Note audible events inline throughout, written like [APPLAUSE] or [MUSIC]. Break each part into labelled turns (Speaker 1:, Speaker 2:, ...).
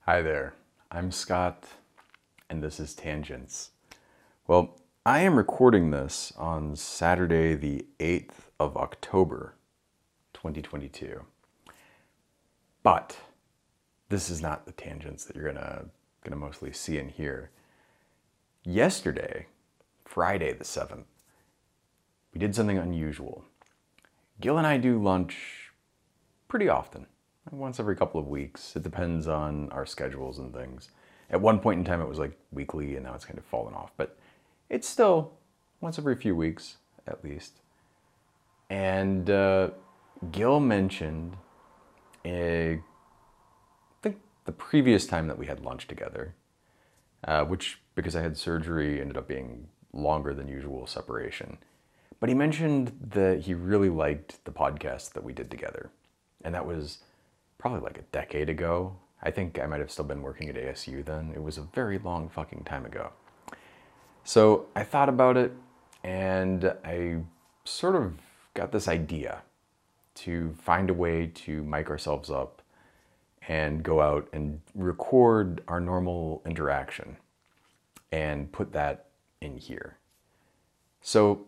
Speaker 1: Hi there, I'm Scott, and this is Tangents. Well, I am recording this on Saturday, the 8th of October, 2022. But this is not the tangents that you're gonna gonna mostly see and hear. Yesterday, Friday the 7th, we did something unusual. Gil and I do lunch pretty often, once every couple of weeks. It depends on our schedules and things. At one point in time, it was like weekly, and now it's kind of fallen off, but it's still once every few weeks at least. And uh, Gil mentioned a, I think the previous time that we had lunch together, uh, which because I had surgery ended up being longer than usual separation. But he mentioned that he really liked the podcast that we did together. And that was probably like a decade ago. I think I might have still been working at ASU then. It was a very long fucking time ago. So I thought about it and I sort of got this idea to find a way to mic ourselves up and go out and record our normal interaction and put that in here. So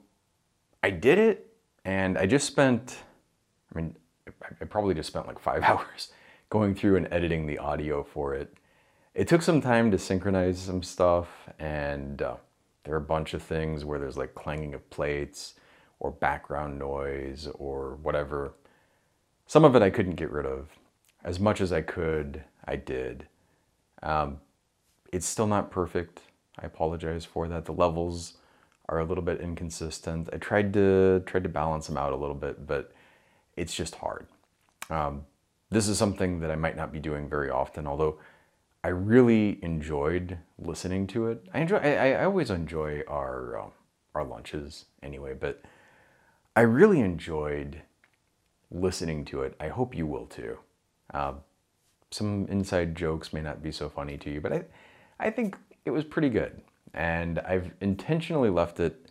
Speaker 1: I did it and I just spent, I mean, I- I probably just spent like [LAUGHS] five hours going through and editing the audio for it. It took some time to synchronize some stuff, and uh, there are a bunch of things where there's like clanging of plates or background noise or whatever. Some of it I couldn't get rid of. As much as I could, I did. Um, it's still not perfect. I apologize for that. The levels are a little bit inconsistent. I tried to tried to balance them out a little bit, but it's just hard. Um, this is something that I might not be doing very often, although I really enjoyed listening to it. I enjoy. I, I always enjoy our um, our lunches anyway, but I really enjoyed listening to it. I hope you will too. Uh, some inside jokes may not be so funny to you, but I, I think it was pretty good. And I've intentionally left it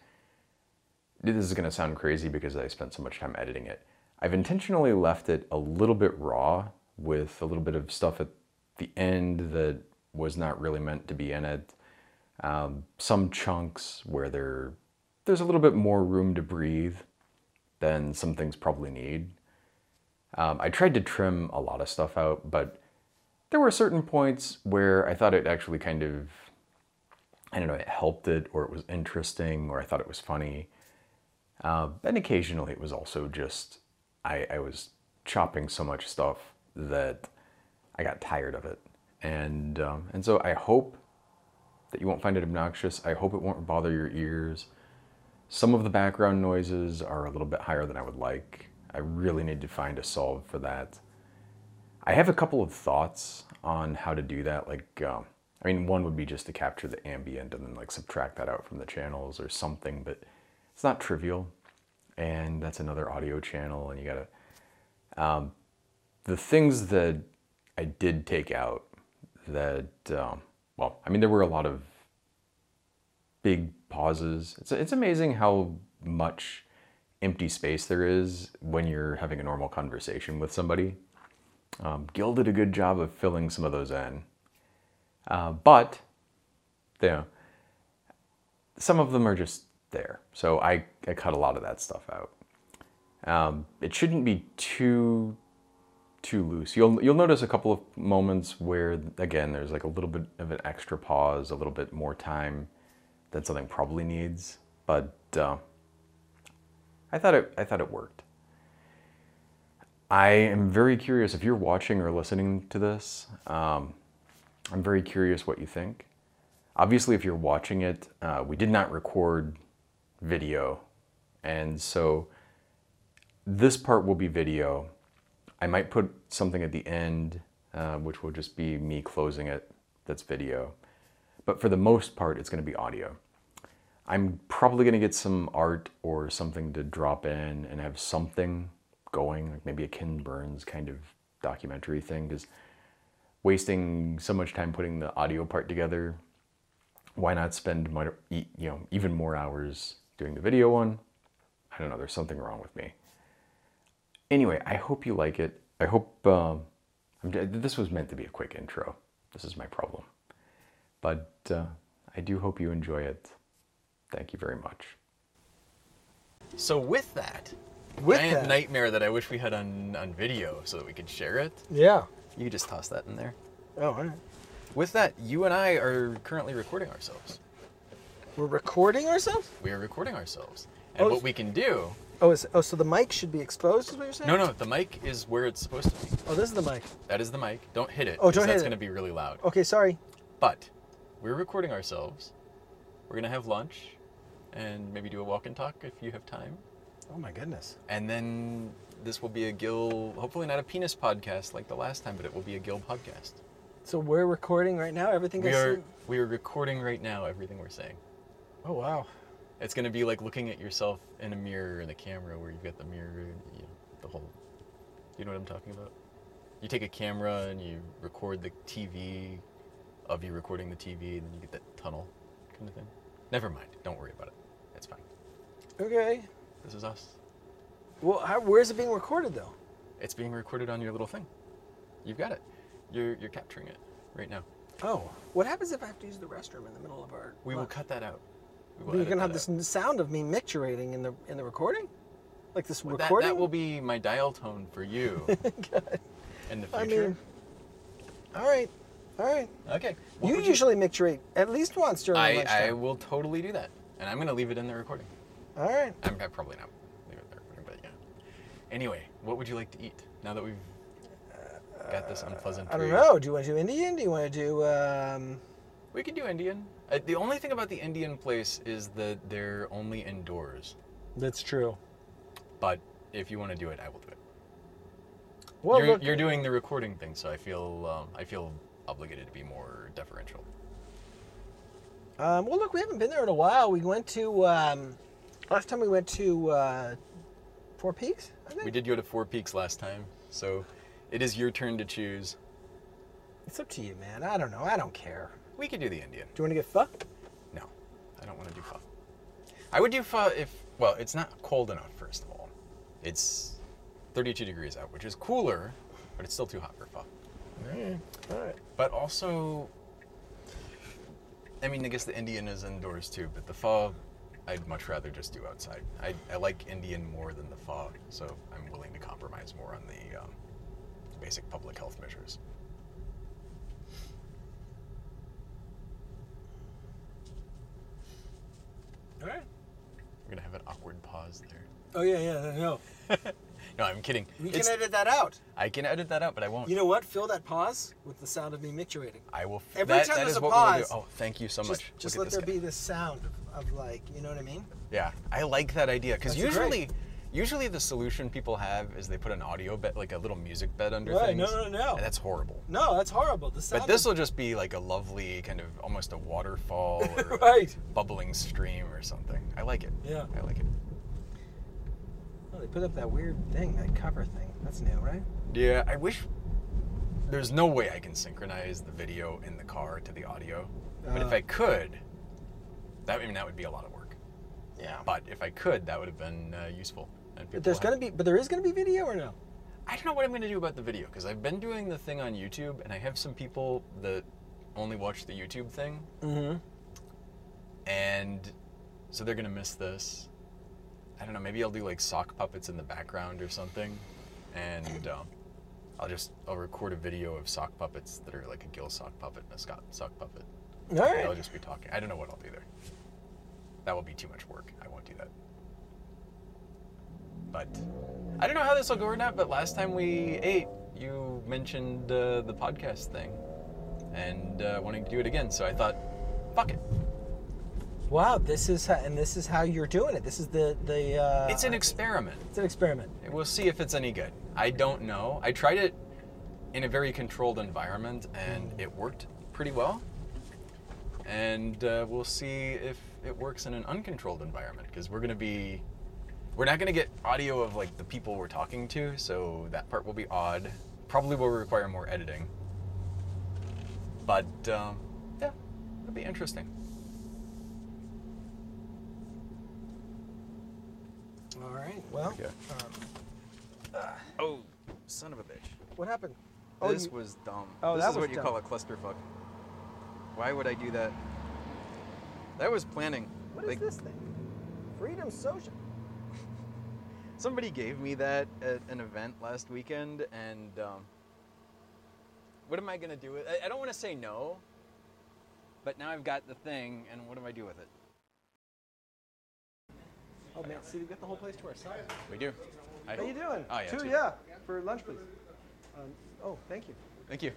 Speaker 1: this is going to sound crazy because I spent so much time editing it. I've intentionally left it a little bit raw with a little bit of stuff at the end that was not really meant to be in it. Um, some chunks where there, there's a little bit more room to breathe than some things probably need. Um, I tried to trim a lot of stuff out, but there were certain points where I thought it actually kind of, I don't know, it helped it or it was interesting or I thought it was funny. Uh, and occasionally it was also just I, I was chopping so much stuff that I got tired of it. And um, and so I hope that you won't find it obnoxious. I hope it won't bother your ears. Some of the background noises are a little bit higher than I would like. I really need to find a solve for that. I have a couple of thoughts on how to do that. Like, um, I mean, one would be just to capture the ambient and then like subtract that out from the channels or something, but it's not trivial. And that's another audio channel, and you gotta. Um, the things that I did take out that, um, well, I mean, there were a lot of big pauses. It's, it's amazing how much empty space there is when you're having a normal conversation with somebody. Um, Gil did a good job of filling some of those in. Uh, but, you know, some of them are just there. So I, I cut a lot of that stuff out. Um, it shouldn't be too too loose. You'll you'll notice a couple of moments where again there's like a little bit of an extra pause, a little bit more time than something probably needs. But uh, I thought it I thought it worked. I am very curious if you're watching or listening to this. Um, I'm very curious what you think. Obviously, if you're watching it, uh, we did not record video, and so this part will be video. I might put something at the end, uh, which will just be me closing it. That's video, but for the most part, it's going to be audio. I'm probably going to get some art or something to drop in and have something going, like maybe a Ken Burns kind of documentary thing, because wasting so much time putting the audio part together, why not spend my, e- you know even more hours doing the video one? I don't know. There's something wrong with me. Anyway, I hope you like it. I hope um, I'm, this was meant to be a quick intro. This is my problem. But uh, I do hope you enjoy it. Thank you very much.
Speaker 2: So with that
Speaker 3: With
Speaker 2: giant
Speaker 3: that.
Speaker 2: nightmare that I wish we had on on video so that we could share it,
Speaker 3: Yeah.
Speaker 2: you could just toss that in there.
Speaker 3: Oh, all right.
Speaker 2: With that, you and I are currently recording ourselves.
Speaker 3: We're recording ourselves?
Speaker 2: We are recording ourselves, and
Speaker 3: Oh,
Speaker 2: what
Speaker 3: s-
Speaker 2: we can do.
Speaker 3: Oh, is, oh, so the mic should be exposed, is what you're saying?
Speaker 2: No, no, the mic is where it's supposed to be.
Speaker 3: Oh, this is the mic.
Speaker 2: That is the mic. Don't hit it. Oh.
Speaker 3: Oh,
Speaker 2: 'cause
Speaker 3: don't hit
Speaker 2: That's
Speaker 3: it.
Speaker 2: going to be really loud.
Speaker 3: Okay, sorry.
Speaker 2: But we're recording ourselves. We're going to have lunch, and maybe do a walk and talk if you have time.
Speaker 3: Oh, my goodness.
Speaker 2: And then this will be a Gil, hopefully not a penis podcast like the last time, but it will be a Gil podcast.
Speaker 3: So we're recording right now? Everything
Speaker 2: We
Speaker 3: is.
Speaker 2: are we are recording right now everything we're saying.
Speaker 3: Oh, wow.
Speaker 2: It's gonna be like looking at yourself in a mirror in a camera where you've got the mirror, you know, the whole. You know what I'm talking about? You take a camera and you record the TV, of you recording the TV, and then you get that tunnel kind of thing. Never mind. Don't worry about it. It's fine.
Speaker 3: Okay.
Speaker 2: This is us.
Speaker 3: Well, how, where's it being recorded, though?
Speaker 2: It's being recorded on your little thing. You've got it. You're you're capturing it right now.
Speaker 3: Oh. What happens if I have to use the restroom in the middle of our.
Speaker 2: We will
Speaker 3: lunch?
Speaker 2: cut that out. We will
Speaker 3: You're
Speaker 2: edit
Speaker 3: going to have
Speaker 2: that
Speaker 3: this
Speaker 2: out.
Speaker 3: n- sound of me micturating in the in the recording? Like this
Speaker 2: Well, that,
Speaker 3: recording?
Speaker 2: that will be my dial tone for you
Speaker 3: [LAUGHS]
Speaker 2: in the future.
Speaker 3: I mean, all right. All right.
Speaker 2: Okay. What
Speaker 3: you
Speaker 2: would
Speaker 3: usually micturate at least once during
Speaker 2: I, I
Speaker 3: lunchtime.
Speaker 2: will totally do that, and I'm gonna leave it in the recording.
Speaker 3: all right.
Speaker 2: I'm, I'm probably not leave it in the recording, but yeah. Anyway, what would you like to eat now that we've got this unpleasant?
Speaker 3: Uh, I don't
Speaker 2: period?
Speaker 3: know. Do you want to do Indian? Do you want to do. Um,
Speaker 2: We could do Indian. Uh, the only thing about the Indian place is that they're only indoors.
Speaker 3: That's true.
Speaker 2: But if you want to do it, I will do it.
Speaker 3: Well,
Speaker 2: you're,
Speaker 3: look,
Speaker 2: you're doing the recording thing, so I feel um, I feel obligated to be more deferential.
Speaker 3: um, well, look, we haven't been there in a while. We went to um, last time we went to uh, Four Peaks. I think
Speaker 2: We did go to Four Peaks last time, so it is your turn to choose.
Speaker 3: it's up to you, man. I don't know. I don't care.
Speaker 2: We could do the Indian.
Speaker 3: Do you want to get fucked?
Speaker 2: No, I don't want to do pho. I would do pho if, well, it's not cold enough, first of all. It's 32 degrees out, which is cooler, but it's still too hot for pho.
Speaker 3: All right.
Speaker 2: But also, I mean, I guess the Indian is indoors too, but the pho, I'd much rather just do outside. I, I like Indian more than the pho, so I'm willing to compromise more on the um, basic public health measures.
Speaker 3: All right.
Speaker 2: We're going to have an awkward pause there.
Speaker 3: Oh yeah, yeah. No,
Speaker 2: No, I'm kidding.
Speaker 3: we
Speaker 2: It's-
Speaker 3: can edit that out.
Speaker 2: I can edit that out, but I won't.
Speaker 3: You know what? Fill that pause with the sound of me micturating.
Speaker 2: I will. F-
Speaker 3: Every
Speaker 2: that,
Speaker 3: time
Speaker 2: that
Speaker 3: there's
Speaker 2: is
Speaker 3: a
Speaker 2: what we will do.
Speaker 3: pause,
Speaker 2: Oh, thank you so
Speaker 3: Just,
Speaker 2: much.
Speaker 3: just
Speaker 2: Look
Speaker 3: let
Speaker 2: at
Speaker 3: there
Speaker 2: this
Speaker 3: be the sound of, of like, you know what I mean?
Speaker 2: guy. Yeah, I like that idea because
Speaker 3: That's great.
Speaker 2: usually, usually the solution people have is they put an audio bed, like a little music bed under
Speaker 3: Right,
Speaker 2: things.
Speaker 3: no, no, no.
Speaker 2: And that's horrible.
Speaker 3: No, that's horrible. The sound.
Speaker 2: But this will just be like a lovely kind of almost a
Speaker 3: [LAUGHS]
Speaker 2: waterfall or a
Speaker 3: Right.
Speaker 2: bubbling stream or something. I like it.
Speaker 3: Yeah.
Speaker 2: I like it.
Speaker 3: Oh, they put up that weird thing, that cover thing. That's new, right?
Speaker 2: Yeah, I wish. There's no way I can synchronize the video in the car to the audio, but if
Speaker 3: Uh.
Speaker 2: I could, that I mean, that would be a lot of work.
Speaker 3: Yeah.
Speaker 2: But if I could, that would have been uh, useful. And
Speaker 3: But there's
Speaker 2: people have-
Speaker 3: gonna be, but there is gonna be video or no?
Speaker 2: I don't know what I'm going to do about the video because I've been doing the thing on YouTube and I have some people that only watch the YouTube thing.
Speaker 3: Mm-hmm.
Speaker 2: And so they're going to miss this. I don't know. Maybe I'll do like sock puppets in the background or something.
Speaker 3: [LAUGHS]
Speaker 2: And um, I'll just, I'll record a video of sock puppets that are like a Gil sock puppet and a Scott sock puppet. And
Speaker 3: All right.
Speaker 2: I'll just be talking. I don't know what I'll do there. That will be too much work. I won't do that. But I don't know how this will go or not. But last time we ate, you mentioned uh, the podcast thing and uh, wanting to do it again. So I thought, fuck it.
Speaker 3: Wow, this is how, and this is how you're doing it. This is the the. Uh,
Speaker 2: It's an experiment.
Speaker 3: it's an experiment.
Speaker 2: We'll see if it's any good. I don't know. I tried it in a very controlled environment and it worked pretty well. And uh, we'll see if it works in an uncontrolled environment because we're going to be. We're not going to get audio of like the people we're talking to, so that part will be odd. Probably will require more editing. But um, yeah, it'll be interesting.
Speaker 3: All right. Well,
Speaker 2: Yeah.
Speaker 3: um,
Speaker 2: Oh, son of a bitch.
Speaker 3: what happened? Oh,
Speaker 2: this
Speaker 3: you-
Speaker 2: was dumb.
Speaker 3: Oh,
Speaker 2: this
Speaker 3: that
Speaker 2: is
Speaker 3: was
Speaker 2: what you
Speaker 3: dumb.
Speaker 2: call a clusterfuck. Why would I do that? That was planning.
Speaker 3: What is
Speaker 2: Like,
Speaker 3: this thing? Freedom Social.
Speaker 2: Somebody gave me that at an event last weekend, and um, what am I gonna do with? I, I don't want to say no, but now I've got the thing, and what do I do with it?
Speaker 3: Oh man, see, we got the whole place to ourselves.
Speaker 2: We do. I
Speaker 3: How you doing?
Speaker 2: Oh yeah.
Speaker 3: Two,
Speaker 2: two.
Speaker 3: yeah, for lunch, please. Um, oh, thank you.
Speaker 2: Thank you.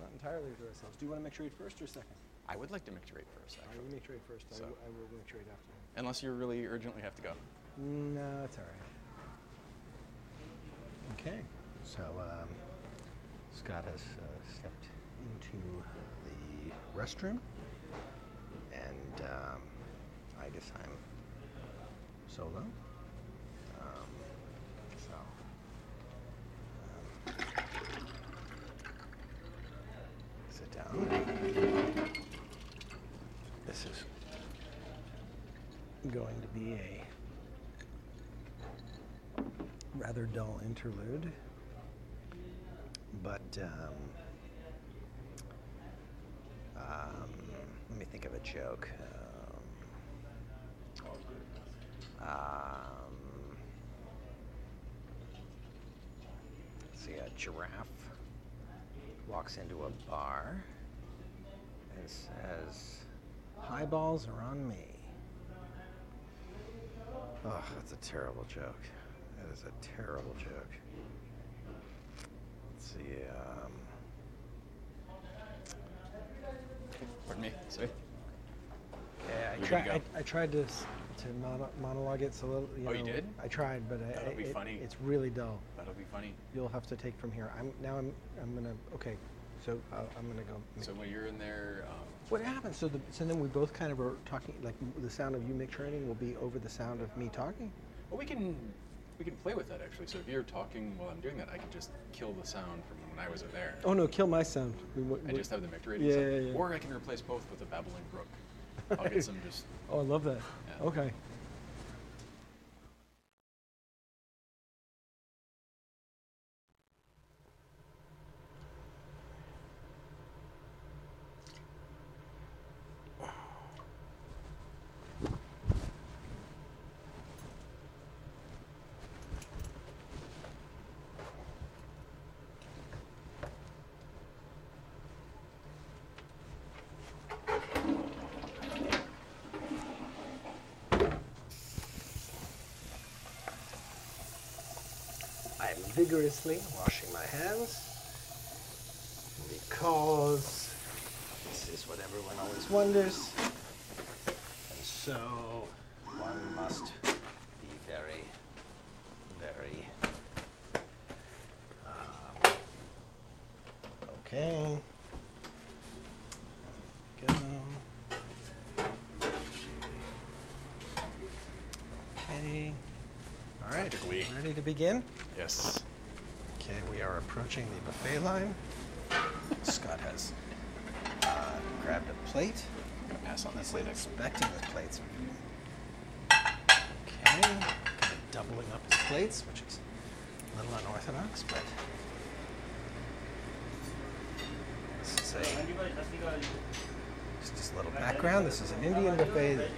Speaker 3: Not entirely to ourselves. Do you want to McTrade first or second?
Speaker 2: I would like to McTrade first,
Speaker 3: I
Speaker 2: actually,
Speaker 3: will McTrade first. I,
Speaker 2: So-
Speaker 3: will, I will McTrade after.
Speaker 2: unless you really urgently have to go.
Speaker 3: No, it's all right. Okay. So um, Scott has uh, stepped into the restroom, and um, I guess I'm solo. Um, so. um, Sit down. This is going to be a rather dull interlude, but um, um, let me think of a joke. Um, um, let's see, a giraffe walks into a bar and says, Highballs are on me. Oh, that's a terrible joke. That is a terrible joke. Let's see. Um,
Speaker 2: Pardon me. Sorry.
Speaker 3: yeah, I,
Speaker 2: You're
Speaker 3: try,
Speaker 2: good to go.
Speaker 3: I, I tried to, s- to mono- monologue it so little. You
Speaker 2: Oh,
Speaker 3: know,
Speaker 2: you did?
Speaker 3: I tried, but I,
Speaker 2: That'll be
Speaker 3: it-
Speaker 2: funny.
Speaker 3: It's really dull.
Speaker 2: That'll be funny.
Speaker 3: You'll have to take from here. I'm now. I'm. I'm gonna. Okay. So I'll, I'm gonna go. make-
Speaker 2: So when you're in there, um,
Speaker 3: What happened? So, the, so then we both kind of are talking. Like the sound of you McTraining will be over the sound of me talking.
Speaker 2: well, we can we can play with that actually. So if you're talking while I'm doing that, I can just kill the sound from when I wasn't there.
Speaker 3: Oh no! Kill my sound. We, w-
Speaker 2: I
Speaker 3: we-
Speaker 2: just have the McDready.
Speaker 3: Yeah, yeah, yeah.
Speaker 2: Or I can replace both with a babbling
Speaker 3: [LAUGHS]
Speaker 2: brook. I'll get some just.
Speaker 3: Oh, I love that.
Speaker 2: Yeah.
Speaker 3: Okay. I am vigorously washing my hands because this is what everyone always wonders. And so one must be very, very. um, okay. Go. Ready. All right,
Speaker 2: Magically.
Speaker 3: ready to begin?
Speaker 2: Yes.
Speaker 3: Okay, we are approaching the buffet line. Scott has uh, grabbed a plate.
Speaker 2: I'm gonna pass on this
Speaker 3: He's been
Speaker 2: later.
Speaker 3: expecting the plates. Okay, kind of doubling up his plates, which is a little unorthodox, but this is a just this little background. This is an Indian buffet that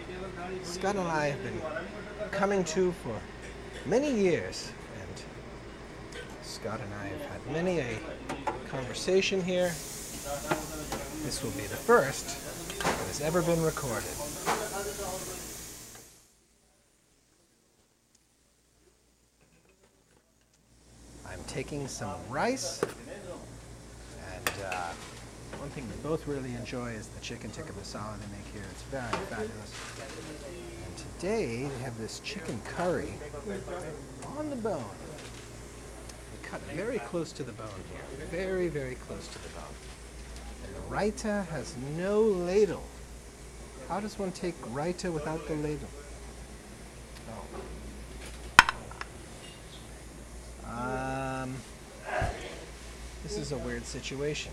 Speaker 3: Scott and I have been coming to for many years, and Scott and I have had many a conversation here. This will be the first that has ever been recorded. I'm taking some rice, and uh, one thing we both really enjoy is the chicken tikka masala they make here. It's very fabulous. And today they have this chicken curry on the bone. They cut very close to the bone here. Very, very close to the bone. And the raita has no ladle. How does one take raita without the ladle? Oh. Um, this is a weird situation.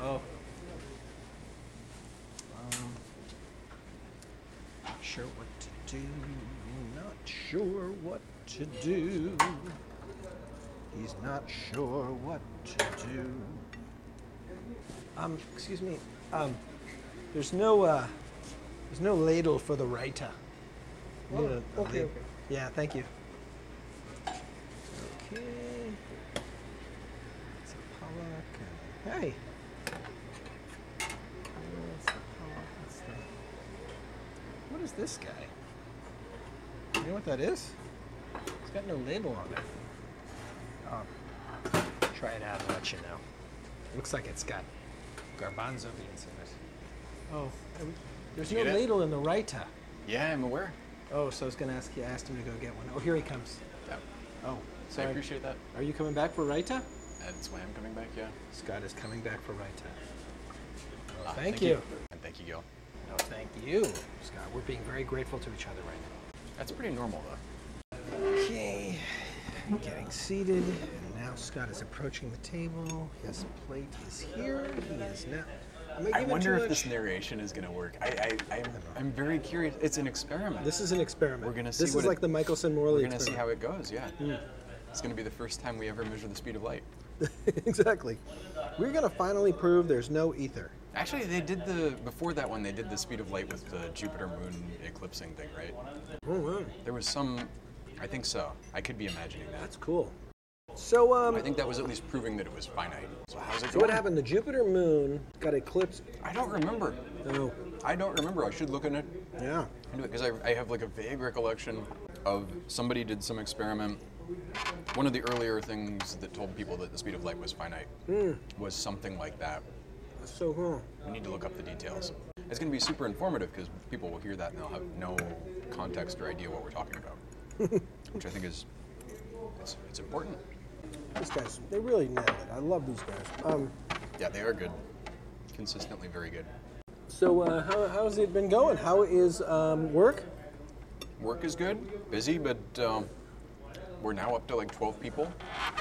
Speaker 3: Oh. Um, not sure what to do. Not sure what to do. He's not sure what to do. Um, excuse me. Um, there's no uh, there's no ladle for the raita. You need a- a
Speaker 4: okay,
Speaker 3: lad-
Speaker 4: okay.
Speaker 3: Yeah, thank you. Okay. It's a pollock. and- Hey. That's the pollock, that's the- What is this guy? You know what that is? It's got no label on it. I'll try it out and let you know. Looks like it's got garbanzo beans in it. Oh, there's no
Speaker 5: Get it?
Speaker 3: ladle in the raita.
Speaker 5: Yeah, I'm aware.
Speaker 3: Oh, so I was gonna ask you. I asked him to go get one. Oh, here he comes.
Speaker 5: Yeah.
Speaker 3: Oh,
Speaker 5: So I
Speaker 3: sorry.
Speaker 5: appreciate that.
Speaker 3: Are you coming back for raita?
Speaker 5: That's why I'm coming back, yeah.
Speaker 3: Scott is coming back for raita. Uh,
Speaker 5: Ah,
Speaker 3: thank you.
Speaker 5: And thank you, Gil.
Speaker 3: No, thank you, Scott. We're being very grateful to each other right now.
Speaker 5: That's pretty normal, though.
Speaker 3: Okay, getting seated. And now Scott is approaching the table. His plate is here. He is now. Am
Speaker 5: I
Speaker 3: giving
Speaker 5: wonder
Speaker 3: too
Speaker 5: if this
Speaker 3: much?
Speaker 5: narration is going to work. I, I, I'm, I'm very curious. It's an experiment.
Speaker 3: This is an experiment.
Speaker 5: We're gonna
Speaker 3: This
Speaker 5: see
Speaker 3: is
Speaker 5: what it-
Speaker 3: like the Michelson Morley
Speaker 5: We're going to see how
Speaker 3: experiment. Hmm.
Speaker 5: it goes, yeah. It's going to be the first time we ever measure the speed of light.
Speaker 3: [LAUGHS] exactly. We're gonna finally prove there's no ether.
Speaker 5: Actually, they did the, before that one, they did the speed of light with the Jupiter moon eclipsing thing, right?
Speaker 3: Oh, wow.
Speaker 5: There was some, I think so. I could be imagining that.
Speaker 3: That's cool. So um,
Speaker 5: I think that was at least proving that it was finite. So how's it
Speaker 3: so what
Speaker 5: going?
Speaker 3: happened? The Jupiter moon got eclipsed.
Speaker 5: I don't remember.
Speaker 3: Oh,
Speaker 5: I don't remember. I should look in it
Speaker 3: yeah.
Speaker 5: into it because I, I have like a vague recollection of somebody did some experiment. One of the earlier things that told people that the speed of light was finite
Speaker 3: Hmm.
Speaker 5: was something like that.
Speaker 3: That's so cool.
Speaker 5: We need to look up the details. It's going to be super informative because people will hear that and they'll have no context or idea what we're talking about, which I think is it's, it's important.
Speaker 4: These guys, they really nailed it. I love these guys. Um,
Speaker 5: Yeah, they are good. Consistently very good.
Speaker 4: so uh, how, how's it been going? How is um, work?
Speaker 5: Work is good, busy, but um, we're now up to like 12 people,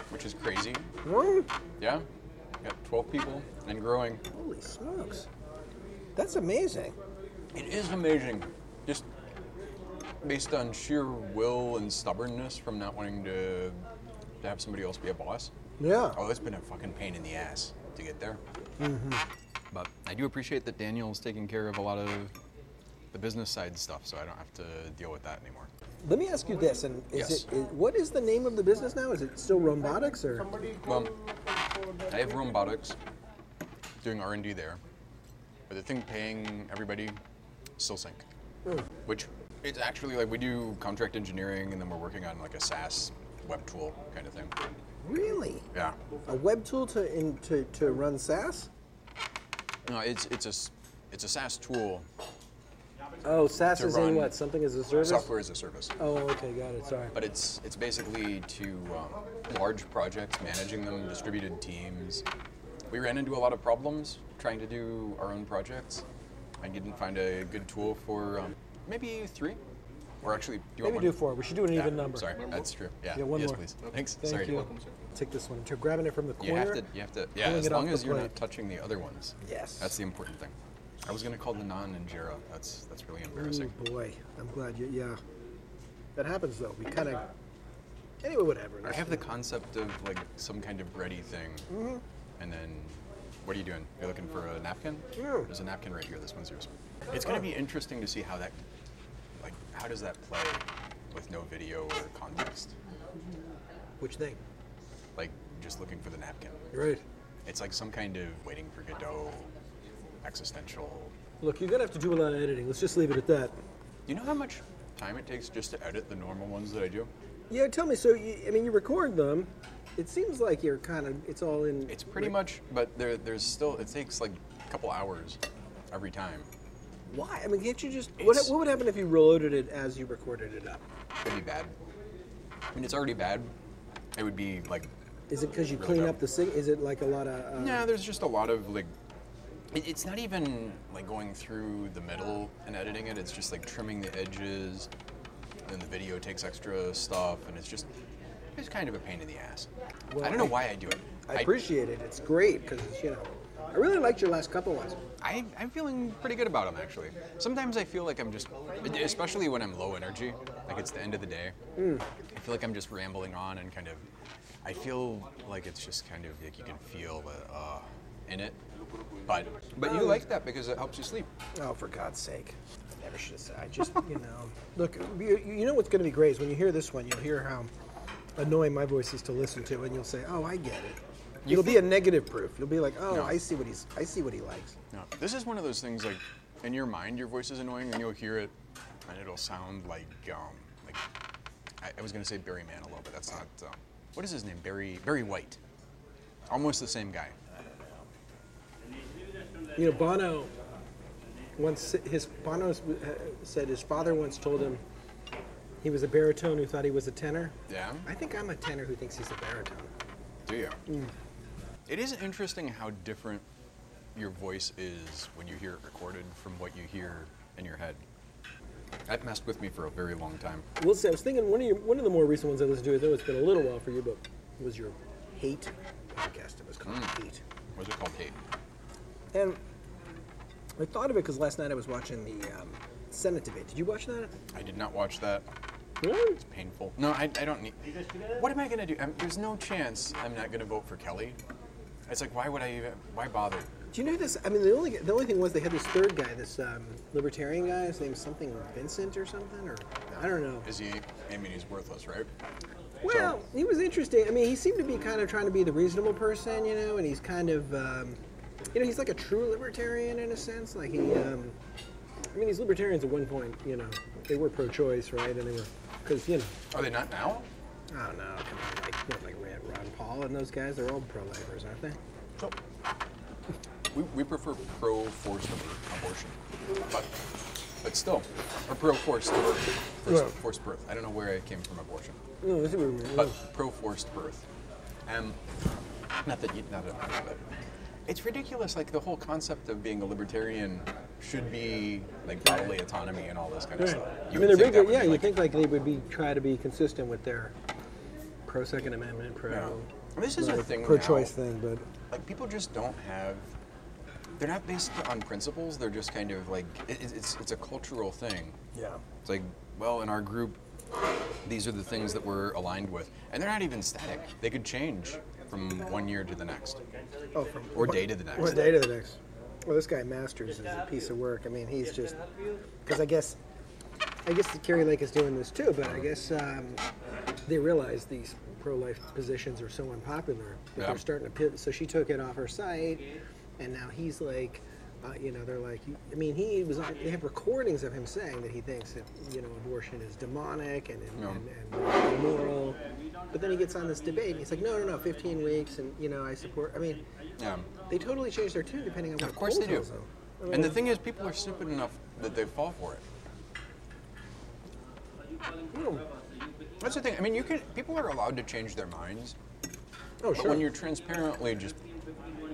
Speaker 5: which is crazy.
Speaker 4: Hmm?
Speaker 5: Yeah, got 12 people and growing.
Speaker 4: Holy smokes, that's amazing.
Speaker 5: It is amazing, just based on sheer will and stubbornness from not wanting to, to have somebody else be a boss.
Speaker 4: Yeah.
Speaker 5: Oh, it's been a fucking pain in the ass to get there. But I do appreciate that Daniel's taking care of a lot of the business side stuff, so I don't have to deal with that anymore.
Speaker 4: Let me ask you this, and is
Speaker 5: Yes.
Speaker 4: it i what is the name of the business now? Is it still robotics or?
Speaker 5: Well, I have robotics, doing R and D there, but the thing paying everybody, still sync, which it's actually like we do contract engineering, and then we're working on like a SaaS web tool kind of thing.
Speaker 4: Really?
Speaker 5: Yeah,
Speaker 4: A web tool to in, to, to run SaaS?
Speaker 5: no, it's it's a s- it's a SaaS tool,
Speaker 4: Oh, SaaS
Speaker 5: To
Speaker 4: is in
Speaker 5: run
Speaker 4: what? Something as a service?
Speaker 5: software as a service.
Speaker 4: Oh, okay, got it. Sorry.
Speaker 5: But it's it's basically to um, large projects, managing them, distributed teams. We ran into a lot of problems trying to do our own projects. I didn't find a good tool for um, maybe three, or actually, do you want
Speaker 4: Maybe
Speaker 5: one?
Speaker 4: do four. We should do an
Speaker 5: Yeah,
Speaker 4: even number.
Speaker 5: Sorry, that's true. Yeah.
Speaker 4: Yeah, one
Speaker 5: yes,
Speaker 4: more.
Speaker 5: please. Thanks.
Speaker 4: Thank
Speaker 5: sorry.
Speaker 4: you. Take this one. You're grabbing it from the corner.
Speaker 5: You have to. You have to. Yeah.
Speaker 4: Pulling
Speaker 5: As
Speaker 4: it off
Speaker 5: long
Speaker 4: the
Speaker 5: as you're
Speaker 4: plate.
Speaker 5: not touching the other ones.
Speaker 4: Yes.
Speaker 5: That's the important thing. I was gonna call the non and Jera. That's that's really embarrassing.
Speaker 4: Oh boy, I'm glad you. Yeah, that happens though. We kind of. Anyway, whatever.
Speaker 5: I have the concept of like some kind of bready thing, and then what are you doing? You're looking for a napkin?
Speaker 4: Yeah.
Speaker 5: There's a napkin right here. This one's yours. It's gonna be interesting to see how that, like, how does that play with no video or context?
Speaker 4: Which thing?
Speaker 5: Like just looking for the napkin.
Speaker 4: Right.
Speaker 5: It's like some kind of waiting for Godot, existential.
Speaker 4: Look, you're gonna have to do a lot of editing. Let's just leave it at that.
Speaker 5: Do you know how much time it takes just to edit the normal ones that I do?
Speaker 4: Yeah, tell me. So, you, I mean, you record them. It seems like you're kind of. It's all in.
Speaker 5: It's pretty much, but there, there's still it takes like a couple hours every time.
Speaker 4: Why? I mean, can't you just? What,
Speaker 5: It's-
Speaker 4: what would happen if you reloaded it as you recorded it up?
Speaker 5: It'd be bad. I mean, it's already bad. It would be like.
Speaker 4: Is it because you
Speaker 5: Really
Speaker 4: clean
Speaker 5: bad.
Speaker 4: up the sing? Is it like a lot of? Um,
Speaker 5: Nah, there's just a lot of like. it- It's not even like going through the middle and editing it. It's just like trimming the edges, and the video takes extra stuff, and it's just It's kind of a pain in the ass.
Speaker 3: Well,
Speaker 5: I don't know
Speaker 3: I-
Speaker 5: why I do it.
Speaker 3: I appreciate it. It's great because you know, I really liked your last couple ones.
Speaker 5: I, I'm feeling pretty good about them actually. Sometimes I feel like I'm just, especially when I'm low energy, like it's the end of the day. I feel like I'm just rambling on and kind of, I feel like it's just kind of like you can feel the uh, in it. But but you like that because it helps you sleep.
Speaker 3: Oh, for God's sake! I never should have said. I just, you know, [LAUGHS] look. You, you know what's going to be great is when you hear this one, you'll hear how annoying my voice is to listen to, and you'll say, "Oh, I get it." It'll be a negative proof. You'll be like, "Oh,
Speaker 5: No.
Speaker 3: I see what he's. I see what he likes."
Speaker 5: No, this is one of those things like in your mind your voice is annoying and you'll hear it and it'll sound like um like I, I was gonna say Barry Manilow, but that's not um, what is his name? Barry Barry White. Almost the same guy.
Speaker 3: You know, Bono once his Bono s- uh, said his father once told him he was a baritone who thought he was a tenor.
Speaker 5: Yeah.
Speaker 3: I think I'm a tenor who thinks he's a baritone.
Speaker 5: Do you? Mm. It is interesting how different your voice is when you hear it recorded from what you hear in your head. That messed with me for a very long time.
Speaker 3: We'll see. I was thinking one of your one of the more recent ones I listened to. Though it's been a little while for you, but was your hate podcast? It was called Hate,
Speaker 5: What's it called, Kate?
Speaker 3: and I thought of it because last night I was watching the um, Senate debate. Did you watch that?
Speaker 5: I did not watch that.
Speaker 3: Really?
Speaker 5: It's painful. No, I, I don't need. What am I gonna do? Um there's no chance I'm not gonna vote for Kelly. It's like why would I even? Why bother?
Speaker 3: Do you know this? I mean, the only the only thing was they had this third guy, this um, libertarian guy. His name's something Vincent or something, or I don't know.
Speaker 5: Is he? I mean, he's worthless, right?
Speaker 3: Well, he was interesting. I mean, he seemed to be kind of trying to be the reasonable person, you know, and he's kind of, um, you know, he's like a true libertarian in a sense. Like he, um, I mean, these libertarians at one point, you know, they were pro-choice, right? And they were, because you know,
Speaker 5: Are they not now?
Speaker 3: I don't know, come on, like, you know, like Rand- Ron Paul and those guys, they're all pro-lifers, aren't they?
Speaker 5: So, we, we prefer pro forced abortion, but but still, or pro forced birth, forced,
Speaker 3: Yeah.
Speaker 5: forced birth. I don't know where I came from abortion,
Speaker 3: No, this is what we
Speaker 5: but pro forced birth. Um, not that you, not that it matters, but it's ridiculous. Like the whole concept of being a libertarian should be like bodily autonomy and all this kind of stuff.
Speaker 3: I
Speaker 5: You
Speaker 3: mean,
Speaker 5: would
Speaker 3: they're
Speaker 5: think that
Speaker 3: bigger,
Speaker 5: would
Speaker 3: yeah.
Speaker 5: be
Speaker 3: You
Speaker 5: like-
Speaker 3: think like they would be try to be consistent with their pro-second amendment, pro.
Speaker 5: Yeah. This is a thing now.
Speaker 3: pro-choice thing, but
Speaker 5: like people just don't have they're not based on principles they're just kind of like it, it's- it's it's a cultural thing
Speaker 3: yeah.
Speaker 5: it's like well in our group these are the things that we're aligned with and they're not even static they could change from one year to the next
Speaker 3: Oh, from
Speaker 5: or day to the next
Speaker 3: Or day to the next. Well, this guy Masters is a piece of work. I mean, he's just because I guess I guess the Kerry Lake is doing this too, but I guess um, they realize these pro-life positions are so unpopular that
Speaker 5: Yeah.
Speaker 3: they're starting to pivot. So she took it off her site, and now he's like. Uh, you know, they're like, you- I mean, he was. on- They have recordings of him saying that he thinks that you know abortion is demonic and, and,
Speaker 5: Yeah.
Speaker 3: and, and immoral. But then he gets on this debate and he's like, no, no, no, 15 weeks, and you know, I support. I mean,
Speaker 5: yeah
Speaker 3: they totally change their tune depending on what
Speaker 5: of course
Speaker 3: poll
Speaker 5: they do
Speaker 3: tells them.
Speaker 5: and the thing is people are stupid enough that they fall for it that's the thing i mean you can people are allowed to change their minds
Speaker 3: Oh,
Speaker 5: But
Speaker 3: sure.
Speaker 5: when you're transparently just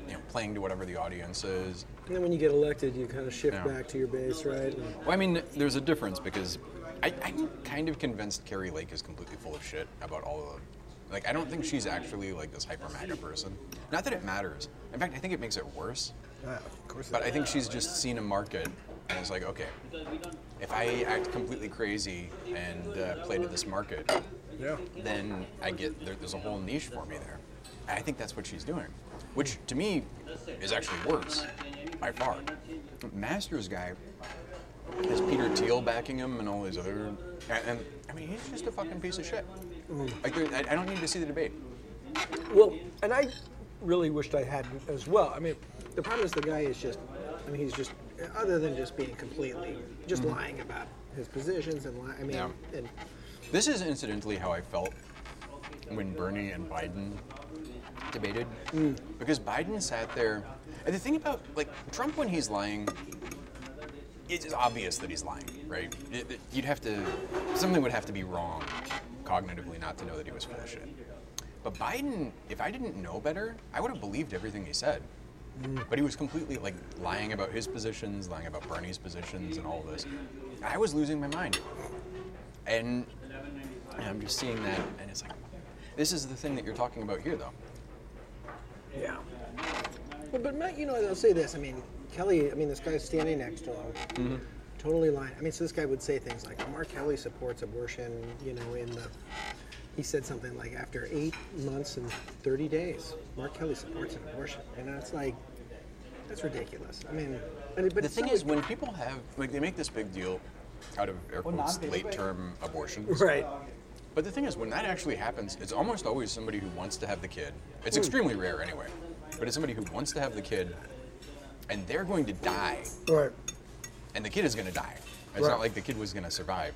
Speaker 5: you know, playing to whatever the audience is.
Speaker 3: and then when you get elected, you kind of shift
Speaker 5: Yeah.
Speaker 3: back to your base, right? And
Speaker 5: Well, I mean, there's a difference because I, I'm kind of convinced Carrie Lake is completely full of shit about all of. Like, I don't think she's actually like this hyper MAGA person. Not that it matters. In fact, I think it makes it worse.
Speaker 3: of course.
Speaker 5: But I think she's just seen a market and is like, okay, if I act completely crazy and uh, play to this market,
Speaker 3: yeah.
Speaker 5: then I get there, there's a whole niche for me there. And I think that's what she's doing, which to me is actually worse by far. Masters guy has Peter Thiel backing him and all these other, and, and I mean he's just a fucking piece of shit. Like there, I, I don't need to see the debate.
Speaker 3: Well, and I really wished I had as well. I mean, the problem is the guy is just, I mean, he's just, other than just being completely, just lying about his positions and lying, I mean,
Speaker 5: Mm-hmm. Yeah.
Speaker 3: and
Speaker 5: This is incidentally how I felt when Bernie and Biden debated, because Biden sat there, and the thing about like Trump when he's lying, it's obvious that he's lying, right? It- it- you'd have to, something would have to be wrong cognitively not to know that he was full of shit. But Biden, if I didn't know better, I would have believed everything he said. But he was completely like lying about his positions, lying about Bernie's positions, and all of this. I was losing my mind, and and I'm just seeing that, and it's like, This is the thing that you're talking about here, though.
Speaker 3: Yeah. Well, but Matt, you know, I'll say this. I mean, Kelly. I mean, this guy's standing next to him.
Speaker 5: Mm-hmm.
Speaker 3: Totally lying. I mean, so this guy would say things like, "Mark Kelly supports abortion." You know, in the he said something like, "After eight months and thirty days, Mark Kelly supports an abortion." And that's like, that's ridiculous. I mean, and it- but
Speaker 5: the
Speaker 3: it's
Speaker 5: thing
Speaker 3: not
Speaker 5: is,
Speaker 3: like-
Speaker 5: when people have like they make this big deal out of air
Speaker 6: Well,
Speaker 5: quotes
Speaker 6: non-paper
Speaker 5: late-term abortions,
Speaker 3: right.
Speaker 5: But the thing is, when that actually happens, it's almost always somebody who wants to have the kid. It's extremely rare anyway, but it's somebody who wants to have the kid, and they're going to die,
Speaker 3: Right.
Speaker 5: and the kid is going to die. It's
Speaker 3: Right.
Speaker 5: not like the kid was going to survive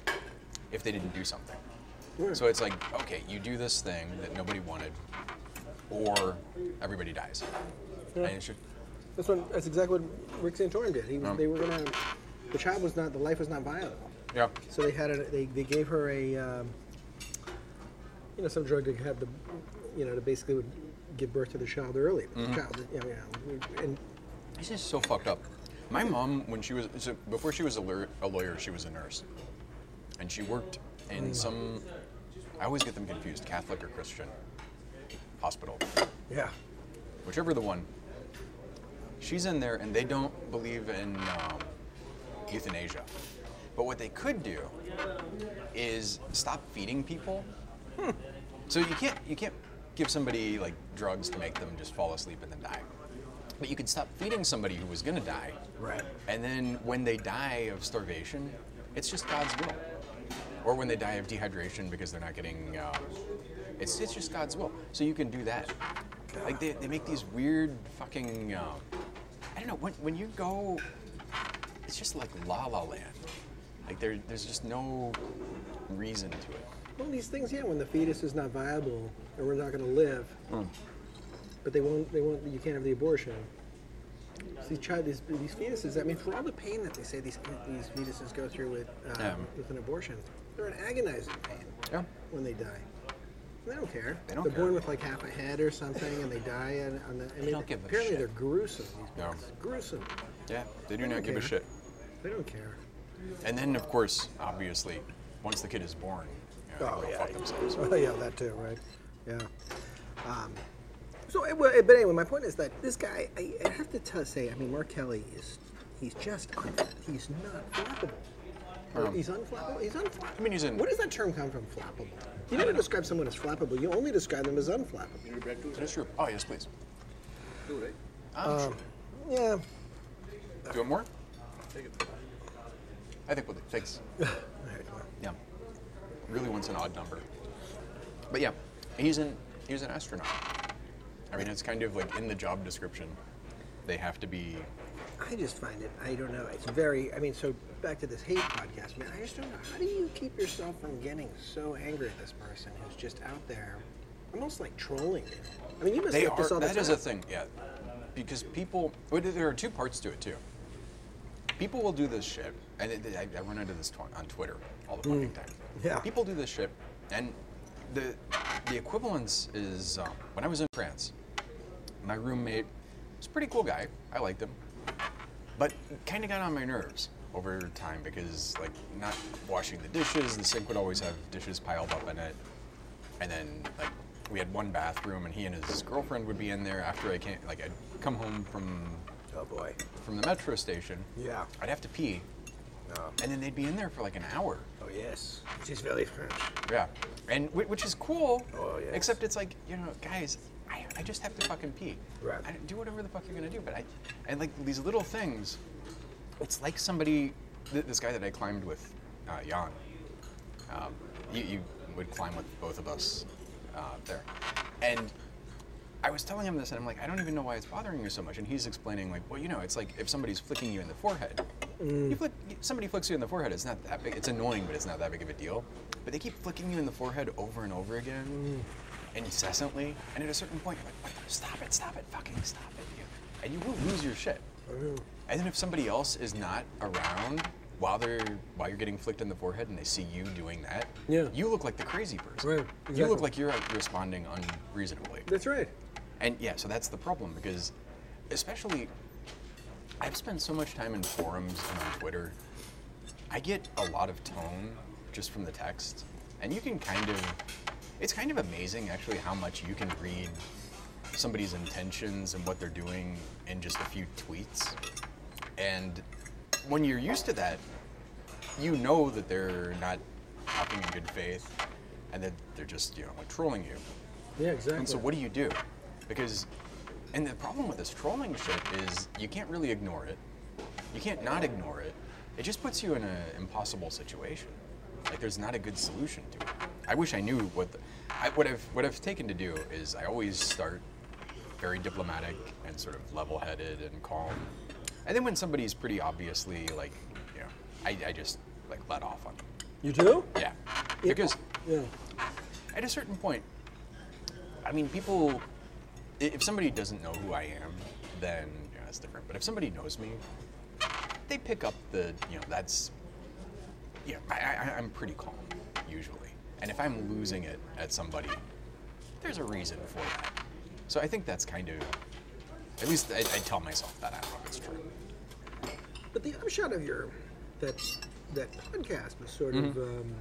Speaker 5: if they didn't do something.
Speaker 3: Right.
Speaker 5: So it's like, okay, you do this thing that nobody wanted, or everybody dies. And it's just-
Speaker 3: That's what. That's exactly what Rick Santorum did. He was.
Speaker 5: Um.
Speaker 3: they were gonna. The child was not. The life was not viable.
Speaker 5: yeah.
Speaker 3: So they had a, they, they gave her a um, you know some drug to have the you know to basically would give birth to the child early. The child, you know, you know, and
Speaker 5: This is so fucked up. My mom, when she was so before she was a lawyer, a lawyer, she was a nurse, and she worked in some. I always get them confused, Catholic or Christian hospital,
Speaker 3: yeah,
Speaker 5: whichever the one. She's in there, and they don't believe in um, euthanasia. But what they could do is stop feeding people. Hmm. So you can't you can't give somebody like drugs to make them just fall asleep and then die. But you could stop feeding somebody who was gonna die.
Speaker 3: Right.
Speaker 5: And then when they die of starvation, it's just God's will. Or when they die of dehydration because they're not getting, um, it's it's just God's will. So you can do that. Like they, they make these weird fucking, um, I don't know. When when you go, it's just like La La Land. Like there there's just no reason to it.
Speaker 3: well these things yeah when the fetus is not viable and we're not going to live, but they won't they won't you can't have the abortion. So these child these, these fetuses I mean for all the pain that they say these these fetuses go through with um,
Speaker 5: Yeah.
Speaker 3: with an abortion they're in agonizing pain
Speaker 5: Yeah.
Speaker 3: when they die. They don't care.
Speaker 5: They don't
Speaker 3: are
Speaker 5: care.
Speaker 3: born with like half a head or something, and they die. And, and the, I mean,
Speaker 5: don't give a
Speaker 3: apparently
Speaker 5: shit.
Speaker 3: they're gruesome. These
Speaker 5: No.
Speaker 3: birds. gruesome.
Speaker 5: Yeah. They do
Speaker 3: They
Speaker 5: not
Speaker 3: don't
Speaker 5: give a
Speaker 3: care.
Speaker 5: shit.
Speaker 3: They don't care.
Speaker 5: And then, of course, obviously, once the kid is born, you know, Oh, they go fuck
Speaker 3: [LAUGHS]
Speaker 5: themselves.
Speaker 3: Oh yeah, that too, right? Yeah. Um, so, it, well, it- but anyway, my point is that this guy, I, I have to tell, say, I mean, Mark Kelly is, he's just, un, he's not flappable. Or he's unflappable. He's unflappable.
Speaker 5: Um. I mean, he's in-
Speaker 3: Where does that term come from? Flappable. You never describe someone as flappable. You only describe them as unflappable.
Speaker 5: That's true. Oh yes, please.
Speaker 3: Yeah.
Speaker 5: Do one more. I think we'll do. Thanks. Yeah. Really wants an odd number. But yeah, he's an he's an astronaut. I mean, it's kind of like in the job description. They have to be.
Speaker 3: I just find it. I don't know. It's very. I mean, so back to this hate podcast, man. I just don't know. How do you keep yourself from getting so angry at this person who's just out there, almost like trolling you? I mean, you must
Speaker 5: They
Speaker 3: get
Speaker 5: are.
Speaker 3: this all the
Speaker 5: That
Speaker 3: time.
Speaker 5: is a thing. Yeah. Because people. Well, there are two parts to it too. People will do this shit, and it, I, I run into this tw- on Twitter all the fucking time.
Speaker 3: Yeah.
Speaker 5: People do this shit, and the the equivalence is um, when I was in France, my roommate was a pretty cool guy. I liked him, but kind of got on my nerves over time because like not washing the dishes. The sink would always have dishes piled up in it, and then like we had one bathroom, and he and his girlfriend would be in there after I came. Like I'd come home from
Speaker 3: Oh boy.
Speaker 5: from the metro station.
Speaker 3: Yeah.
Speaker 5: I'd have to pee,
Speaker 3: Oh,
Speaker 5: and then they'd be in there for like an hour.
Speaker 3: oh yes. She's very French.
Speaker 5: Yeah, and whi- which is cool.
Speaker 3: Oh, yes.
Speaker 5: Except it's like you know, guys, I, I just have to fucking pee.
Speaker 3: Right.
Speaker 5: I, do whatever the fuck you're gonna do, but I, and like these little things, it's like somebody, th- this guy that I climbed with, uh, Jan. Um, you, you would climb with both of us uh, there, and I was telling him this, and I'm like, I don't even know why it's bothering you so much. And he's explaining, like, well, you know, it's like if somebody's flicking you in the forehead,
Speaker 3: Mm.
Speaker 5: you flick, somebody flicks you in the forehead, it's not that big. It's annoying, but it's not that big of a deal. But they keep flicking you in the forehead over and over again,
Speaker 3: Mm.
Speaker 5: incessantly. And at a certain point, you're like, "What the- stop it, stop it, fucking stop it. You, and you will lose your shit. And then if somebody else is not around while they're while you're getting flicked in the forehead and they see you doing that,
Speaker 3: Yeah.
Speaker 5: you look like the crazy person.
Speaker 3: Right,
Speaker 5: You
Speaker 3: exactly.
Speaker 5: look like you're like, responding unreasonably.
Speaker 3: That's right.
Speaker 5: And yeah, so that's the problem because, especially, I've spent so much time in forums and on Twitter. I get a lot of tone just from the text, and you can kind of It's kind of amazing, actually, how much you can read somebody's intentions and what they're doing in just a few tweets. And when you're used to that, you know that they're not acting in good faith and that they're just, you know, like trolling you.
Speaker 3: Yeah, exactly.
Speaker 5: And so what do you do? Because, and the problem with this trolling shit is you can't really ignore it. You can't not ignore it. It just puts you in an impossible situation. Like there's not a good solution to it. I wish I knew what the, I, what I've what I've taken to do is I always start very diplomatic and sort of level-headed and calm, and then when somebody's pretty obviously like, you know, I, I just like let off on them.
Speaker 3: you do?
Speaker 5: Yeah, because
Speaker 3: Yeah.
Speaker 5: at a certain point, I mean, people, i- if somebody doesn't know who I am, then you know, that's different. But if somebody knows me, they pick up the, you know, that's, yeah, I, I, I'm pretty calm usually. And if I'm losing it at somebody, there's a reason for that. So I think that's kind of, at least I, I tell myself that. I don't know if it's true.
Speaker 3: But the upshot of your that that podcast was sort
Speaker 5: Mm-hmm.
Speaker 3: of, um,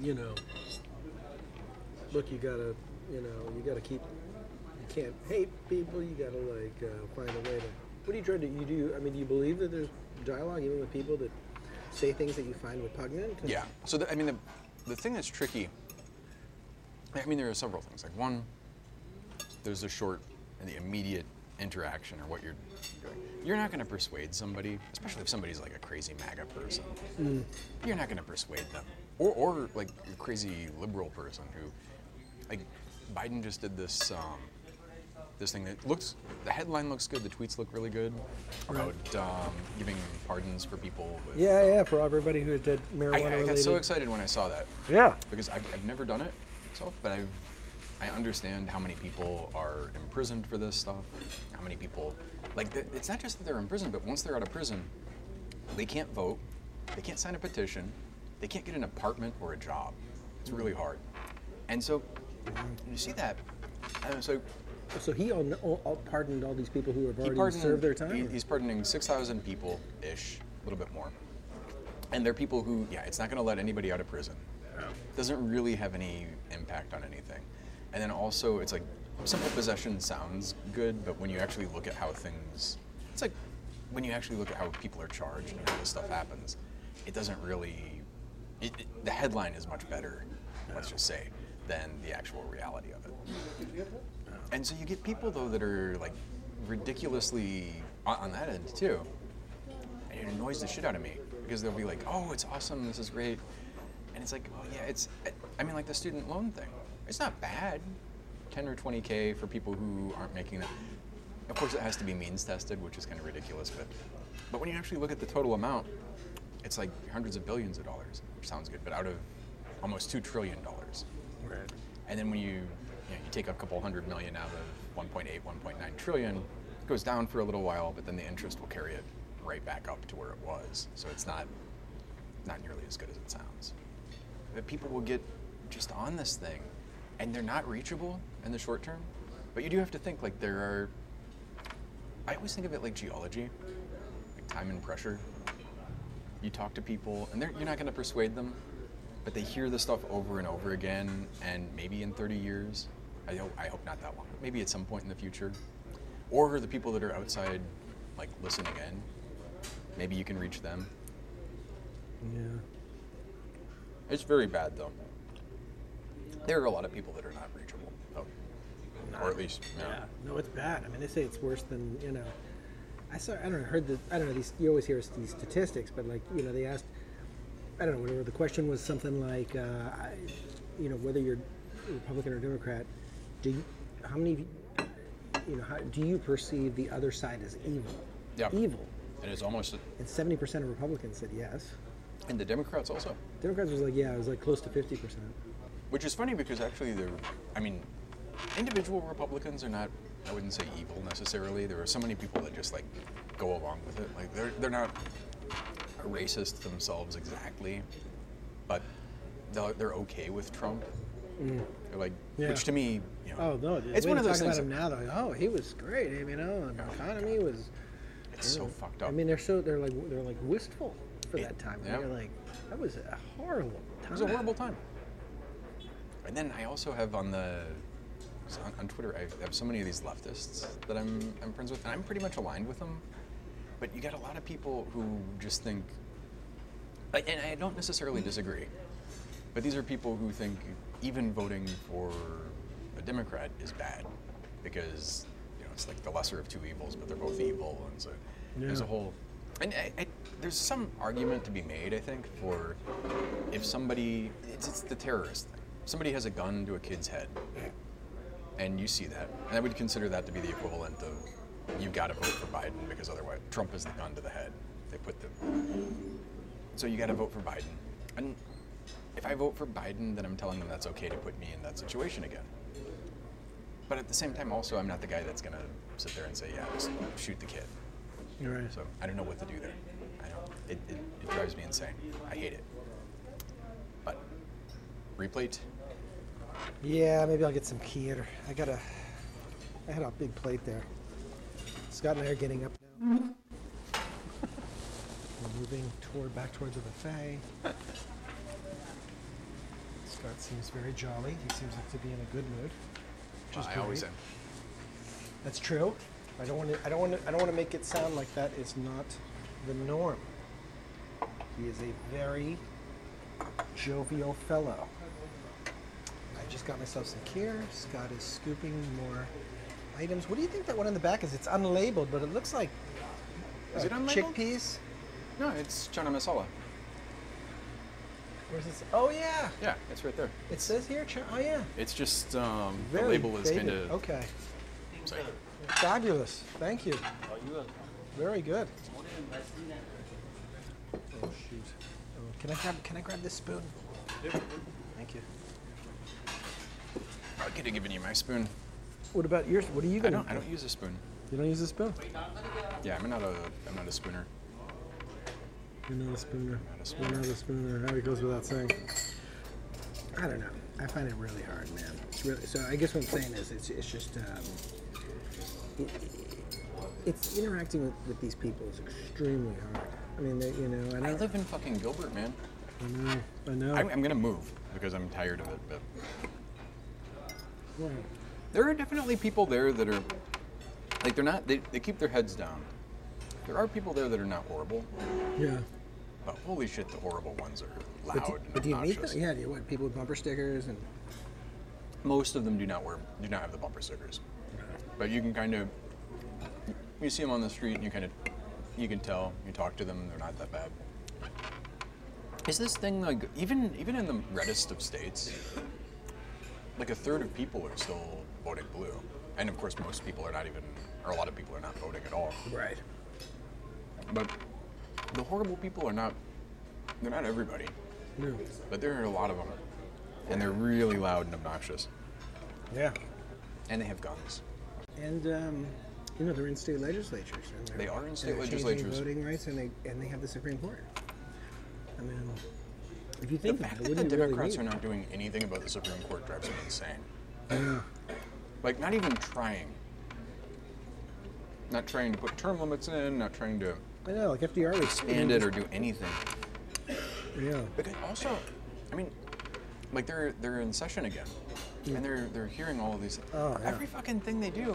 Speaker 3: you know, look, you gotta, you know, you gotta keep, you can't hate people. You gotta like uh, find a way to. What do you try to? You do. I mean, do you believe that there's dialogue even with people that say things that you find repugnant?
Speaker 5: Yeah. So the, I mean, the, the thing that's tricky. I mean, there are several things. Like one, there's the short and the immediate interaction or what you're doing. You're not going to persuade somebody, especially if somebody's like a crazy MAGA person. You're not going to persuade them, or or like a crazy liberal person who, like, Biden just did this. Um, this thing that looks, the headline looks good, the tweets look really good about um, giving pardons for people. With,
Speaker 3: Yeah, yeah. For everybody who did marijuana
Speaker 5: I, I got
Speaker 3: related.
Speaker 5: so excited when I saw that
Speaker 3: yeah.
Speaker 5: because I've, I've never done it myself, but I've, I understand how many people are imprisoned for this stuff. How many people, like, th- it's not just that they're imprisoned, but once they're out of prison, they can't vote, they can't sign a petition, they can't get an apartment or a job. It's really hard. And so, you see that, and so
Speaker 3: So he all, all, all pardoned all these people who have
Speaker 5: he
Speaker 3: already
Speaker 5: pardoned,
Speaker 3: served their time.
Speaker 5: he- he's pardoning 6,000 people ish, a little bit more. And they're people who, yeah, it's not going to let anybody out of prison. Doesn't really have any impact on anything. And then also, it's like simple possession sounds good, but when you actually look at how things, it's like when you actually look at how people are charged and how this stuff happens, it doesn't really. It, it- the headline is much better, let's just say, than the actual reality of it. And so you get people though that are like ridiculously on, on that end too, and it annoys the shit out of me because they'll be like, "Oh, it's awesome, this is great," and it's like, "Oh yeah, it's." I- I mean, like the student loan thing, it's not bad, ten or twenty k for people who aren't making that. Of course, it has to be means tested, which is kind of ridiculous, but but when you actually look at the total amount, it's like hundreds of billions of dollars, which sounds good, but out of almost two trillion dollars. And then when you, you, know, you take a couple hundred million out of 1.8, 1.9 trillion, it goes down for a little while, but then the interest will carry it right back up to where it was. So it's not, not nearly as good as it sounds. But people will get just on this thing, and they're not reachable in the short term. But you do have to think like there are. I always think of it like geology, like time and pressure. You talk to people, and they're, you're not going to persuade them, but they hear the stuff over and over again, and maybe in 30 years, I hope, I hope not that long, but maybe at some point in the future, or the people that are outside, like listening in, maybe you can reach them.
Speaker 3: yeah.
Speaker 5: It's very bad though. There are a lot of people that are not reachable, though. or at least, yeah.
Speaker 3: Yeah, no, it's bad. I mean, they say it's worse than you know. I saw. I don't know. Heard the. I don't know. These you always hear these statistics, but like you know, they asked. I don't know. Whatever the question was, something like, uh, I, you know, whether you're Republican or Democrat, do you, how many, you know, how, do you perceive the other side as evil?
Speaker 5: Yeah.
Speaker 3: Evil.
Speaker 5: and it's almost,
Speaker 3: And seventy percent of Republicans said yes.
Speaker 5: and the Democrats also.
Speaker 3: Democrats was like, yeah, it was like close to fifty percent.
Speaker 5: Which is funny because actually, there, I mean, individual Republicans are not, I wouldn't say evil necessarily. There are so many people that just like go along with it. Like they're, they're not racist themselves exactly, but they're, they're okay with Trump. They're like,
Speaker 3: Mm. Yeah.
Speaker 5: which to me, you
Speaker 3: Oh
Speaker 5: know,
Speaker 3: no! the
Speaker 5: it's
Speaker 3: way
Speaker 5: one
Speaker 3: to
Speaker 5: of those
Speaker 3: talk
Speaker 5: things.
Speaker 3: about him now. Though, oh, he was great. I mean, oh, the economy was.
Speaker 5: it's so fucked up.
Speaker 3: I mean, they're so they're like they're like wistful for that time.
Speaker 5: Yeah.
Speaker 3: They're like, that was a horrible time.
Speaker 5: It was a horrible time. And then I also have on the so on, on Twitter, I have so many of these leftists that I'm I'm friends with, and I'm pretty much aligned with them. But you got a lot of people who just think, I- and I don't necessarily disagree, but these are people who think even voting for a Democrat is bad because you know it's like the lesser of two evils, but they're both evil, and so there's a whole. And I, I, there's some argument to be made, I think, for if somebody, it's, it's the terrorist thing. Somebody has a gun to a kid's head, and you see that, and I would consider that to be the equivalent of you've got to vote for Biden because otherwise Trump is the gun to the head. They put the so you got to vote for Biden. And if I vote for Biden, then I'm telling them that's okay to put me in that situation again. But at the same time, also, I'm not the guy that's gonna sit there and say, yeah, just shoot the kid.
Speaker 7: You're right.
Speaker 5: So I don't know what to do there. I don't. It, it, it drives me insane. I hate it. But replate.
Speaker 3: Yeah, maybe I'll get some keyed. I got a. I had a big plate there. Scott and I are getting up now. We're moving toward back toward the buffet. Scott seems very jolly. He seems like to be in a good mood. which is
Speaker 5: I always
Speaker 3: great.
Speaker 5: am.
Speaker 3: That's true. I don't want to. I don't want to. I don't want to make it sound like that is not the norm. He is a very jovial fellow. I just got myself some care. Scott is scooping more items. What do you think that one in the back is? It's unlabeled, but it looks like
Speaker 5: Is
Speaker 3: uh,
Speaker 5: it unlabeled?
Speaker 3: chickpeas.
Speaker 5: No, it's chana masala.
Speaker 3: Where's this? Oh yeah,
Speaker 5: Yeah, it's right there.
Speaker 3: it says here. Chi- oh yeah.
Speaker 5: It's just um, the
Speaker 3: Very
Speaker 5: label is
Speaker 3: faded.
Speaker 5: kind of
Speaker 3: okay.
Speaker 5: sorry.
Speaker 3: Fabulous. Thank you.
Speaker 5: Oh,
Speaker 3: Very good. Oh shoot. Oh, can I grab? Can I grab this spoon? Thank you.
Speaker 5: I could have given you my spoon.
Speaker 3: What about yours? What are you
Speaker 5: I
Speaker 3: gonna?
Speaker 5: don't. I don't use a spoon.
Speaker 3: You don't use a spoon.
Speaker 5: Yeah, I'm not a. I'm not a spooner.
Speaker 3: You're not a spooner.
Speaker 5: Not a
Speaker 3: You're
Speaker 5: spooner.
Speaker 3: not a spooner. That goes without saying. I don't know. I find it really hard, man.
Speaker 7: It's really, so I guess what I'm saying is it's, it's just um, it- it's interacting with, with these people is extremely hard. I mean, they, you know, and
Speaker 5: I live in fucking Gilbert, man.
Speaker 3: I know. I know.
Speaker 5: I'm, I'm gonna move because I'm tired of it. But there are definitely people there that are like they're not. They, they keep their heads down. There are people there that are not horrible,
Speaker 7: yeah.
Speaker 5: but holy shit, the horrible ones are loud
Speaker 7: But do,
Speaker 5: and
Speaker 7: but do you meet them?
Speaker 5: obnoxious.
Speaker 7: Yeah, do you, what people with bumper stickers and
Speaker 5: Most of them do not wear, do not have the bumper stickers, but you can kind of you see them on the street and you kind of you can tell. You talk to them, they're not that bad. Is this thing like even even in the reddest of states, like a third of people are still voting blue, and of course most people are not even, or a lot of people are not voting at all.
Speaker 7: right.
Speaker 5: But the horrible people are not, they're not everybody,
Speaker 7: No.
Speaker 5: but there are a lot of them, and they're really loud and obnoxious,
Speaker 7: Yeah.
Speaker 5: and they have guns.
Speaker 7: And um, you know they're in state legislatures. And they're-
Speaker 5: They are in state
Speaker 7: they're changing
Speaker 5: legislatures.
Speaker 7: Voting rights, and they and they have the Supreme Court. I mean, if you
Speaker 5: The
Speaker 7: think about
Speaker 5: fact
Speaker 7: it,
Speaker 5: that
Speaker 7: what
Speaker 5: the
Speaker 7: do you really
Speaker 5: Democrats
Speaker 7: need?
Speaker 5: are not doing anything about the Supreme Court drives me insane. Like, not even trying. Not trying to put term limits in, not trying to
Speaker 3: I know. Like FDR was
Speaker 5: expand it or do anything.
Speaker 3: Yeah.
Speaker 5: Because also, I mean, like they're they're in session again, and they're they're hearing all of these.
Speaker 3: Oh, yeah.
Speaker 5: Every fucking thing they do,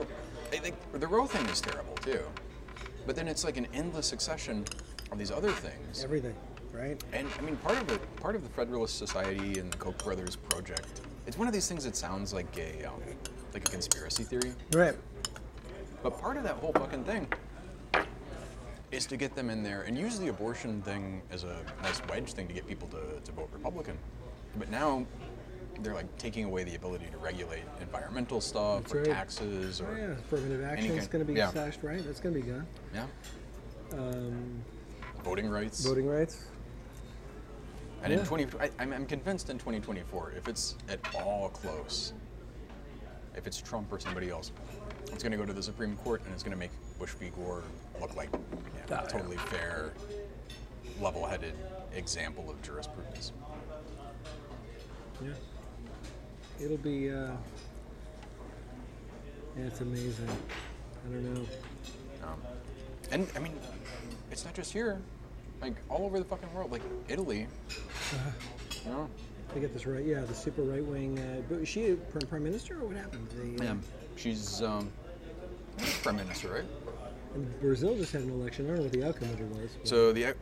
Speaker 5: they, they, the row thing is terrible too. But then it's like an endless succession of these other things.
Speaker 3: Everything, right?
Speaker 5: And I mean, part of it, part of the Federalist Society and the Koch brothers project, it's one of these things that sounds like a um, like a conspiracy theory.
Speaker 3: Right.
Speaker 5: But part of that whole fucking thing is to get them in there and use the abortion thing as a nice wedge thing to get people to, to vote Republican. But now they're like taking away the ability to regulate environmental stuff or
Speaker 7: right.
Speaker 5: taxes or
Speaker 7: Yeah, affirmative action is
Speaker 5: kind-
Speaker 7: going to be
Speaker 5: yeah.
Speaker 7: slashed, right? That's going to be gone.
Speaker 3: Oh,
Speaker 5: yeah. voting rights.
Speaker 3: Voting rights.
Speaker 5: And in 20, I, I'm, I'm convinced in 2024, if it's at all close, if it's Trump or somebody else, it's going to go to the Supreme Court and it's going to make Bush v. Gore look like a totally fair, level-headed example of jurisprudence.
Speaker 7: It'll be. Uh, yeah, it's amazing. I don't know.
Speaker 5: Um, and I mean, it's not just here, like all over the fucking world, like Italy. You know,
Speaker 3: I get this right. Yeah, the super right wing. Uh, but is she a pr- prime minister, or what happened? The, uh,
Speaker 5: Yeah, she's um, prime minister, right?
Speaker 3: and Brazil just had an election. I don't know what the outcome of it was. but
Speaker 5: So the ac-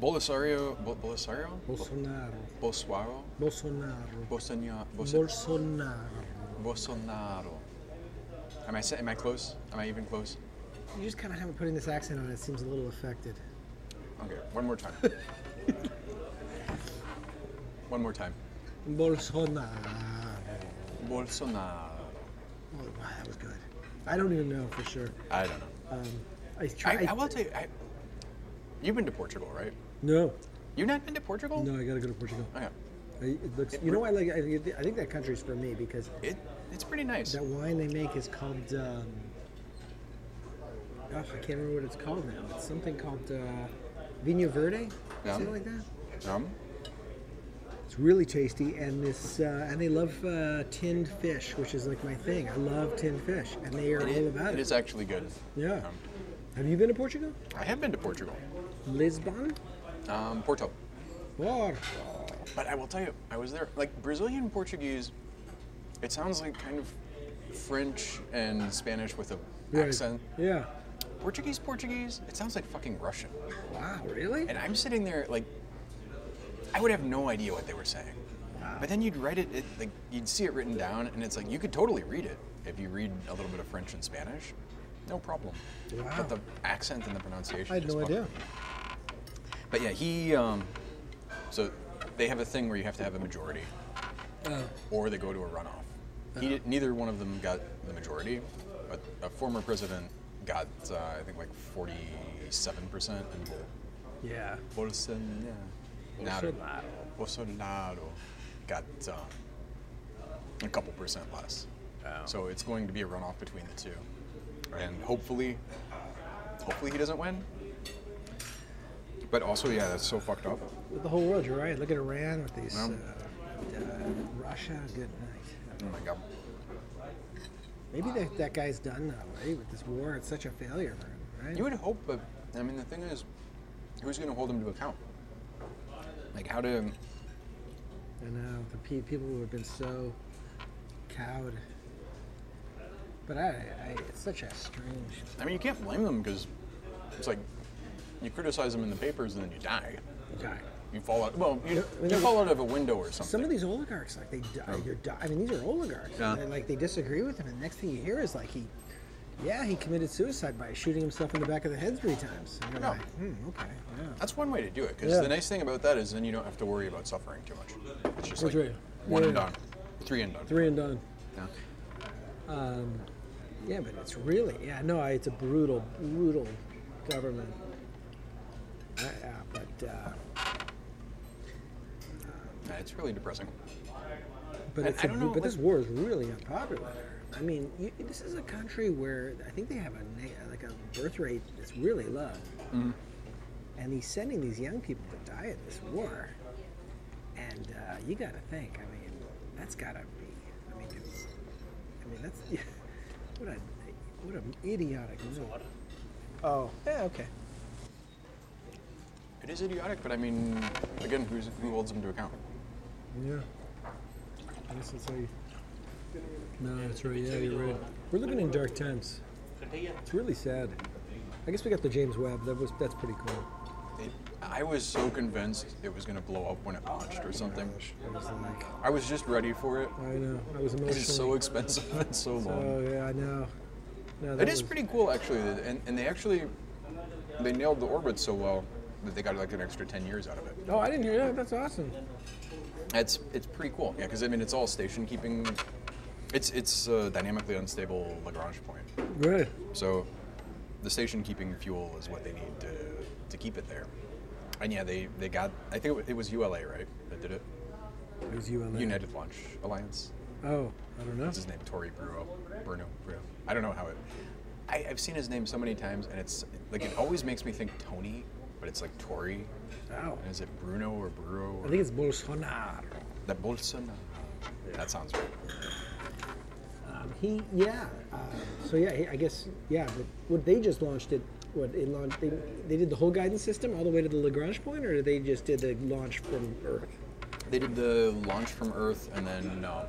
Speaker 5: Bolisario, Bo- Bolisario,
Speaker 3: Bolsonaro.
Speaker 5: Bolsuaro,
Speaker 3: Bolsonaro.
Speaker 5: Bolsonaro,
Speaker 3: Bolsonaro.
Speaker 5: Bolsonaro. Am I sa- am I close? Am I even close?
Speaker 3: You just kind of haven't put in this accent on it. It seems a little affected.
Speaker 5: Okay, one
Speaker 3: [LAUGHS]
Speaker 5: more time. one more time.
Speaker 3: Bolsonaro.
Speaker 5: Bolsonaro.
Speaker 3: Oh, wow, that was good. I don't even know for sure.
Speaker 5: I don't know.
Speaker 3: I tried.
Speaker 5: I, I will tell you. I, you've been to Portugal, right?
Speaker 3: no,
Speaker 5: You've not been to Portugal?
Speaker 3: no, I gotta go to Portugal.
Speaker 5: Okay.
Speaker 3: I, it looks.
Speaker 5: It
Speaker 3: you know,
Speaker 5: re-
Speaker 3: I like. I, think- I think that country's for me because
Speaker 5: It it's pretty nice.
Speaker 3: that wine they make is called. Um, oh, I can't remember what it's called now. It's something called uh, Vinho Verde,
Speaker 5: Yeah.
Speaker 3: something like that.
Speaker 5: Um,
Speaker 3: It's really tasty, and this uh, and they love uh, tinned fish, which is like my thing. I love tinned fish, and they are
Speaker 5: it,
Speaker 3: all about it.
Speaker 5: it is actually good.
Speaker 3: yeah.
Speaker 5: um,
Speaker 3: Have you been to Portugal?
Speaker 5: I have been to Portugal,
Speaker 3: Lisbon?
Speaker 5: um, Porto.
Speaker 3: Or
Speaker 5: But I will tell you, I was there. Like Brazilian Portuguese, it sounds like kind of French and Spanish with a accent.
Speaker 3: Yeah.
Speaker 5: Portuguese, Portuguese, it sounds like fucking Russian.
Speaker 3: Wow, really?
Speaker 5: And I'm sitting there like, I would have no idea what they were saying. But then you'd write it, it, like you'd see it written down, and it's like you could totally read it if you read a little bit of French and Spanish, no problem.
Speaker 3: Wow.
Speaker 5: But the accent and the pronunciation.
Speaker 8: I had
Speaker 5: just
Speaker 8: no
Speaker 5: fucking-
Speaker 8: idea.
Speaker 5: But yeah, he. Um, so they have a thing where you have to have a majority,
Speaker 8: Oh.
Speaker 5: or they go to a runoff. He did, neither one of them got the majority. but a former president got, uh, I think, like forty-seven percent, and
Speaker 3: Yeah.
Speaker 5: Bolsonaro.
Speaker 3: Bolsonaro.
Speaker 5: Bolsonaro got um, a couple percent less. So it's going to be a runoff between the two, and hopefully, hopefully he doesn't win. But also, yeah, that's so fucked up.
Speaker 3: With the whole world, you're right. Look at Iran with these.
Speaker 5: No.
Speaker 3: Uh, uh, Russia, good night.
Speaker 5: Oh my god.
Speaker 3: Maybe that, that guy's done now, right? With this war, it's such a failure for him, right?
Speaker 5: You would hope, but I mean, the thing is, who's going to hold him to account? Like, how to?
Speaker 3: I know uh, the pe- people who have been so cowed. But I, I, it's such a strange.
Speaker 5: I mean, you can't blame them because it's like you criticize them in the papers and then you die.
Speaker 3: guy.
Speaker 5: You fall out. Well, you,
Speaker 3: I mean,
Speaker 5: you
Speaker 3: that-
Speaker 5: fall out of a window or something.
Speaker 3: Some of these oligarchs, like they, die, you're di- I mean, these are oligarchs.
Speaker 5: Oh. Yeah.
Speaker 3: And they, like they disagree with him, and the next thing you hear is like he, yeah, he committed suicide by shooting himself in the back of the head three times. And you're
Speaker 5: Yeah.
Speaker 3: like, hmm, okay, yeah.
Speaker 5: That's one way to do it. Because
Speaker 3: Yeah.
Speaker 5: the nice thing about that is then you don't have to worry about suffering too much. It's just
Speaker 3: That's
Speaker 5: like
Speaker 3: right.
Speaker 5: one and
Speaker 3: Yeah.
Speaker 5: done, three and done.
Speaker 3: Three and done. Um,
Speaker 5: Yeah.
Speaker 3: Yeah, but it's really yeah no I- it's a brutal brutal government. Uh, yeah, but uh,
Speaker 5: Yeah, it's really depressing.
Speaker 3: but
Speaker 5: I-
Speaker 3: it's
Speaker 5: I
Speaker 3: a
Speaker 5: don't
Speaker 3: bru-
Speaker 5: know,
Speaker 3: but
Speaker 5: like-
Speaker 3: this war is really unpopular. I mean, you, this is a country where I think they have a na- like a birth rate that's really low,
Speaker 5: Mm-hmm.
Speaker 3: and he's sending these young people to die in this war. And uh, you got to think. I mean, that's got to be. I mean, it's, I mean that's [LAUGHS] what a what an idiotic war.
Speaker 8: Oh,
Speaker 3: Yeah, okay.
Speaker 5: It is idiotic, but I mean, again, who's, who holds them to account?
Speaker 3: Yeah. I guess that's how you. No, that's right. Yeah, you're right. We're living in dark times. It's really sad. I guess we got the James Webb. That was that's pretty cool.
Speaker 5: It, I was so convinced it was going to blow up when it launched or something.
Speaker 3: It was like
Speaker 5: I was just ready for it.
Speaker 3: I know. I was emotionally.
Speaker 5: It's so expensive [LAUGHS] and so long.
Speaker 3: oh yeah, I know. No,
Speaker 5: It
Speaker 3: that
Speaker 5: is
Speaker 3: was-
Speaker 5: pretty cool, actually, that- and, and they actually they nailed the orbit so well that they got like an extra 10 years out of it.
Speaker 3: Oh, I didn't hear that. That's awesome.
Speaker 5: It's it's pretty cool, yeah. Because I mean, it's all station keeping. It's it's a dynamically unstable Lagrange point,
Speaker 3: Good.
Speaker 5: so the station keeping fuel is what they need to to keep it there. And yeah, they they got. I think it wa- it was ULA, right? That did it.
Speaker 3: Mm-hmm. It was you on that.
Speaker 5: United Launch Alliance.
Speaker 3: Oh, I don't know.
Speaker 5: What's his name? Tori Bruno. Bruno. Bruno. I don't know how it. I, I've seen his name so many times, and it's like it always makes me think Tony, but it's like Tori.
Speaker 3: Oh.
Speaker 5: And is it Bruno or Bruno?
Speaker 3: I
Speaker 5: Or
Speaker 3: think it's Bolsonaro.
Speaker 5: the Bolsonaro. That sounds right.
Speaker 3: Um, he, yeah. Uh, so yeah, he, I guess yeah. But what they just launched it. What it launched? They, they did the whole guidance system all the way to the Lagrange point, or they just did the launch from Earth?
Speaker 5: They did the launch from Earth and then um,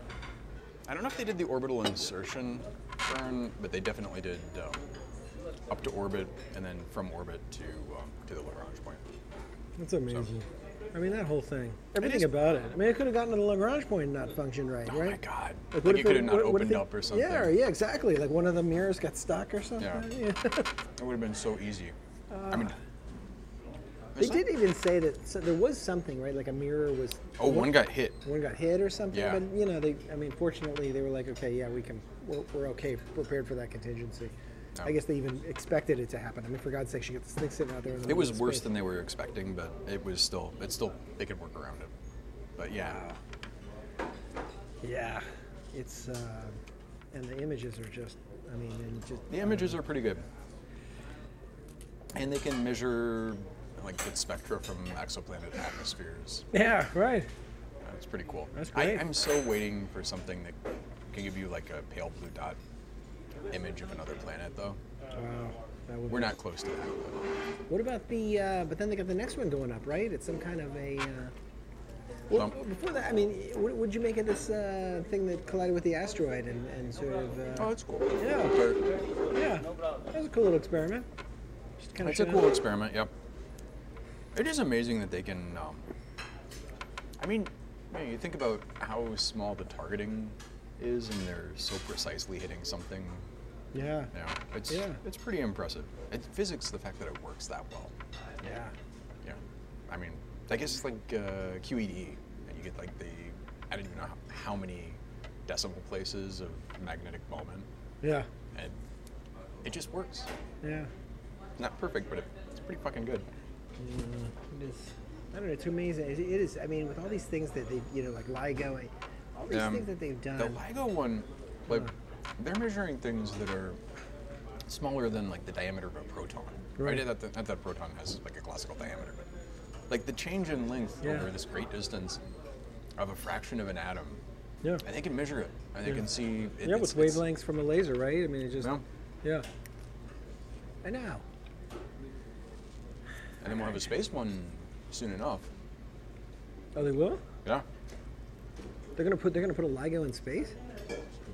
Speaker 5: I don't know if they did the orbital insertion burn, but they definitely did um, up to orbit and then from orbit to um, to the Lagrange point.
Speaker 3: That's amazing. I mean, that whole thing.
Speaker 5: is-
Speaker 3: Everything about it. I mean, I could have gotten to the Lagrange point and not functioned right,
Speaker 5: Oh
Speaker 3: right?
Speaker 5: my God!
Speaker 3: Like,
Speaker 5: Like,
Speaker 3: what
Speaker 5: it
Speaker 3: if
Speaker 5: could
Speaker 3: the-
Speaker 5: have not
Speaker 3: what- what if
Speaker 5: opened
Speaker 3: the-
Speaker 5: up or something.
Speaker 3: Yeah, yeah, exactly. Like one of the mirrors got stuck or something.
Speaker 5: Yeah. It would have been so easy. I
Speaker 3: [LAUGHS]
Speaker 5: mean,
Speaker 3: Uh, They
Speaker 5: There's not-
Speaker 3: did even say that so there was something, right? Like a mirror was.
Speaker 5: oh, one got hit.
Speaker 3: One got hit or something.
Speaker 5: Yeah.
Speaker 3: But you know, they. I mean, fortunately, they were like, okay, yeah, we can. We're, we're okay, prepared for that contingency. I guess they even expected it to happen. I mean, for God's sake, you got this thing sitting out there. In the
Speaker 5: It
Speaker 3: middle
Speaker 5: was
Speaker 3: of
Speaker 5: worse
Speaker 3: space.
Speaker 5: than they were expecting, but it was still it's still they could work around it. But yeah,
Speaker 3: Yeah. It's. Uh, and the images are just. I mean, and just.
Speaker 5: the images are pretty good, and they can measure like good spectra from exoplanet atmospheres.
Speaker 3: Yeah. Right.
Speaker 5: That's pretty cool.
Speaker 3: That's
Speaker 5: I,
Speaker 3: great.
Speaker 5: I'm so waiting for something that can give you like a pale blue dot image of another planet, though.
Speaker 3: Wow. That would
Speaker 5: We're
Speaker 3: be-
Speaker 5: not close to that. But
Speaker 3: What about the? Uh, but then they got the next one going up, right? It's some kind of a. Uh, well,
Speaker 5: Bump.
Speaker 3: before that, I mean, what would you make of this uh, thing that collided with the asteroid and, and sort of? Uh,
Speaker 5: oh, it's cool.
Speaker 3: Yeah. yeah, that was a cool little experiment. Just kind
Speaker 5: It's a cool experiment. Yep. It is amazing that they can. Um, I mean, you, know, you think about how small the targeting is, and they're so precisely hitting something.
Speaker 3: Yeah,
Speaker 5: You know, it's
Speaker 3: Yeah.
Speaker 5: it's pretty impressive. It's physics, the fact that it works that well.
Speaker 3: yeah,
Speaker 5: Yeah. I mean, I guess it's like uh, QED, and you get like the I don't even know how, how many decimal places of magnetic moment,
Speaker 3: yeah,
Speaker 5: and it just works.
Speaker 3: yeah.
Speaker 5: Not perfect, but it, it's pretty fucking good.
Speaker 3: It is. I don't know. It's amazing. It it is. I mean, with all these things that they, you know, like LIGO, and all these
Speaker 5: Um,
Speaker 3: things that they've done.
Speaker 5: The LIGO one, like, they're measuring things that are smaller than like the diameter of a proton. Right.
Speaker 3: Right.
Speaker 5: Not, that, not that proton has like a classical diameter, but like the change in length
Speaker 3: Yeah.
Speaker 5: over this great distance of a fraction of an atom,
Speaker 3: yeah,
Speaker 5: and they can measure it, and they can see. It,
Speaker 3: yeah,
Speaker 5: it's-
Speaker 3: with
Speaker 5: it's-
Speaker 3: wavelengths from a laser, right? I mean, it just.
Speaker 5: Yeah.
Speaker 3: Yeah. I know.
Speaker 5: And then we'll have a space one soon enough.
Speaker 3: Oh, they will.
Speaker 5: Yeah.
Speaker 3: They're gonna put they're gonna put a LIGO in space,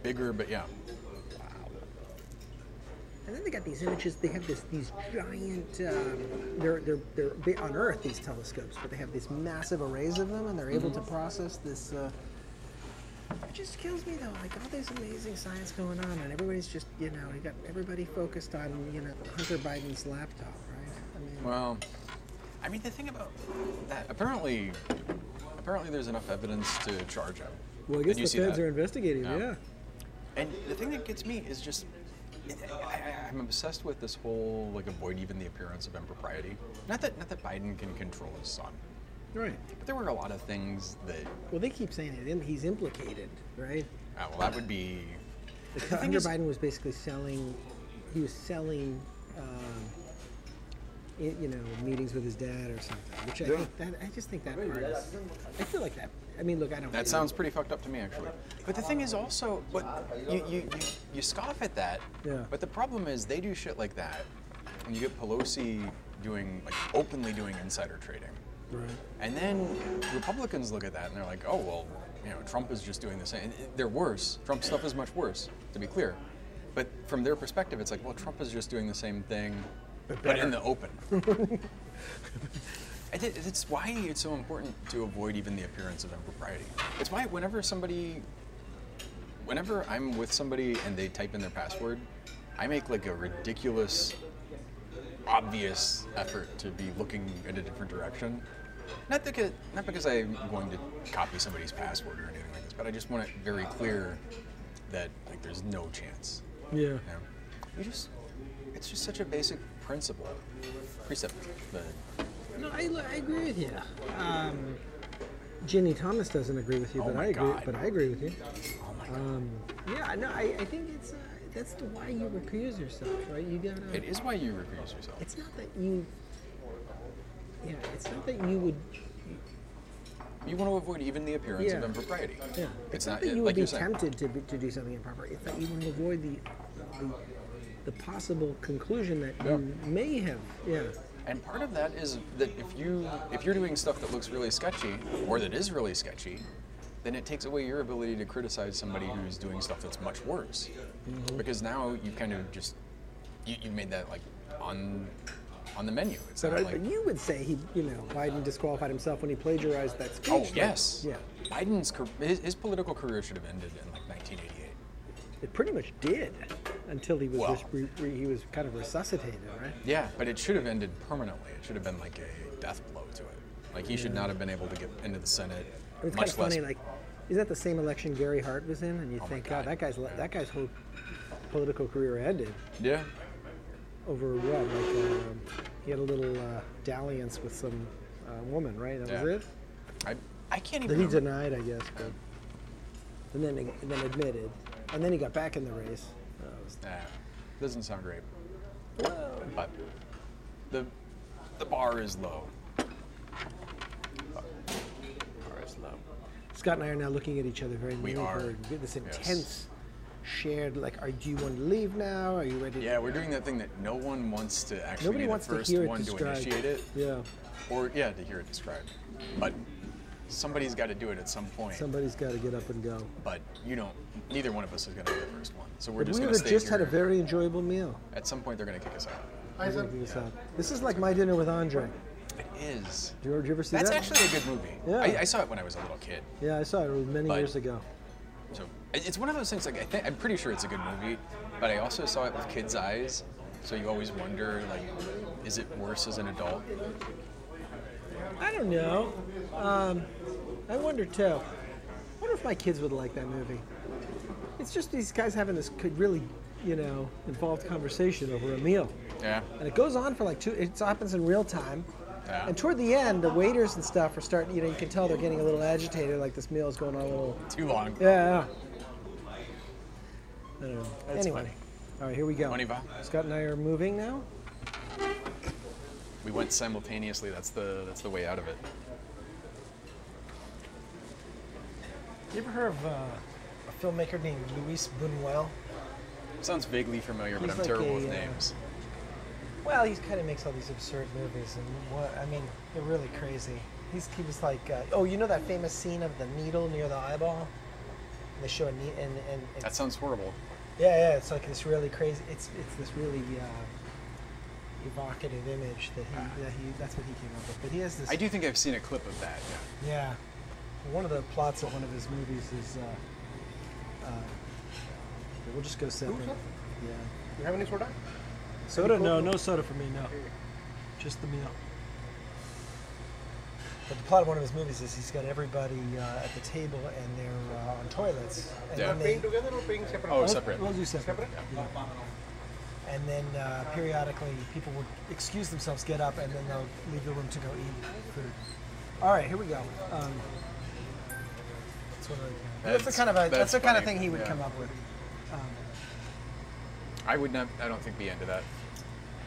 Speaker 5: Bigger, but yeah.
Speaker 3: and then they got these images. They have this these giant. Um, they're they're they're big on Earth these telescopes, but they have these massive arrays of them, and they're able to
Speaker 5: Mm-hmm.
Speaker 3: process this. Uh, it just kills me though, like all this amazing science going on, and everybody's just you know you got everybody focused on you know Hunter Biden's laptop, right? I mean,
Speaker 5: Well, I mean the thing about that apparently, apparently there's enough evidence to charge him.
Speaker 3: well I
Speaker 5: Did
Speaker 3: guess
Speaker 5: you
Speaker 3: the
Speaker 5: see
Speaker 3: feds
Speaker 5: that?
Speaker 3: are investigating.
Speaker 5: Yeah.
Speaker 3: Yeah.
Speaker 5: yeah. And the thing that gets me is just, I, I'm obsessed with this whole like avoid even the appearance of impropriety. Not that not that Biden can control his son,
Speaker 3: Right.
Speaker 5: but there were a lot of things that.
Speaker 3: Well, they keep saying it. and He's implicated, right?
Speaker 5: ah, well, that would be.
Speaker 3: Hunter
Speaker 5: thing is-
Speaker 3: Biden was basically selling. He was selling, um, i you know, meetings with his dad or something. Which I think that I just think that part is. I feel like that. I mean, look, I don't.
Speaker 5: That sounds pretty fucked up to me, actually. But the thing is also, but you, you, you, you scoff at that.
Speaker 3: Yeah.
Speaker 5: But the problem is they do shit like that, and you get Pelosi doing like openly doing insider trading.
Speaker 3: Right.
Speaker 5: And then Republicans look at that and they're like, oh, well, you know, Trump is just doing the same. And it- They're worse. Trump stuff is much worse, to be clear. But from their perspective, it's like, well, Trump is just doing the same thing, but, in the open. [LAUGHS] I did- it's why it's so important to avoid even the appearance of impropriety. It's why whenever somebody, whenever I'm with somebody and they type in their password, I make like a ridiculous obvious effort to be looking in a different direction. Not because not because I'm going to copy somebody's password or anything like this, but I just want it very clear that like there's no chance.
Speaker 3: Yeah.
Speaker 5: You, know? you just it's just such a basic principle, precept. But
Speaker 3: No, I, li- I agree with you. Um, Ginny Thomas doesn't agree with you,
Speaker 5: Oh
Speaker 3: but
Speaker 5: my
Speaker 3: I agree.
Speaker 5: God.
Speaker 3: But I agree with you.
Speaker 5: oh my god,
Speaker 3: Um, yeah. No, I, I think it's uh, that's the why you recuse yourself, right? You gotta.
Speaker 5: it is why you refuse yourself.
Speaker 3: it's not that you. Yeah, it's not that you would
Speaker 5: You want to avoid even the appearance of
Speaker 3: Yeah.
Speaker 5: impropriety.
Speaker 3: Yeah,
Speaker 5: It's, not,
Speaker 3: that
Speaker 5: it-
Speaker 3: you would
Speaker 5: like
Speaker 3: be
Speaker 5: you're saying.
Speaker 3: tempted to, be, to do something improper. It's that you want to avoid the, the, the possible conclusion that you may have. Yeah,
Speaker 5: And part of that is that if you if you're doing stuff that looks really sketchy or that is really sketchy, then it takes away your ability to criticize somebody who's doing stuff that's much worse. Because now you kind of just you, you made that like on on the menu. It's
Speaker 7: But,
Speaker 5: not
Speaker 7: I-
Speaker 5: like
Speaker 7: but you would say he, you know, Biden disqualified himself when he plagiarized that speech.
Speaker 5: oh
Speaker 7: though.
Speaker 5: yes,
Speaker 7: Yeah.
Speaker 5: Biden's car- his, his political career should have ended in like 1988.
Speaker 7: It pretty much did until he was
Speaker 5: Well.
Speaker 7: just re, re, he was kind of resuscitated, right?
Speaker 5: Yeah, but it should have ended permanently. It should have been like a death blow to it. Like he should not have been able to get into the Senate.
Speaker 7: It's kind
Speaker 5: much
Speaker 7: of funny.
Speaker 5: less Oh
Speaker 7: Like, isn't that the same election Gary Hart was in? And you
Speaker 5: my
Speaker 7: think, God,
Speaker 5: God.
Speaker 7: that guy's le- that guy's whole political career ended
Speaker 5: yeah.
Speaker 7: over what? Like, um, he had a little uh, dalliance with some uh, woman, right? That
Speaker 5: Yeah.
Speaker 7: was it.
Speaker 5: I I can't even.
Speaker 7: That he
Speaker 5: remember.
Speaker 7: denied, I guess, but and then and then admitted, and then he got back in the race. Uh, it was-
Speaker 5: Nah, doesn't sound great. But the the bar is low. Bar is low.
Speaker 7: Scott and I are now looking at each other very
Speaker 5: We
Speaker 7: meaningfully.
Speaker 5: are.
Speaker 7: with This
Speaker 5: Yes.
Speaker 7: intense, shared like, are do you want to leave now? Are you ready? to-
Speaker 5: Yeah, we're doing that thing that no one wants to actually
Speaker 7: Nobody
Speaker 5: be
Speaker 7: wants
Speaker 5: the
Speaker 7: to
Speaker 5: first
Speaker 7: hear it
Speaker 5: one to
Speaker 7: described.
Speaker 5: initiate it.
Speaker 7: Yeah,
Speaker 5: Or yeah, to hear it described. But somebody's gotta do it at some point.
Speaker 7: somebody's got to get up and go.
Speaker 5: but you don't neither one of us is gonna be the first one. So we're
Speaker 7: But
Speaker 5: just
Speaker 7: we
Speaker 5: gonna
Speaker 7: have
Speaker 5: stay
Speaker 7: just had a
Speaker 5: here.
Speaker 7: very enjoyable meal.
Speaker 5: at some point they're gonna kick us out.
Speaker 7: We're gonna do this, out. this is like my dinner with Andre.
Speaker 5: It is.
Speaker 7: Did you ever see
Speaker 5: That's
Speaker 7: that?
Speaker 5: actually a good movie.
Speaker 7: Yeah.
Speaker 5: I, I saw it when I was a little kid.
Speaker 7: yeah, I saw it many
Speaker 5: But-
Speaker 7: years ago.
Speaker 5: So it- it's one of those things. Like I think I'm pretty sure it's a good movie, but I also saw it with kids' eyes, so you always wonder like, is it worse as an adult?
Speaker 7: I don't know. Um, I wonder too. I wonder if my kids would like that movie. It's just these guys having this could really, you know, involved conversation over a meal,
Speaker 5: Yeah.
Speaker 7: and it goes on for like two. It happens in real time.
Speaker 5: Yeah.
Speaker 7: And toward the end, the waiters and stuff are starting. You know, you can tell they're getting a little agitated. Like this meal is going on a little.
Speaker 5: Too long.
Speaker 7: Yeah. yeah. I don't know. anyway,
Speaker 5: funny.
Speaker 7: all right, here we go.
Speaker 5: Funny, Bob.
Speaker 7: Scott and I are moving now.
Speaker 5: We went simultaneously. That's the that's the way out of it.
Speaker 3: You ever heard of uh, a filmmaker named Luis Buñuel?
Speaker 5: Sounds vaguely familiar, but
Speaker 3: He's
Speaker 5: I'm
Speaker 3: like
Speaker 5: terrible
Speaker 3: a,
Speaker 5: with
Speaker 3: uh,
Speaker 5: names.
Speaker 3: Well, he kind of makes all these absurd movies, and what I mean, they're really crazy. He's, he was like, uh, oh, you know that famous scene of the needle near the eyeball? And they show a needle, and, and it's,
Speaker 5: That sounds horrible.
Speaker 3: yeah, yeah, it's like this really crazy. It's it's this really uh, evocative image that he, that he that's what he came up with. But he has this.
Speaker 5: I do think I've seen a clip of that.
Speaker 3: Yeah. One of the plots of one of his movies is. Uh, uh,
Speaker 7: We'll just go separate. Yeah.
Speaker 3: you have any sort of?
Speaker 7: Soda? No, no soda for me. No. Just the meal.
Speaker 3: But the plot of one of his movies is he's got everybody uh, at the table and they're uh, on toilets. And
Speaker 5: Yeah.
Speaker 3: then, they,
Speaker 5: Oh, separate.
Speaker 7: We'll do separate.
Speaker 3: and then uh, periodically people would excuse themselves, get up, and then they'll leave the room to go eat food.
Speaker 7: All right, here we go. Um,
Speaker 3: That's, one of the,
Speaker 5: That's-
Speaker 3: that's, the kind of a, that's,
Speaker 5: that's
Speaker 3: the kind of
Speaker 5: funny.
Speaker 3: thing he would
Speaker 5: Yeah.
Speaker 3: come up with.
Speaker 5: I would not. I don't think be into that.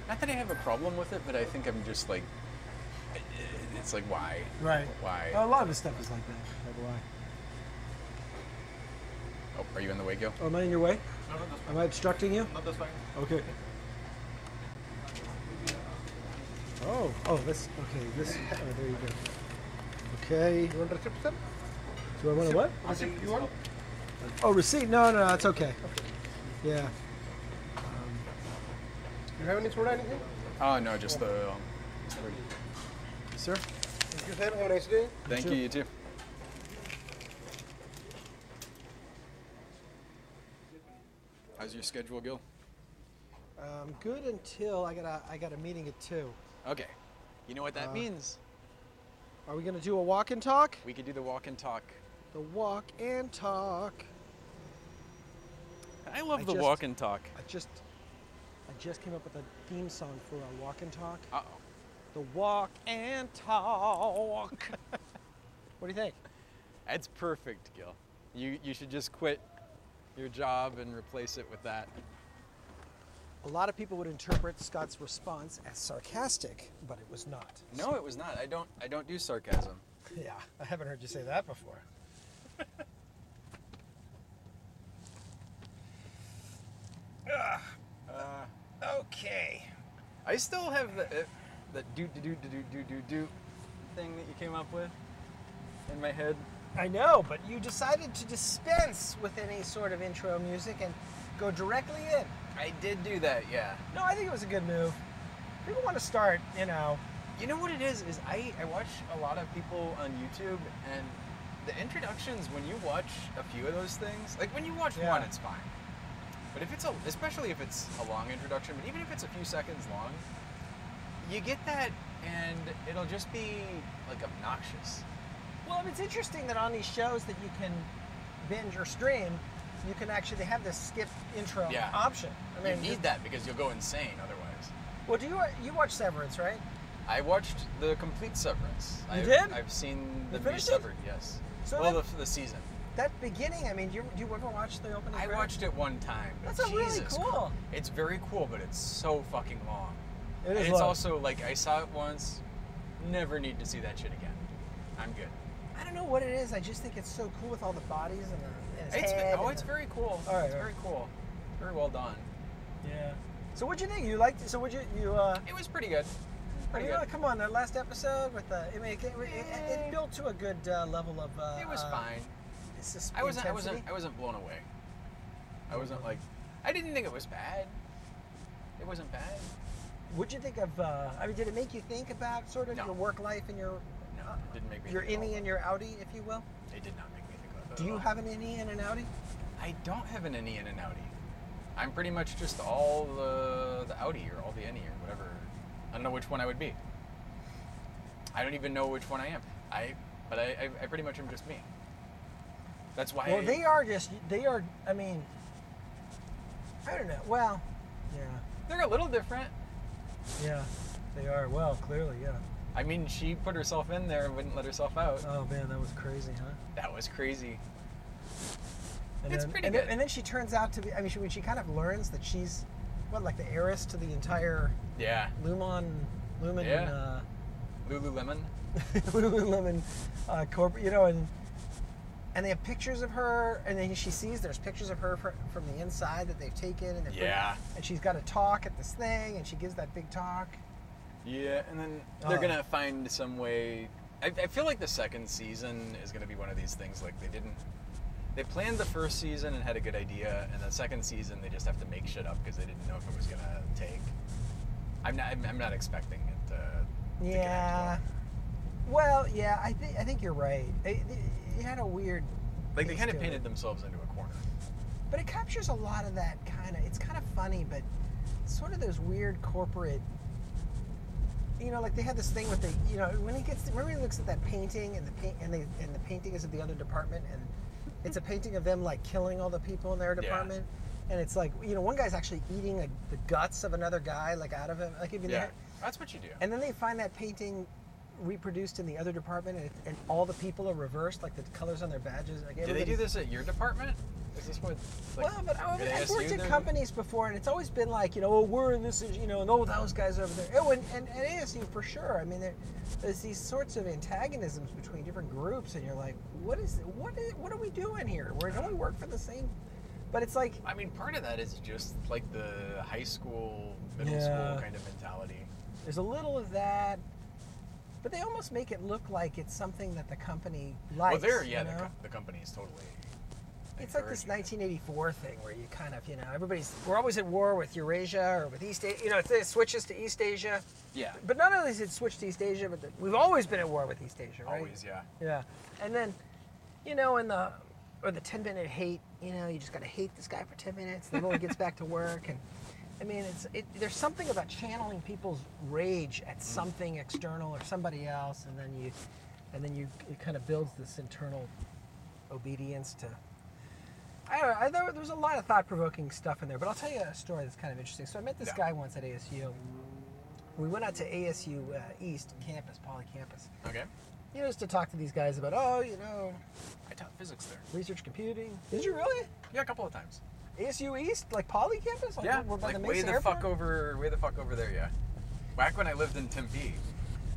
Speaker 5: Not that I have a problem with it, but I think I'm just like, it's like why?
Speaker 3: Right.
Speaker 5: Why?
Speaker 3: A lot of his stuff is like that. Like why?
Speaker 5: Oh, are you in the way, Gil?
Speaker 7: oh, am I in your way? Am I obstructing you? No, that's fine. Okay. Oh, oh, this. Okay, this. Oh, there you go. Okay.
Speaker 3: You want to sir?
Speaker 7: Do I want to what?
Speaker 3: You want?
Speaker 7: Oh, receipt? No, no, no, it's okay. Yeah.
Speaker 3: Um, You have any soda? Anything?
Speaker 5: Oh no, just the. Um,
Speaker 7: Sir?
Speaker 3: You sir, have a nice day.
Speaker 5: thank you. You too. How's your schedule, Gil?
Speaker 3: Um, good until I got a I got a meeting at two.
Speaker 5: Okay. You know what
Speaker 3: Uh,
Speaker 5: that means?
Speaker 3: Are we gonna do a walk and talk?
Speaker 5: We could do the walk and talk.
Speaker 3: The walk and talk.
Speaker 5: I love
Speaker 3: I
Speaker 5: the
Speaker 3: just-
Speaker 5: walk and talk.
Speaker 3: I just I just came up with a theme song for our walk and talk.
Speaker 5: Uh
Speaker 3: The walk and talk. [LAUGHS] what do you think?
Speaker 5: That's perfect, Gil. You you should just quit your job and replace it with that.
Speaker 3: A lot of people would interpret Scott's response as sarcastic, but it was not.
Speaker 5: No, it was not. I don't I don't do sarcasm.
Speaker 3: [LAUGHS] Yeah, I haven't heard you say that before. okay.
Speaker 5: I still have the. It,
Speaker 2: that do do do do do do do do thing that you came up with in my head.
Speaker 3: I know, but you decided to dispense with any sort of intro music and go directly in.
Speaker 2: I did do that, yeah.
Speaker 3: No, I think it was a good move. People want to start, you know.
Speaker 2: You know what it is? Is I I watch a lot of people on YouTube and the introductions when you watch a few of those things, like when you watch
Speaker 3: Yeah.
Speaker 2: one, it's fine. But if it's a, especially if it's a long introduction, but even if it's a few seconds long, you get that, and it'll just be like obnoxious.
Speaker 3: Well, it's interesting that on these shows that you can binge or stream, you can actually have this skip intro
Speaker 2: Yeah.
Speaker 3: option. I mean,
Speaker 2: you need that because you'll go insane otherwise.
Speaker 3: Well, do you you watch Severance, right?
Speaker 2: I watched the complete Severance.
Speaker 3: You
Speaker 2: I've,
Speaker 3: did?
Speaker 2: I've seen the
Speaker 3: You
Speaker 2: new
Speaker 3: finished it?
Speaker 2: Severed. Yes.
Speaker 3: So
Speaker 2: well,
Speaker 3: that-
Speaker 2: the, the season.
Speaker 3: That beginning, I mean, do you, do you ever watch the opening?
Speaker 2: I
Speaker 3: credits?
Speaker 2: watched it one time. but
Speaker 3: That's a really
Speaker 2: Jesus
Speaker 3: cool.
Speaker 2: Christ. It's very cool, but it's so fucking long.
Speaker 3: It is
Speaker 2: and it's
Speaker 3: long.
Speaker 2: also like I saw it once, never need to see that shit again. I'm good.
Speaker 3: I don't know what it is. I just think it's so cool with all the bodies and the and his
Speaker 2: It's
Speaker 3: head.
Speaker 2: oh,
Speaker 3: and
Speaker 2: it's
Speaker 3: the-
Speaker 2: very cool.
Speaker 3: All right,
Speaker 2: it's
Speaker 3: all right.
Speaker 2: very cool. Very well done.
Speaker 3: yeah. So what'd you think? You liked it? So would you you uh?
Speaker 2: It was pretty good.
Speaker 3: I
Speaker 2: Pretty
Speaker 3: mean,
Speaker 2: good.
Speaker 3: oh, come on, that last episode with the I mean, it, it, it, it built to a good uh, level of. Uh,
Speaker 2: It was
Speaker 3: uh,
Speaker 2: fine.
Speaker 3: sus-
Speaker 2: I wasn't. I wasn't.
Speaker 3: intensity.
Speaker 2: I wasn't blown away. I wasn't like. I didn't think it was bad. It wasn't bad.
Speaker 3: What'd you think of? Uh, I mean, did it make you think about sort of
Speaker 2: No.
Speaker 3: your work life and your
Speaker 2: No, it didn't make me.
Speaker 3: your
Speaker 2: think at
Speaker 3: innie
Speaker 2: all.
Speaker 3: and your outie, if you will?
Speaker 2: It did not make me think about that.
Speaker 3: Do
Speaker 2: at
Speaker 3: you
Speaker 2: all.
Speaker 3: have an innie and an outie?
Speaker 2: I don't have an innie and an outie. I'm pretty much just all the the outie or all the innie or whatever. I don't know which one I would be. I don't even know which one I am. I but I I, I pretty much am just me. That's why.
Speaker 3: Well,
Speaker 2: I-
Speaker 3: they are just they are. I mean, I don't know. Well, yeah,
Speaker 2: they're a little different.
Speaker 3: yeah, they are. Well, clearly, yeah.
Speaker 2: I mean, she put herself in there and wouldn't let herself out.
Speaker 3: Oh man, that was crazy, huh?
Speaker 2: That was crazy.
Speaker 3: And
Speaker 2: It's
Speaker 3: then,
Speaker 2: pretty
Speaker 3: and
Speaker 2: good.
Speaker 3: Then, and then she turns out to be. I mean, she, when she kind of learns that she's what like the heiress to the entire
Speaker 2: Yeah.
Speaker 3: Lumon Lumen
Speaker 2: Yeah.
Speaker 3: uh,
Speaker 2: Lululemon.
Speaker 3: [LAUGHS] Lululemon uh, corporate, you know, and and they have pictures of her, and then she sees there's pictures of her fr- from the inside that they've taken, and they're putting-
Speaker 2: Yeah.
Speaker 3: and she's got to talk at this thing, and she gives that big talk.
Speaker 2: Yeah, and then they're
Speaker 3: Uh.
Speaker 2: gonna find some way. I, I feel like the second season is gonna be one of these things like they didn't. They planned the first season and had a good idea, and the second season they just have to make shit up because they didn't know if it was gonna take. I'm not. I'm, I'm not expecting it. To, to connect
Speaker 3: Yeah.
Speaker 2: well.
Speaker 3: Well, yeah, I think I think you're right. It, it, it had a weird,
Speaker 2: Like they
Speaker 3: It's
Speaker 2: kind of
Speaker 3: good.
Speaker 2: painted themselves into a corner.
Speaker 3: but it captures a lot of that kind of. It's kind of funny, but sort of those weird corporate. You know, like they had this thing with the. You know, when he gets remember he looks at that painting and the paint and they and the painting is of the other department and it's a painting of them like killing all the people in their
Speaker 2: Yeah.
Speaker 3: department. And it's like you know, one guy's actually eating like the guts of another guy, like out of him. Like even
Speaker 2: Yeah.
Speaker 3: that,
Speaker 2: That's what you do.
Speaker 3: and then they find that painting reproduced in the other department, and, and all the people are reversed, like the colors on their badges. Like
Speaker 2: do they do
Speaker 3: everybody's-
Speaker 2: this at your department? Is this what? Like,
Speaker 3: well, but oh, I,
Speaker 2: at
Speaker 3: I've
Speaker 2: ASU
Speaker 3: worked at
Speaker 2: they're-
Speaker 3: companies before, and it's always been like, you know, oh, we're in this, you know, and oh, those guys over there. Oh, and, and, and ASU for sure. I mean, there, there's these sorts of antagonisms between different groups, and you're like, what is, what is, what are we doing here? We're don't we work for the same? But it's like,
Speaker 2: I mean, part of that is just like the high school, middle
Speaker 3: Yeah.
Speaker 2: school kind of mentality.
Speaker 3: There's a little of that, but they almost make it look like it's something that the company likes.
Speaker 2: well, there,
Speaker 3: you
Speaker 2: yeah, the,
Speaker 3: know?
Speaker 2: co- the company is totally.
Speaker 3: it's like this
Speaker 2: encouraging.
Speaker 3: 1984 thing where you kind of, you know, everybody's we're always at war with Eurasia or with East Asia. You know, it's- it switches to East Asia,
Speaker 2: Yeah,
Speaker 3: but not only is it switched to East Asia, but the, we've always been at war with East Asia, right?
Speaker 2: always, yeah.
Speaker 3: Yeah, and then, you know, in the or the 10 minute hate, you know, you just gotta hate this guy for 10 minutes, then when he gets back to work, and I mean, it's it, there's something about channeling people's rage
Speaker 2: Mm.
Speaker 3: at something external or somebody else, and then you, and then you it kind of builds this internal obedience to. I don't know. I, there, there was a lot of thought-provoking stuff in there, but I'll tell you a story that's kind of interesting. So I met this
Speaker 2: Yeah.
Speaker 3: guy once at ASU. We went out to ASU uh, East campus, Poly campus,
Speaker 2: Okay.
Speaker 3: you know, just to talk to these guys about, oh, you know,
Speaker 2: I taught physics there.
Speaker 3: research computing. Did you really?
Speaker 2: Yeah, a couple of times.
Speaker 3: ASU East, like Poly campus? Like,
Speaker 2: yeah,
Speaker 3: we're by
Speaker 2: like
Speaker 3: the
Speaker 2: way
Speaker 3: Mesa
Speaker 2: the
Speaker 3: Airport?
Speaker 2: fuck over, way the fuck over there. Yeah. Back when I lived in Tempe,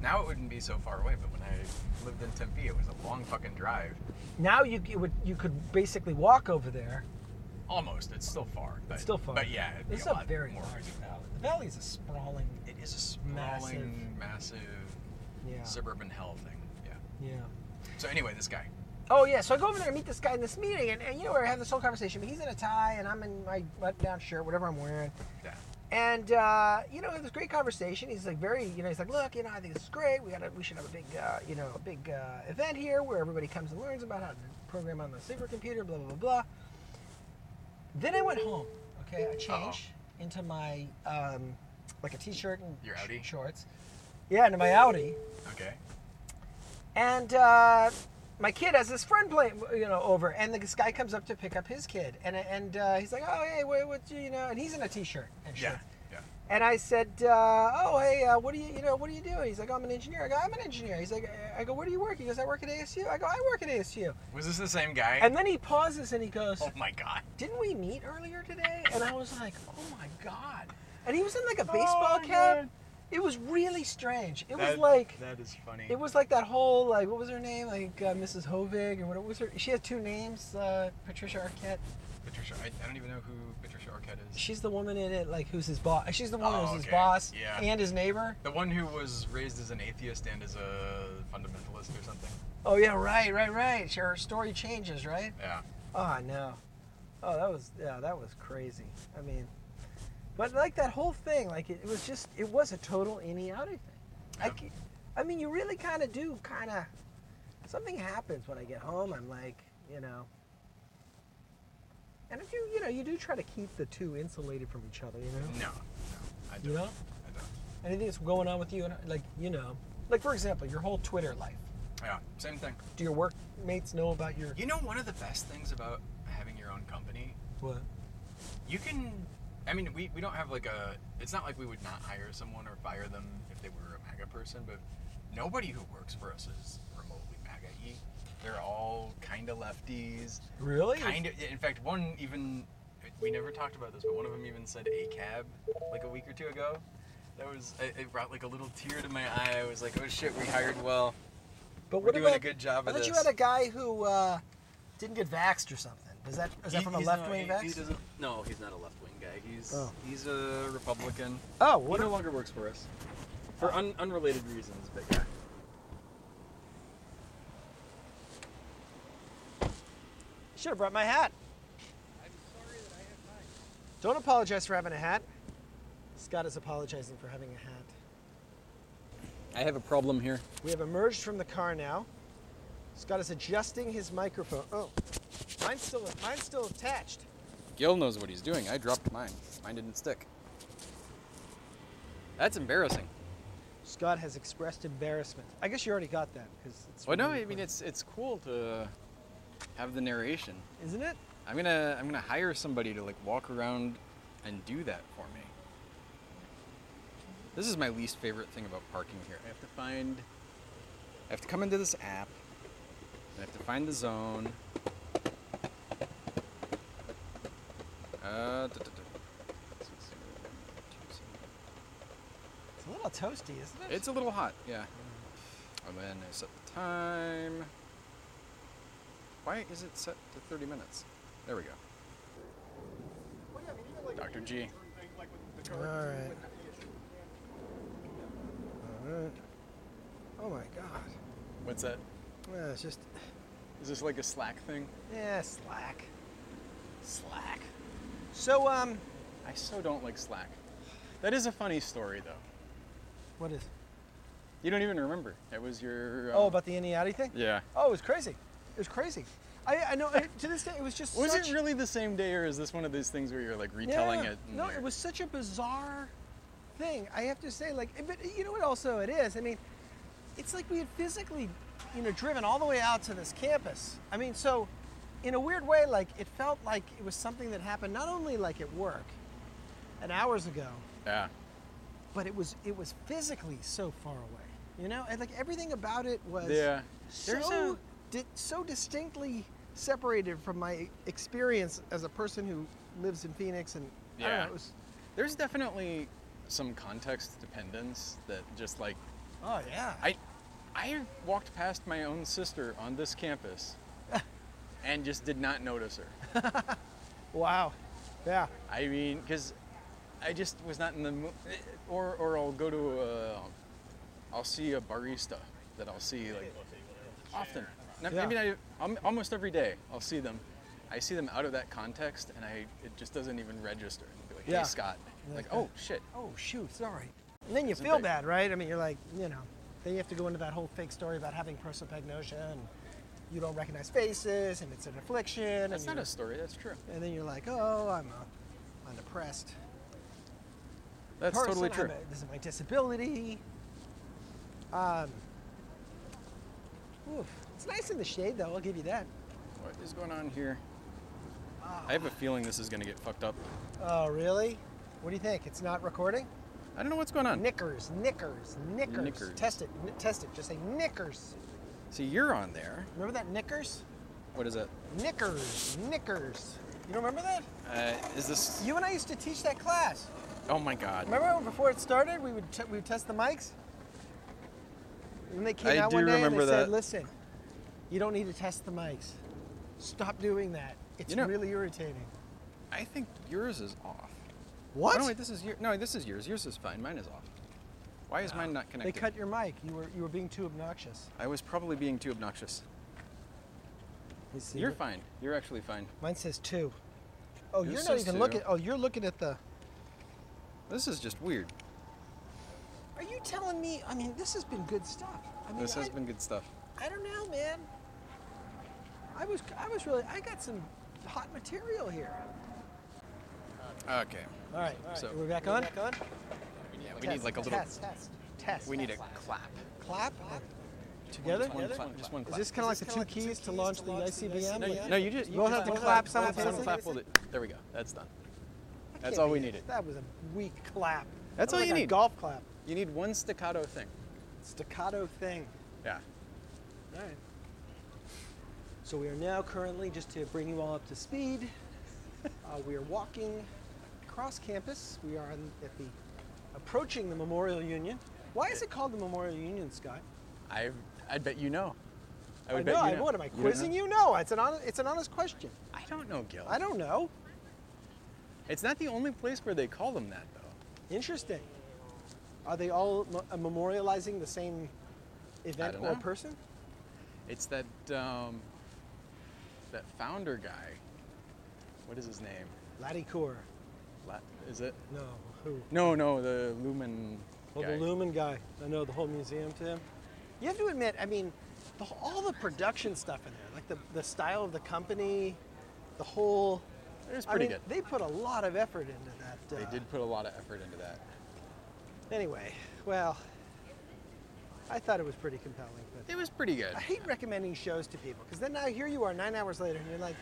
Speaker 2: now it wouldn't be so far away. But when I lived in Tempe, it was a long fucking drive.
Speaker 3: Now you it would you could basically walk over there.
Speaker 2: Almost. It's still far. But,
Speaker 3: It's still far.
Speaker 2: But yeah, it'd be
Speaker 3: it's
Speaker 2: a
Speaker 3: a
Speaker 2: lot
Speaker 3: very
Speaker 2: more.
Speaker 3: large valley. The valley is a sprawling.
Speaker 2: It is a
Speaker 3: Massive.
Speaker 2: sprawling, massive,
Speaker 3: Yeah.
Speaker 2: suburban hell thing. Yeah.
Speaker 3: Yeah.
Speaker 2: So anyway, this guy.
Speaker 9: Oh yeah, so I go over there and meet this guy in this meeting, and, and you know, I have this whole conversation. But he's in a tie, and I'm in my button-down shirt, whatever I'm wearing.
Speaker 2: Yeah.
Speaker 9: And uh, you know, it was a great conversation. He's like very, you know, he's like, look, you know, I think this is great. We got, to we should have a big, uh, you know, a big uh, event here where everybody comes and learns about how to program on the supercomputer, blah blah blah blah.
Speaker 3: Then I went home. Okay, I changed into my um, like a t-shirt and
Speaker 2: Your
Speaker 3: sh-
Speaker 2: Audi?
Speaker 3: shorts. Yeah, into my Audi.
Speaker 2: Okay.
Speaker 3: And uh, my kid has this friend play, you know, over, and this guy comes up to pick up his kid, and and uh, he's like, "Oh, hey, what, what you, you know?" And he's in a t-shirt and shit.
Speaker 2: Yeah. Yeah.
Speaker 3: And I said, uh, "Oh, hey, uh, what do you, you know, what do you do?" He's like, "I'm an engineer." I go, "I'm an engineer." He's like, "I go, where do you work?" He goes, "I work at ASU." I go, "I work at ASU."
Speaker 2: Was this the same guy?
Speaker 3: And then he pauses and he
Speaker 2: [LAUGHS]
Speaker 3: goes,
Speaker 2: oh my god.
Speaker 3: "Didn't we meet earlier today?" And I was like, "Oh my god!" And he was in like a
Speaker 9: Oh,
Speaker 3: baseball
Speaker 2: my
Speaker 3: cap.
Speaker 2: God.
Speaker 3: It was really strange. It was
Speaker 2: That-
Speaker 3: like
Speaker 2: that is funny.
Speaker 3: it was like that whole like what was her name like uh, Mrs. Hovig or what was her? She had two names, uh, Patricia Arquette.
Speaker 2: Patricia. I, I don't even know who Patricia Arquette is.
Speaker 3: She's the woman in it like who's his boss. She's the one
Speaker 2: Oh,
Speaker 3: who's his
Speaker 2: okay.
Speaker 3: boss
Speaker 2: Yeah.
Speaker 3: and his neighbor.
Speaker 2: The one who was raised as an atheist and as a fundamentalist or something.
Speaker 3: Oh yeah, right, right, right. Her story changes, right?
Speaker 2: Yeah.
Speaker 3: Oh no, oh that was yeah that was crazy. I mean, but like that whole thing like it, it was just it was a total any outy thing. I
Speaker 2: Yeah.
Speaker 3: c- I mean you really kind of do kind of something happens when I get home. I'm like you know. And if you, you know, you do try to keep the two insulated from each other, you
Speaker 2: No.
Speaker 3: know.
Speaker 2: No. I don't.
Speaker 3: You know?
Speaker 2: I don't.
Speaker 3: Anything that's going on with you, and like, you know, like for example, your whole Twitter life.
Speaker 2: Yeah. Same thing.
Speaker 3: Do your workmates know about your
Speaker 2: You know, one of the best things about having your own company,
Speaker 3: what?
Speaker 2: you can. I mean, we, we don't have like a. It's not like we would not hire someone or fire them if they were a MAGA person, but nobody who works for us is remotely MAGA y. They're all kind of lefties.
Speaker 3: Really?
Speaker 2: Kind of. In fact, one even. We never talked about this, but one of them even said a cab like a week or two ago. That was. It, it brought like a little tear to my eye. I was like, oh shit, we hired well.
Speaker 3: But
Speaker 2: We're
Speaker 3: what
Speaker 2: doing a
Speaker 3: about,
Speaker 2: good job
Speaker 3: I
Speaker 2: of
Speaker 3: thought you
Speaker 2: this.
Speaker 3: had a guy who uh, didn't get vaxxed or something. Is that is that
Speaker 2: He-
Speaker 3: from a
Speaker 2: he's not-
Speaker 3: left wing
Speaker 2: he- he
Speaker 3: vax?
Speaker 2: doesn't- No, he's not a left wing guy. He's
Speaker 3: Oh.
Speaker 2: he's a Republican.
Speaker 3: Oh,
Speaker 2: He
Speaker 3: what?
Speaker 2: no
Speaker 3: a-
Speaker 2: longer works for us for un- unrelated reasons, but yeah.
Speaker 3: Should have brought my hat. Don't apologize for having a hat. Scott is apologizing for having a hat.
Speaker 2: I have a problem here.
Speaker 3: We have emerged from the car now. Scott is adjusting his microphone. Oh, mine's still mine's still attached.
Speaker 2: Gil knows what he's doing. I dropped mine. Mine didn't stick. That's embarrassing.
Speaker 3: Scott has expressed embarrassment. I guess you already got that because it's.
Speaker 2: Well, no, I
Speaker 3: really
Speaker 2: mean
Speaker 3: quick.
Speaker 2: it's it's cool to have the narration.
Speaker 3: isn't it?
Speaker 2: I'm gonna I'm gonna hire somebody to like walk around and do that for me. This is my least favorite thing about parking here. I have to find I have to come into this app. I have to find the zone. Uh, duh, uh, duh, duh.
Speaker 3: It's a little toasty, isn't it?
Speaker 2: It's a little hot, yeah. And then I set the time. Why is it set to 30 minutes? There we go. Dr. G.
Speaker 3: All right. All right. Oh my God.
Speaker 2: What's that?
Speaker 3: Well, it's just
Speaker 2: Is this like a Slack thing?
Speaker 3: yeah, slack. Slack. So um,
Speaker 2: I so don't like Slack. That is a funny story, though.
Speaker 3: what is?
Speaker 2: You don't even remember. It was your.
Speaker 3: Oh,
Speaker 2: um,
Speaker 3: about the Indiati thing?
Speaker 2: Yeah.
Speaker 3: Oh, it was crazy. It was crazy. I I know. I- To this day, it was just.
Speaker 2: Was
Speaker 3: such,
Speaker 2: it really the same day, or is this one of these things where you're like
Speaker 3: Yeah.
Speaker 2: retelling it? and
Speaker 3: No,
Speaker 2: you're-
Speaker 3: it was such a bizarre thing. I have to say, like, but you know what? Also, it is. I mean, it's like we had physically, you know, driven all the way out to this campus. I mean, so in a weird way, like it felt like it was something that happened not only like at work, and hours ago,
Speaker 2: Yeah.
Speaker 3: but it was it was physically so far away. You know, and like everything about it was
Speaker 2: Yeah. There's
Speaker 3: so
Speaker 2: a-
Speaker 3: di- so distinctly separated from my experience as a person who lives in Phoenix and I don't know,
Speaker 2: Yeah.
Speaker 3: it was
Speaker 2: There's definitely some context dependence that just like
Speaker 3: Oh yeah.
Speaker 2: I I walked past my
Speaker 3: [LAUGHS]
Speaker 2: own sister on this campus and just did not notice her.
Speaker 3: Wow. Yeah.
Speaker 2: I mean, because I just was not in the mood, or or I'll go to a, I'll see a barista that I'll see like often. Not-
Speaker 3: Yeah.
Speaker 2: Maybe not, al- almost every day I'll see them. I see them out of that context, and I it just doesn't even register. Be like,
Speaker 3: Yeah.
Speaker 2: hey Scott, like oh shit,
Speaker 3: Oh shoot, sorry. And then you
Speaker 2: Isn't
Speaker 3: feel
Speaker 2: big.
Speaker 3: bad, right? I mean, you're like, you know, then you have to go into that whole fake story about having prosopagnosia and you don't recognize faces and it's an affliction.
Speaker 2: that's
Speaker 3: and
Speaker 2: not a
Speaker 3: you're-
Speaker 2: story. That's true.
Speaker 3: And then you're like, oh, I'm a, I'm depressed.
Speaker 2: That's totally
Speaker 3: person,
Speaker 2: true.
Speaker 3: I'm a- this is my disability. Um, oof. It's nice in the shade, though. I'll give you that.
Speaker 2: What is going on here? I have a feeling this is gonna get fucked up.
Speaker 3: Oh, really? What do you think? It's not recording?
Speaker 2: I don't know what's going on.
Speaker 3: Knickers, knickers, knickers.
Speaker 2: Knickers.
Speaker 3: Test it, n- test it. Just say knickers.
Speaker 2: See, you're on there.
Speaker 3: Remember that knickers?
Speaker 2: What is it?
Speaker 3: Knickers, knickers. You don't remember that?
Speaker 2: Uh, is this?
Speaker 3: You and I used to teach that class.
Speaker 2: Oh my god.
Speaker 3: Remember when before it started, we would t- we would test the mics. When they came
Speaker 2: I
Speaker 3: out
Speaker 2: do
Speaker 3: one day
Speaker 2: remember
Speaker 3: and they
Speaker 2: that.
Speaker 3: said, "Listen, you don't need to test the mics. Stop doing that. It's
Speaker 2: You know-
Speaker 3: really irritating."
Speaker 2: I think yours is off.
Speaker 3: What?
Speaker 2: Oh, no, wait, this is your, no, this is yours. Yours is fine. Mine is off. Why is mine not
Speaker 3: they
Speaker 2: connected?
Speaker 3: cut your mic. You were you were being too obnoxious.
Speaker 2: I was probably being too obnoxious.
Speaker 3: Let's see.
Speaker 2: You're
Speaker 3: what-
Speaker 2: fine. You're actually fine.
Speaker 3: Mine says two. Oh,
Speaker 2: Yours
Speaker 3: you're not
Speaker 2: says
Speaker 3: even
Speaker 2: two.
Speaker 3: looking. Oh, you're looking at the.
Speaker 2: This is just weird.
Speaker 3: Are you telling me? I mean, this has been good stuff. I mean,
Speaker 2: This has
Speaker 3: I-
Speaker 2: been good stuff.
Speaker 3: I don't know, man. I was I was really I got some hot material here.
Speaker 2: Okay.
Speaker 3: All right,
Speaker 2: So-
Speaker 3: we're back on. on?
Speaker 2: Yeah, we need like a little.
Speaker 3: test. Test. Test.
Speaker 2: We need a clap.
Speaker 3: clap. Together.
Speaker 2: One clap. Just one
Speaker 3: Is
Speaker 2: clap.
Speaker 3: this kind of like the two keys to launch the ICBM?
Speaker 2: No, you,
Speaker 3: Like-
Speaker 2: no, you just. You
Speaker 3: Both
Speaker 2: just
Speaker 3: Oh, have to
Speaker 2: one one
Speaker 3: clap
Speaker 2: clap,
Speaker 3: simultaneously?
Speaker 2: clap, hold it. There we go. That's done.
Speaker 3: I can't
Speaker 2: That's all we
Speaker 3: believe
Speaker 2: needed.
Speaker 3: That was a weak clap.
Speaker 2: That's
Speaker 3: That was
Speaker 2: all you
Speaker 3: like a
Speaker 2: need.
Speaker 3: golf clap.
Speaker 2: You need one staccato thing.
Speaker 3: Staccato thing.
Speaker 2: Yeah.
Speaker 3: All right. So we are now currently, just to bring you all up to speed, uh, we are walking across campus. We are on, at the approaching the Memorial Union. Why is it called the Memorial Union, Scott?
Speaker 2: I I bet you know. I
Speaker 3: I
Speaker 2: would
Speaker 3: know.
Speaker 2: bet
Speaker 3: "Oh, I
Speaker 2: you know.
Speaker 3: would. Am I
Speaker 10: know?
Speaker 3: quizzing you? No. It's an honest, it's an honest question.
Speaker 2: I don't know, Gil.
Speaker 3: I don't know.
Speaker 2: It's not the only place where they call them that though.
Speaker 3: Interesting. Are they all mo- uh, memorializing the same event
Speaker 2: don't
Speaker 3: or
Speaker 2: know.
Speaker 3: person?
Speaker 2: It's that um, that founder guy. What is his name?
Speaker 3: Laddie Coor.
Speaker 2: La- Is it?
Speaker 3: No. Who?
Speaker 2: No, no, the Lumen.
Speaker 3: Well,
Speaker 2: guy.
Speaker 3: Oh, the Lumen guy. I know the whole museum to him. You have to admit, I mean, the, wh- all the production stuff in there, like the, the style of the company, the whole.
Speaker 2: It was
Speaker 3: I
Speaker 2: pretty
Speaker 3: mean,
Speaker 2: good.
Speaker 3: They put a lot of effort into that.
Speaker 2: They
Speaker 3: uh,
Speaker 2: did put a lot of effort into that.
Speaker 3: Anyway, well, I thought it was pretty compelling, but
Speaker 2: It was pretty good.
Speaker 3: I hate recommending shows to people because then now here you are nine hours later and you're like,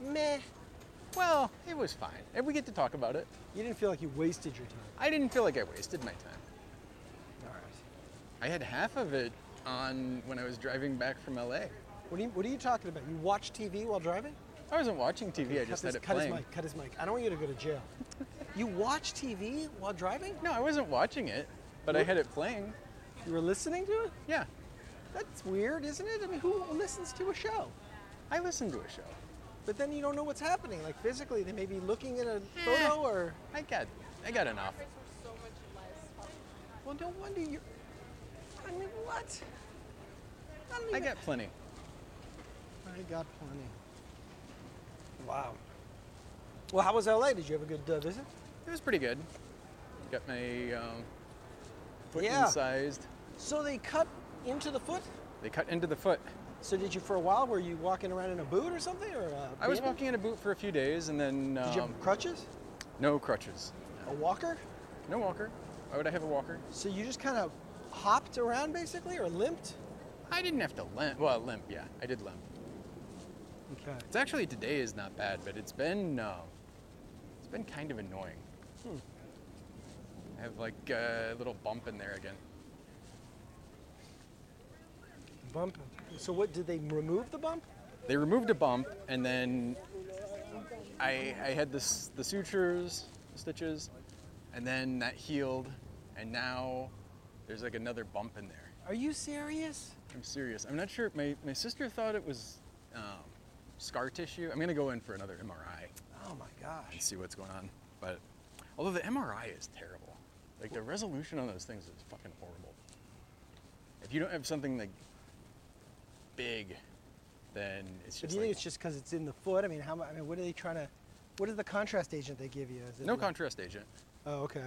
Speaker 3: meh.
Speaker 2: Well, it was fine, and we get to talk about it.
Speaker 3: You didn't feel like you wasted your time.
Speaker 2: I didn't feel like I wasted my time.
Speaker 3: All right.
Speaker 2: I had half of it on when I was driving back from LA.
Speaker 3: What are you, what are you talking about? You watch TV while driving?
Speaker 2: I wasn't watching TV. I
Speaker 3: cut
Speaker 2: just had
Speaker 3: this,
Speaker 2: it
Speaker 3: cut
Speaker 2: playing.
Speaker 3: his mic. Cut his mic. I don't want you to go
Speaker 2: [LAUGHS]
Speaker 3: to jail. you watch TV while driving?
Speaker 2: No, I wasn't watching it, but I had it playing.
Speaker 3: You were listening to it?
Speaker 2: Yeah,
Speaker 3: That's weird, isn't it? I mean, who listens to a show?
Speaker 2: I listened to a show.
Speaker 3: But then you don't know what's happening. Like physically, they may be looking at a photo or.
Speaker 2: I got, I got enough.
Speaker 3: Well, no wonder you. I mean, what? I, don't even...
Speaker 2: I got plenty.
Speaker 3: I got plenty. Wow. Well, how was LA? Did you have a good uh, visit?
Speaker 2: It was pretty good. Got my um, foot
Speaker 3: Yeah.
Speaker 2: incised.
Speaker 3: So they cut into the foot.
Speaker 2: They cut into the foot.
Speaker 3: So did you for a while? Were you walking around in a boot or something? Or a
Speaker 2: I was
Speaker 3: bandage?
Speaker 2: walking in a boot for a few days and then um,
Speaker 3: Did you have crutches?
Speaker 2: no crutches.
Speaker 3: A walker?
Speaker 2: No walker. Why would I have a walker?
Speaker 3: So you just kind of hopped around basically or limped?
Speaker 2: I didn't have to limp. Well, limp, yeah. I did limp.
Speaker 3: Okay.
Speaker 2: It's actually today is not bad, but it's been uh, it's been kind of annoying. I have like a little bump in there again.
Speaker 3: Bump. So what did they remove the bump?
Speaker 2: They removed a bump and then I, I had this the sutures, stitches, and then that healed, and now there's like another bump in there.
Speaker 3: Are you serious?
Speaker 2: I'm serious. I'm not sure. My, my sister thought it was um, scar tissue. I'm gonna go in for another MRI.
Speaker 3: Oh
Speaker 11: Oh my
Speaker 2: and
Speaker 11: gosh.
Speaker 2: see what's going on. But although the MRI is terrible, like the resolution on those things is fucking horrible. If you don't have something like big, then it's
Speaker 3: But
Speaker 2: just
Speaker 3: do you
Speaker 2: like
Speaker 3: think it's just because it's in the foot? I mean, how? mu- I mean, what are they trying to? What is the contrast agent they give you? Is it
Speaker 2: no
Speaker 3: like-
Speaker 2: contrast agent.
Speaker 3: Oh, okay.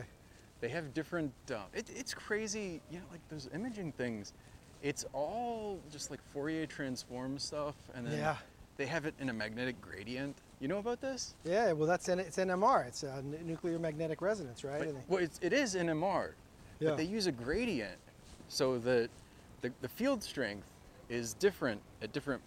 Speaker 2: They have different. Uh, it, it's crazy, you know, like those imaging things. It's all just like Fourier transform stuff, and then
Speaker 3: Yeah.
Speaker 2: they have it in a magnetic gradient. You know about this?
Speaker 3: Yeah, well, that's N- it's NMR. It's uh, nu- nuclear magnetic resonance, right?
Speaker 2: But-
Speaker 3: And they-
Speaker 2: well, it's, it is NMR,
Speaker 3: Yeah.
Speaker 2: but they use a gradient so that the, the field strength is different at different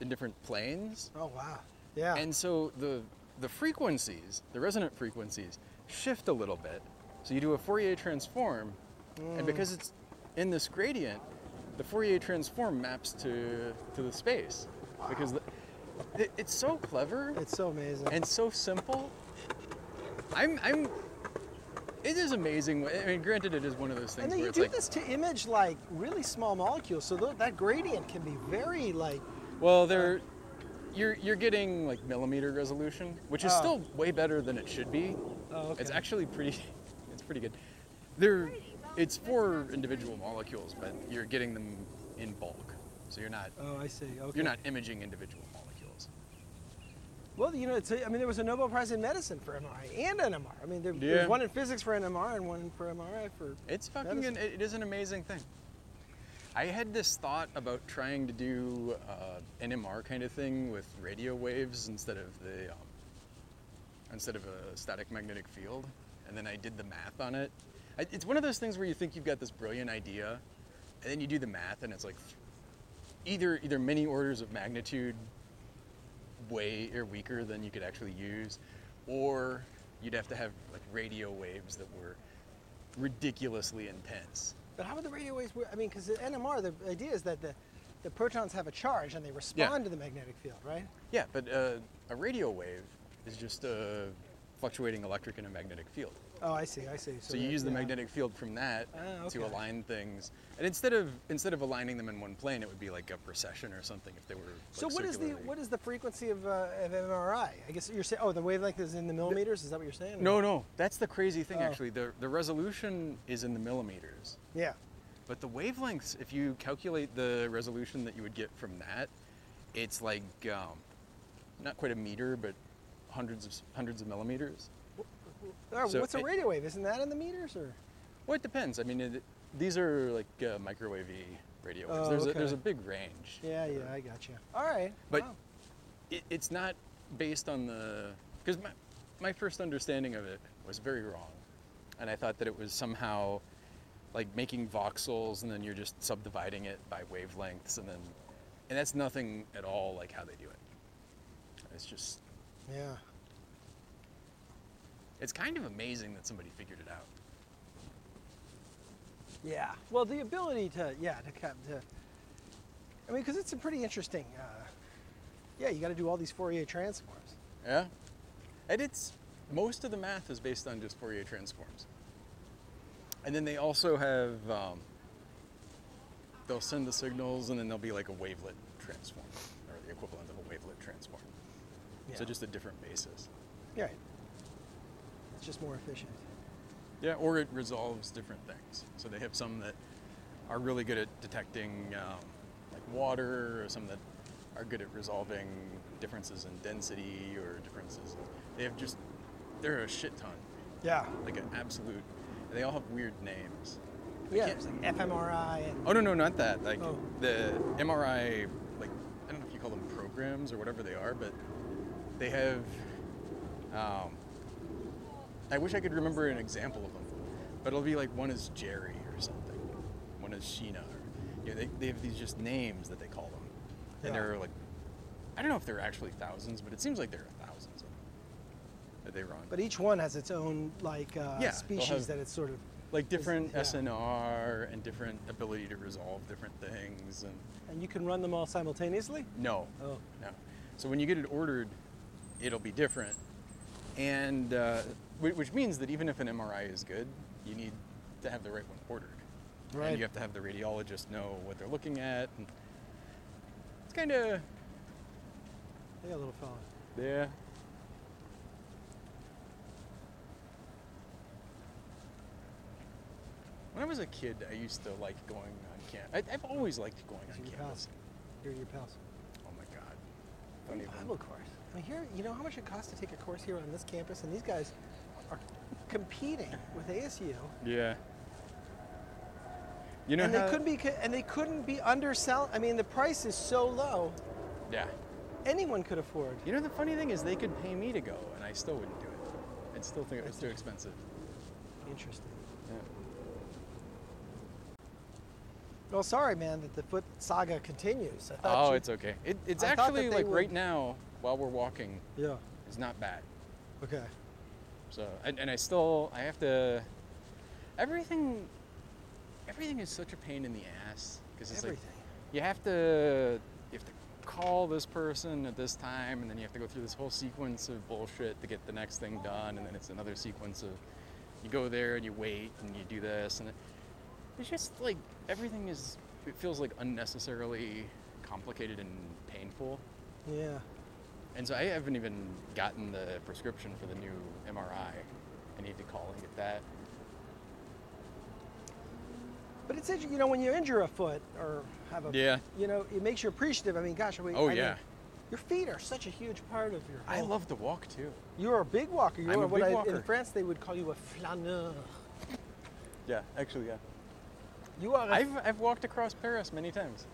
Speaker 2: in different planes,
Speaker 3: oh wow. Yeah.
Speaker 2: and so the the frequencies, the resonant frequencies, shift a little bit. So you do a Fourier transform,
Speaker 3: Mm.
Speaker 2: and because it's in this gradient, the Fourier transform maps to to the space because the, it, it's so clever
Speaker 3: it's so amazing.
Speaker 2: and so simple. I'm, I'm. It is amazing. I mean, granted, it is one of those things
Speaker 3: And then
Speaker 2: where
Speaker 3: you
Speaker 2: it's
Speaker 3: do
Speaker 2: like,
Speaker 3: this to image like really small molecules, so tho- that gradient can be very like
Speaker 2: well, they're, you're you're getting like millimeter resolution, which is
Speaker 3: Oh.
Speaker 2: still way better than it should be.
Speaker 3: Oh,
Speaker 2: It's
Speaker 3: okay.
Speaker 2: actually pretty, [LAUGHS] it's pretty good. They're, it's for individual molecules, but you're getting them in bulk, so you're not
Speaker 3: Oh, I see. Okay.
Speaker 2: you're not imaging individual molecules.
Speaker 3: Well, you know, it's a, I mean, there was a Nobel Prize in medicine for MRI and NMR. I mean, there,
Speaker 2: Yeah.
Speaker 3: there's one in physics for NMR and one for MRI for.
Speaker 2: It's fucking
Speaker 3: medicine.
Speaker 2: an, it it is an amazing thing. I had this thought about trying to do uh, NMR kind of thing with radio waves instead of the um, instead of a static magnetic field, and then I did the math on it. I, it's one of those things where you think you've got this brilliant idea, and then you do the math, and it's like either either many orders of magnitude way or weaker than you could actually use, or you'd have to have like radio waves that were ridiculously intense.
Speaker 3: But how would the radio waves? work? I mean, because the NMR, the idea is that the, the protons have a charge and they respond to the magnetic field, right?
Speaker 2: Yeah, but uh, a radio wave is just a fluctuating electric and a magnetic field.
Speaker 3: Oh, I see. I see.
Speaker 2: So you
Speaker 3: that-
Speaker 2: use the
Speaker 3: yeah.
Speaker 2: magnetic field from that
Speaker 3: Ah,
Speaker 2: to
Speaker 3: okay.
Speaker 2: align things, and instead of instead of aligning them in one plane, it would be like a precession or something if they were. Like
Speaker 3: So what is the
Speaker 2: circularly-
Speaker 3: what is the frequency of, uh, of MRI? I guess you're saying. Oh, the wavelength is in the millimeters. Is that what you're saying?
Speaker 2: No, no, that's the crazy thing.
Speaker 3: Oh.
Speaker 2: Actually, the the resolution is in the millimeters.
Speaker 3: Yeah.
Speaker 2: But the wavelengths, if you calculate the resolution that you would get from that, it's like um, not quite a meter, but hundreds of hundreds of millimeters.
Speaker 3: Oh,
Speaker 2: So
Speaker 3: what's a
Speaker 2: it-
Speaker 3: radio wave? Isn't that in the meters or?
Speaker 2: Well, it depends. I mean, it, these are like uh, microwavy radio waves.
Speaker 3: Oh,
Speaker 2: there's, a, there's a
Speaker 3: okay.
Speaker 2: big range.
Speaker 3: Yeah, yeah, I got you. All right.
Speaker 2: Uh, But
Speaker 3: wow.
Speaker 2: it, it's not based on the because my, my first understanding of it was very wrong, and I thought that it was somehow like making voxels and then you're just subdividing it by wavelengths and then and that's nothing at all like how they do it. It's just
Speaker 3: yeah.
Speaker 2: it's kind of amazing that somebody figured it out.
Speaker 3: Yeah. Well, the ability to yeah to cut to. I mean, because it's a pretty interesting. Uh, yeah, you got to do all these Fourier transforms.
Speaker 2: Yeah, and it's most of the math is based on just Fourier transforms, and then they also have um, they'll send the signals, and then there'll be like a wavelet transform, or the equivalent of a wavelet transform.
Speaker 3: Yeah.
Speaker 2: So just a different basis.
Speaker 3: Yeah. Right. It's just more efficient.
Speaker 2: Yeah, or it resolves different things. So they have some that are really good at detecting um, like water, or some that are good at resolving differences in density or differences. They have just they're a shit ton,
Speaker 3: Yeah.
Speaker 2: like an absolute. and They all have weird names. I
Speaker 3: Yeah.
Speaker 2: can't-
Speaker 3: It's like fMRI and
Speaker 2: Oh no, no, not that. Like
Speaker 3: Oh.
Speaker 2: the MRI, like I don't know if you call them programs or whatever they are, but they have. Um, I wish I could remember an example of them, but it'll be like one is Jerry or something, one is Sheena, or you know, they, they have these just names that they call them, and
Speaker 3: Yeah.
Speaker 2: there are like, I don't know if there are actually thousands, but it seems like there are thousands of them that they run.
Speaker 3: but each one has its own like
Speaker 2: Yeah,
Speaker 3: uh,
Speaker 2: they'll
Speaker 3: species
Speaker 2: have-
Speaker 3: that it's sort of.
Speaker 2: like different
Speaker 3: yeah.
Speaker 2: SNR and different ability to resolve different things and.
Speaker 3: And you can run them all simultaneously.
Speaker 2: No.
Speaker 3: Oh.
Speaker 2: No. So when you get it ordered, it'll be different, and uh, whi- which means that even if an MRI is good, you need to have the right one ordered. And
Speaker 3: Right.
Speaker 2: you have to have the radiologist know what they're looking at. And it's kind of
Speaker 3: Yeah, little fella.
Speaker 2: yeah. When I was a kid, I used to like going on campus. I've always liked going on
Speaker 3: your
Speaker 2: campus.
Speaker 3: pals. You're your pals.
Speaker 2: Oh my god. Don't even.
Speaker 3: Bible course. I mean, here, you know how much it costs to take a course here on this campus, and these guys are competing with ASU,
Speaker 2: Yeah. You know
Speaker 3: and
Speaker 2: how-
Speaker 3: they couldn't be, co- and they couldn't be undersell. I mean, the price is so low,
Speaker 2: Yeah.
Speaker 3: anyone could afford.
Speaker 2: You know the funny thing is they could pay me to go and I still wouldn't do it. I'd still think it was too expensive.
Speaker 3: Interesting. Well, sorry, man, that the foot saga continues. I thought
Speaker 2: Oh,
Speaker 3: you-
Speaker 2: it's okay. It, it's
Speaker 3: I thought that
Speaker 2: actually
Speaker 3: they
Speaker 2: like
Speaker 3: would-
Speaker 2: right now while we're walking,
Speaker 3: yeah.
Speaker 2: it's not bad.
Speaker 3: Okay.
Speaker 2: So and, and I still I have to everything everything is such a pain in the ass because it's
Speaker 3: Everything.
Speaker 2: like you have to you have to call this person at this time and then you have to go through this whole sequence of bullshit to get the next thing done and then it's another sequence of you go there and you wait and you do this and it, it's just like everything is it feels like unnecessarily complicated and painful
Speaker 3: yeah.
Speaker 2: and so I haven't even gotten the prescription for the new MRI. I need to call and get that.
Speaker 3: But it's inter- you know when you injure a foot or have a
Speaker 2: Yeah.
Speaker 3: you know it makes you appreciative. I mean, gosh, we,
Speaker 2: Oh,
Speaker 3: I mean,
Speaker 2: yeah.
Speaker 3: your feet are such a huge part of your.
Speaker 2: I
Speaker 3: whole-
Speaker 2: love to walk too.
Speaker 3: You're a big walker. You're
Speaker 2: I'm a
Speaker 3: what
Speaker 2: big
Speaker 3: I,
Speaker 2: walker.
Speaker 3: in France they would call you a flaneur.
Speaker 2: Yeah, actually, yeah.
Speaker 3: You are. A,
Speaker 2: I've, I've walked across Paris many times.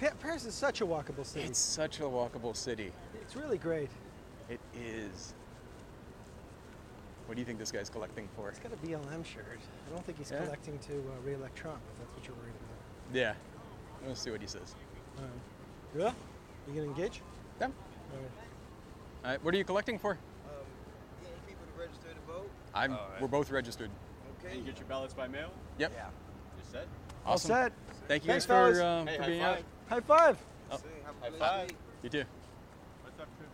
Speaker 3: Pa- Paris is such a walkable city.
Speaker 2: It's such a walkable city.
Speaker 3: It's really great.
Speaker 2: It is. What do you think this guy's collecting for?
Speaker 3: It's got a BLM shirt. I don't think he's
Speaker 2: Yeah.
Speaker 3: collecting to uh, re-elect Trump. If that's what you're worried about.
Speaker 2: Yeah. Let's see what he says.
Speaker 3: All right. Yeah. You gonna engage?
Speaker 2: Yeah.
Speaker 3: All right.
Speaker 2: All right, what are you collecting for?
Speaker 12: Getting Um, people to register to vote.
Speaker 2: I'm. We're both registered.
Speaker 12: Okay.
Speaker 13: You get your ballots by mail?
Speaker 2: Yep.
Speaker 12: Yeah.
Speaker 13: You said?
Speaker 3: All
Speaker 2: Awesome.
Speaker 3: set.
Speaker 2: Thank you
Speaker 3: Thanks,
Speaker 2: guys
Speaker 3: fellas.
Speaker 2: for, um,
Speaker 13: Hey,
Speaker 2: for
Speaker 13: high
Speaker 2: being
Speaker 13: five.
Speaker 2: out.
Speaker 3: High five.
Speaker 12: See, have a
Speaker 13: High
Speaker 12: blessed
Speaker 13: five.
Speaker 12: week.
Speaker 2: You too.
Speaker 13: I talked to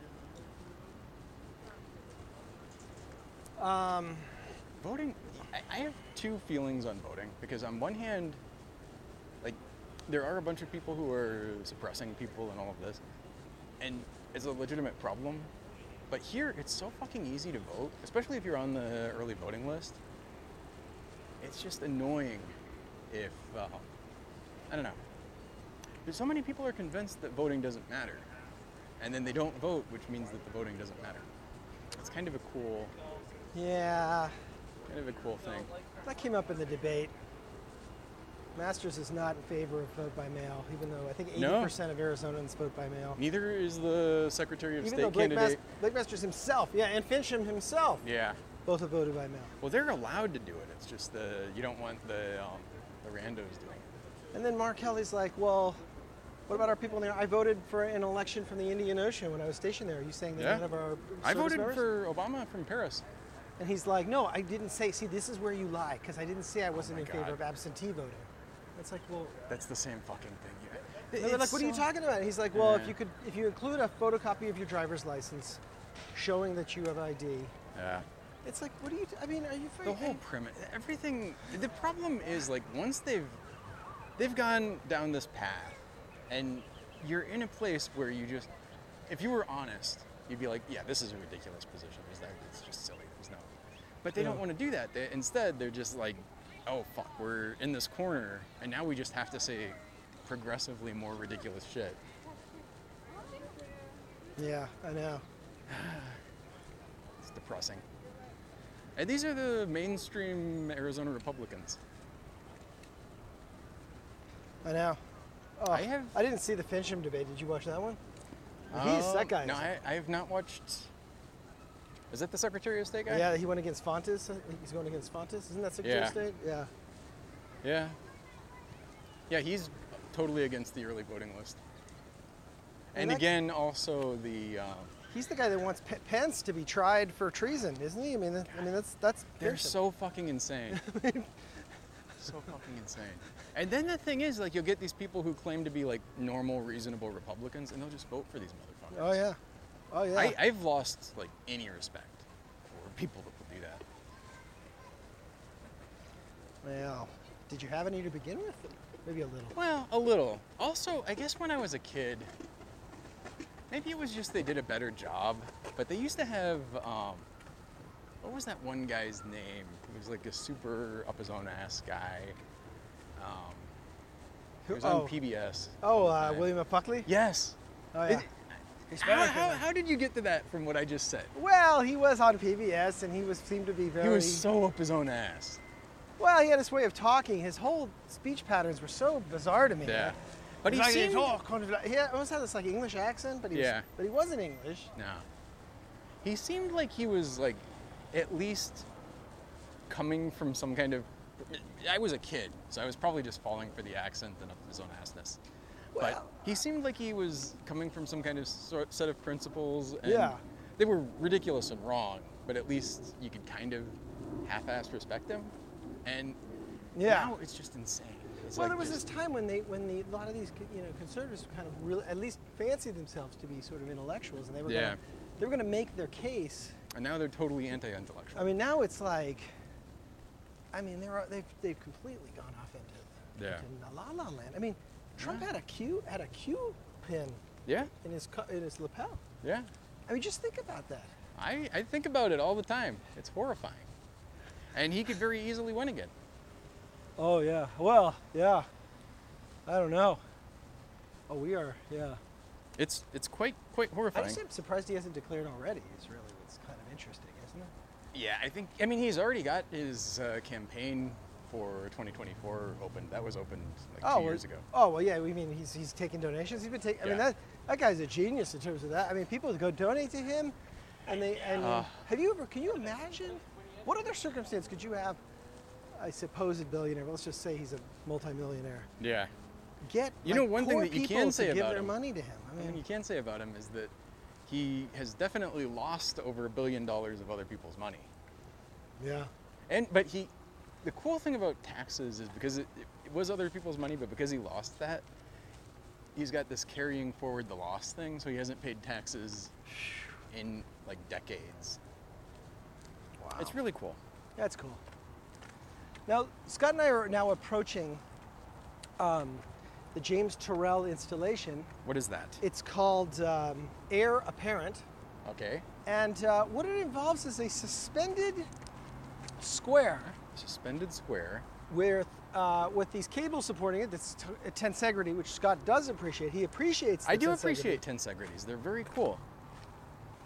Speaker 13: you.
Speaker 3: Um,
Speaker 2: voting I, I have two feelings on voting because on one hand like there are a bunch of people who are suppressing people and all of this and it's a legitimate problem but here it's so fucking easy to vote especially if you're on the early voting list it's just annoying if uh, i don't know But so many people are convinced that voting doesn't matter and then they don't vote which means that the voting doesn't matter it's kind of a cool
Speaker 3: Yeah.
Speaker 2: kind of a cool thing
Speaker 3: That came up in the debate. Masters is not in favor of vote by mail, even though I think 80%
Speaker 2: No.
Speaker 3: of Arizonans vote by mail.
Speaker 2: Neither is the Secretary of
Speaker 3: Even though
Speaker 2: State
Speaker 3: Blake, Mas-
Speaker 2: candidate.
Speaker 3: Blake Masters himself, yeah, and Fincham himself,
Speaker 2: yeah.
Speaker 3: both have voted by mail.
Speaker 2: Well, they're allowed to do it. It's just the you don't want the um, the randos doing it.
Speaker 3: And then Mark Kelly's like, well, what about our people there? I voted for an election from the Indian Ocean when I was stationed there. Are you saying that
Speaker 2: Yeah.
Speaker 3: none of our
Speaker 2: I
Speaker 3: service
Speaker 2: voted
Speaker 3: members?
Speaker 2: for Obama from Paris.
Speaker 3: And he's like, no, I didn't say. See, this is where you lie, because I didn't say I wasn't
Speaker 2: Oh my
Speaker 3: in favor
Speaker 2: God.
Speaker 3: of absentee voting. It's like, well,
Speaker 2: That's the same fucking thing. Yeah.
Speaker 3: And they're like,
Speaker 2: It's
Speaker 3: "What are you
Speaker 2: so-
Speaker 3: talking about?" And he's like, "Well, if
Speaker 2: Yeah.
Speaker 3: you could, if you include a photocopy of your driver's license, showing that you have ID."
Speaker 2: Yeah.
Speaker 3: It's like, "What are you? T- I mean, are you?"
Speaker 2: The
Speaker 3: fucking-
Speaker 2: whole premise, everything. The problem is like once they've they've gone down this path, and you're in a place where you just, if you were honest, you'd be like, yeah, this is a ridiculous position. It's, like, it's just silly. There's no. But they don't
Speaker 3: Yeah.
Speaker 2: want to do that. They, instead, they're just like, oh fuck, we're in this corner, and now we just have to say progressively more ridiculous shit.
Speaker 3: yeah, I know.
Speaker 2: It's depressing. And these are the mainstream Arizona Republicans.
Speaker 3: I know. Oh,
Speaker 2: I have-
Speaker 3: I didn't see the Fincham debate. Did you watch that one? He's
Speaker 2: Um,
Speaker 3: that guy.
Speaker 2: No,
Speaker 3: is-
Speaker 2: I, I have not watched. Is that the Secretary of State guy?
Speaker 3: yeah, he went against Fontes. uh, He's going against Fontes. Isn't that Secretary
Speaker 2: Yeah.
Speaker 3: of State? Yeah.
Speaker 2: Yeah. Yeah, he's totally against the early voting list. And
Speaker 3: that-
Speaker 2: again, also the. Uh,
Speaker 3: He's the guy that wants P- Pence to be tried for treason, isn't he? I mean, that, I mean that's that's.
Speaker 2: they're
Speaker 3: Fincham.
Speaker 2: so fucking
Speaker 3: [LAUGHS]
Speaker 2: insane. so fucking insane. And then the thing is, like, you'll get these people who claim to be like normal, reasonable Republicans, and they'll just vote for these motherfuckers.
Speaker 3: Oh yeah. Oh yeah.
Speaker 2: I, I've lost like any respect for people that will do that.
Speaker 3: well, did you have any to begin with? Maybe a little.
Speaker 2: Well, a little. Also, I guess when I was a kid, maybe it was just they did a better job, but they used to have, um, what was that one guy's name? He was like a super up his own ass guy. Um, he
Speaker 3: Who-
Speaker 2: was on
Speaker 3: oh.
Speaker 2: PBS.
Speaker 3: Oh, uh,
Speaker 2: Okay.
Speaker 3: William F. Buckley?
Speaker 2: Yes.
Speaker 3: Oh, yeah.
Speaker 2: It-
Speaker 3: He's
Speaker 2: how,
Speaker 3: Spanish,
Speaker 2: how,
Speaker 3: isn't he?
Speaker 2: how did you get to that from what I just said?
Speaker 3: Well, he was on PBS, and he was seemed to be very.
Speaker 2: He was so up his own ass.
Speaker 3: well, he had his way of talking. His whole speech patterns were so bizarre to me.
Speaker 2: Yeah. But he
Speaker 3: Like,
Speaker 2: seemed.
Speaker 3: oh, kind of like- he almost had this like English accent, but he was,
Speaker 2: Yeah.
Speaker 3: but he wasn't English.
Speaker 2: No. He seemed like he was like, at least, coming from some kind of. I was a kid, so I was probably just falling for the accent and up his own assness. but
Speaker 3: Well-
Speaker 2: he seemed like he was coming from some kind of sort, set of principles. And
Speaker 3: Yeah.
Speaker 2: They were ridiculous and wrong, but at least you could kind of half-ass respect them. And
Speaker 3: Yeah.
Speaker 2: now it's just insane. It's
Speaker 3: well,
Speaker 2: like
Speaker 3: there was
Speaker 2: just-
Speaker 3: this time when they, when the, a lot of these, you know, conservatives kind of really, at least fancied themselves to be sort of intellectuals, and they were,
Speaker 2: Yeah.
Speaker 3: gonna, they were going to make their case.
Speaker 2: And now they're totally anti-intellectual.
Speaker 3: I mean, now it's like, I mean, they're, uh, they've, they've completely gone off into,
Speaker 2: Yeah.
Speaker 3: into la la land. I mean, Trump had a Q, had a Q pin
Speaker 2: yeah,
Speaker 3: in his, cu- in his lapel.
Speaker 2: yeah.
Speaker 3: I mean, just think about that.
Speaker 2: I, I think about it all the time. It's horrifying. And he could very easily win again.
Speaker 3: Oh yeah. Well, yeah. I don't know. Oh, we are. Yeah.
Speaker 2: It's it's quite quite
Speaker 3: I
Speaker 2: horrifying.
Speaker 3: just am surprised he hasn't declared already. Is really what's kind of interesting, isn't it?
Speaker 2: yeah, I think I mean he's already got his uh, campaign for 2024 opened. That was opened like two
Speaker 3: oh, well-
Speaker 2: years ago.
Speaker 3: Oh well, yeah. We mean he's he's taking donations. He's been taking. I mean
Speaker 2: Yeah.
Speaker 3: that that guy's a genius in terms of that. I mean, people go donate to him, and they and
Speaker 2: Uh.
Speaker 3: have you ever? Can you imagine? What other circumstance could you have? A supposed billionaire. But let's just say he's a multimillionaire.
Speaker 2: Yeah.
Speaker 3: Get
Speaker 2: You
Speaker 3: like,
Speaker 2: know, one thing
Speaker 3: poor
Speaker 2: that you
Speaker 3: people
Speaker 2: can
Speaker 3: to
Speaker 2: say
Speaker 3: give
Speaker 2: about
Speaker 3: their
Speaker 2: him-
Speaker 3: money to him. I
Speaker 2: One thing
Speaker 3: mean,
Speaker 2: you can say about him is that he has definitely lost over a billion dollars of other people's money. Mm-hmm.
Speaker 3: yeah.
Speaker 2: And but he, the cool thing about taxes is because it, it was other people's money, but because he lost that, he's got this carrying forward the loss thing, so he hasn't paid taxes in like decades. Wow, it's really cool.
Speaker 3: That's cool. Now, Scott and I are now approaching um, the James Terrell installation.
Speaker 2: What is that?
Speaker 3: It's called um, Air Apparent.
Speaker 2: Okay,
Speaker 3: And uh, what it involves is a suspended square
Speaker 2: suspended square.
Speaker 3: with, uh, with these cables supporting it. That's t- uh, tensegrity, which Scott does appreciate. He appreciates the
Speaker 2: I do
Speaker 3: tensegrity.
Speaker 2: appreciate tensegrities; they're very cool.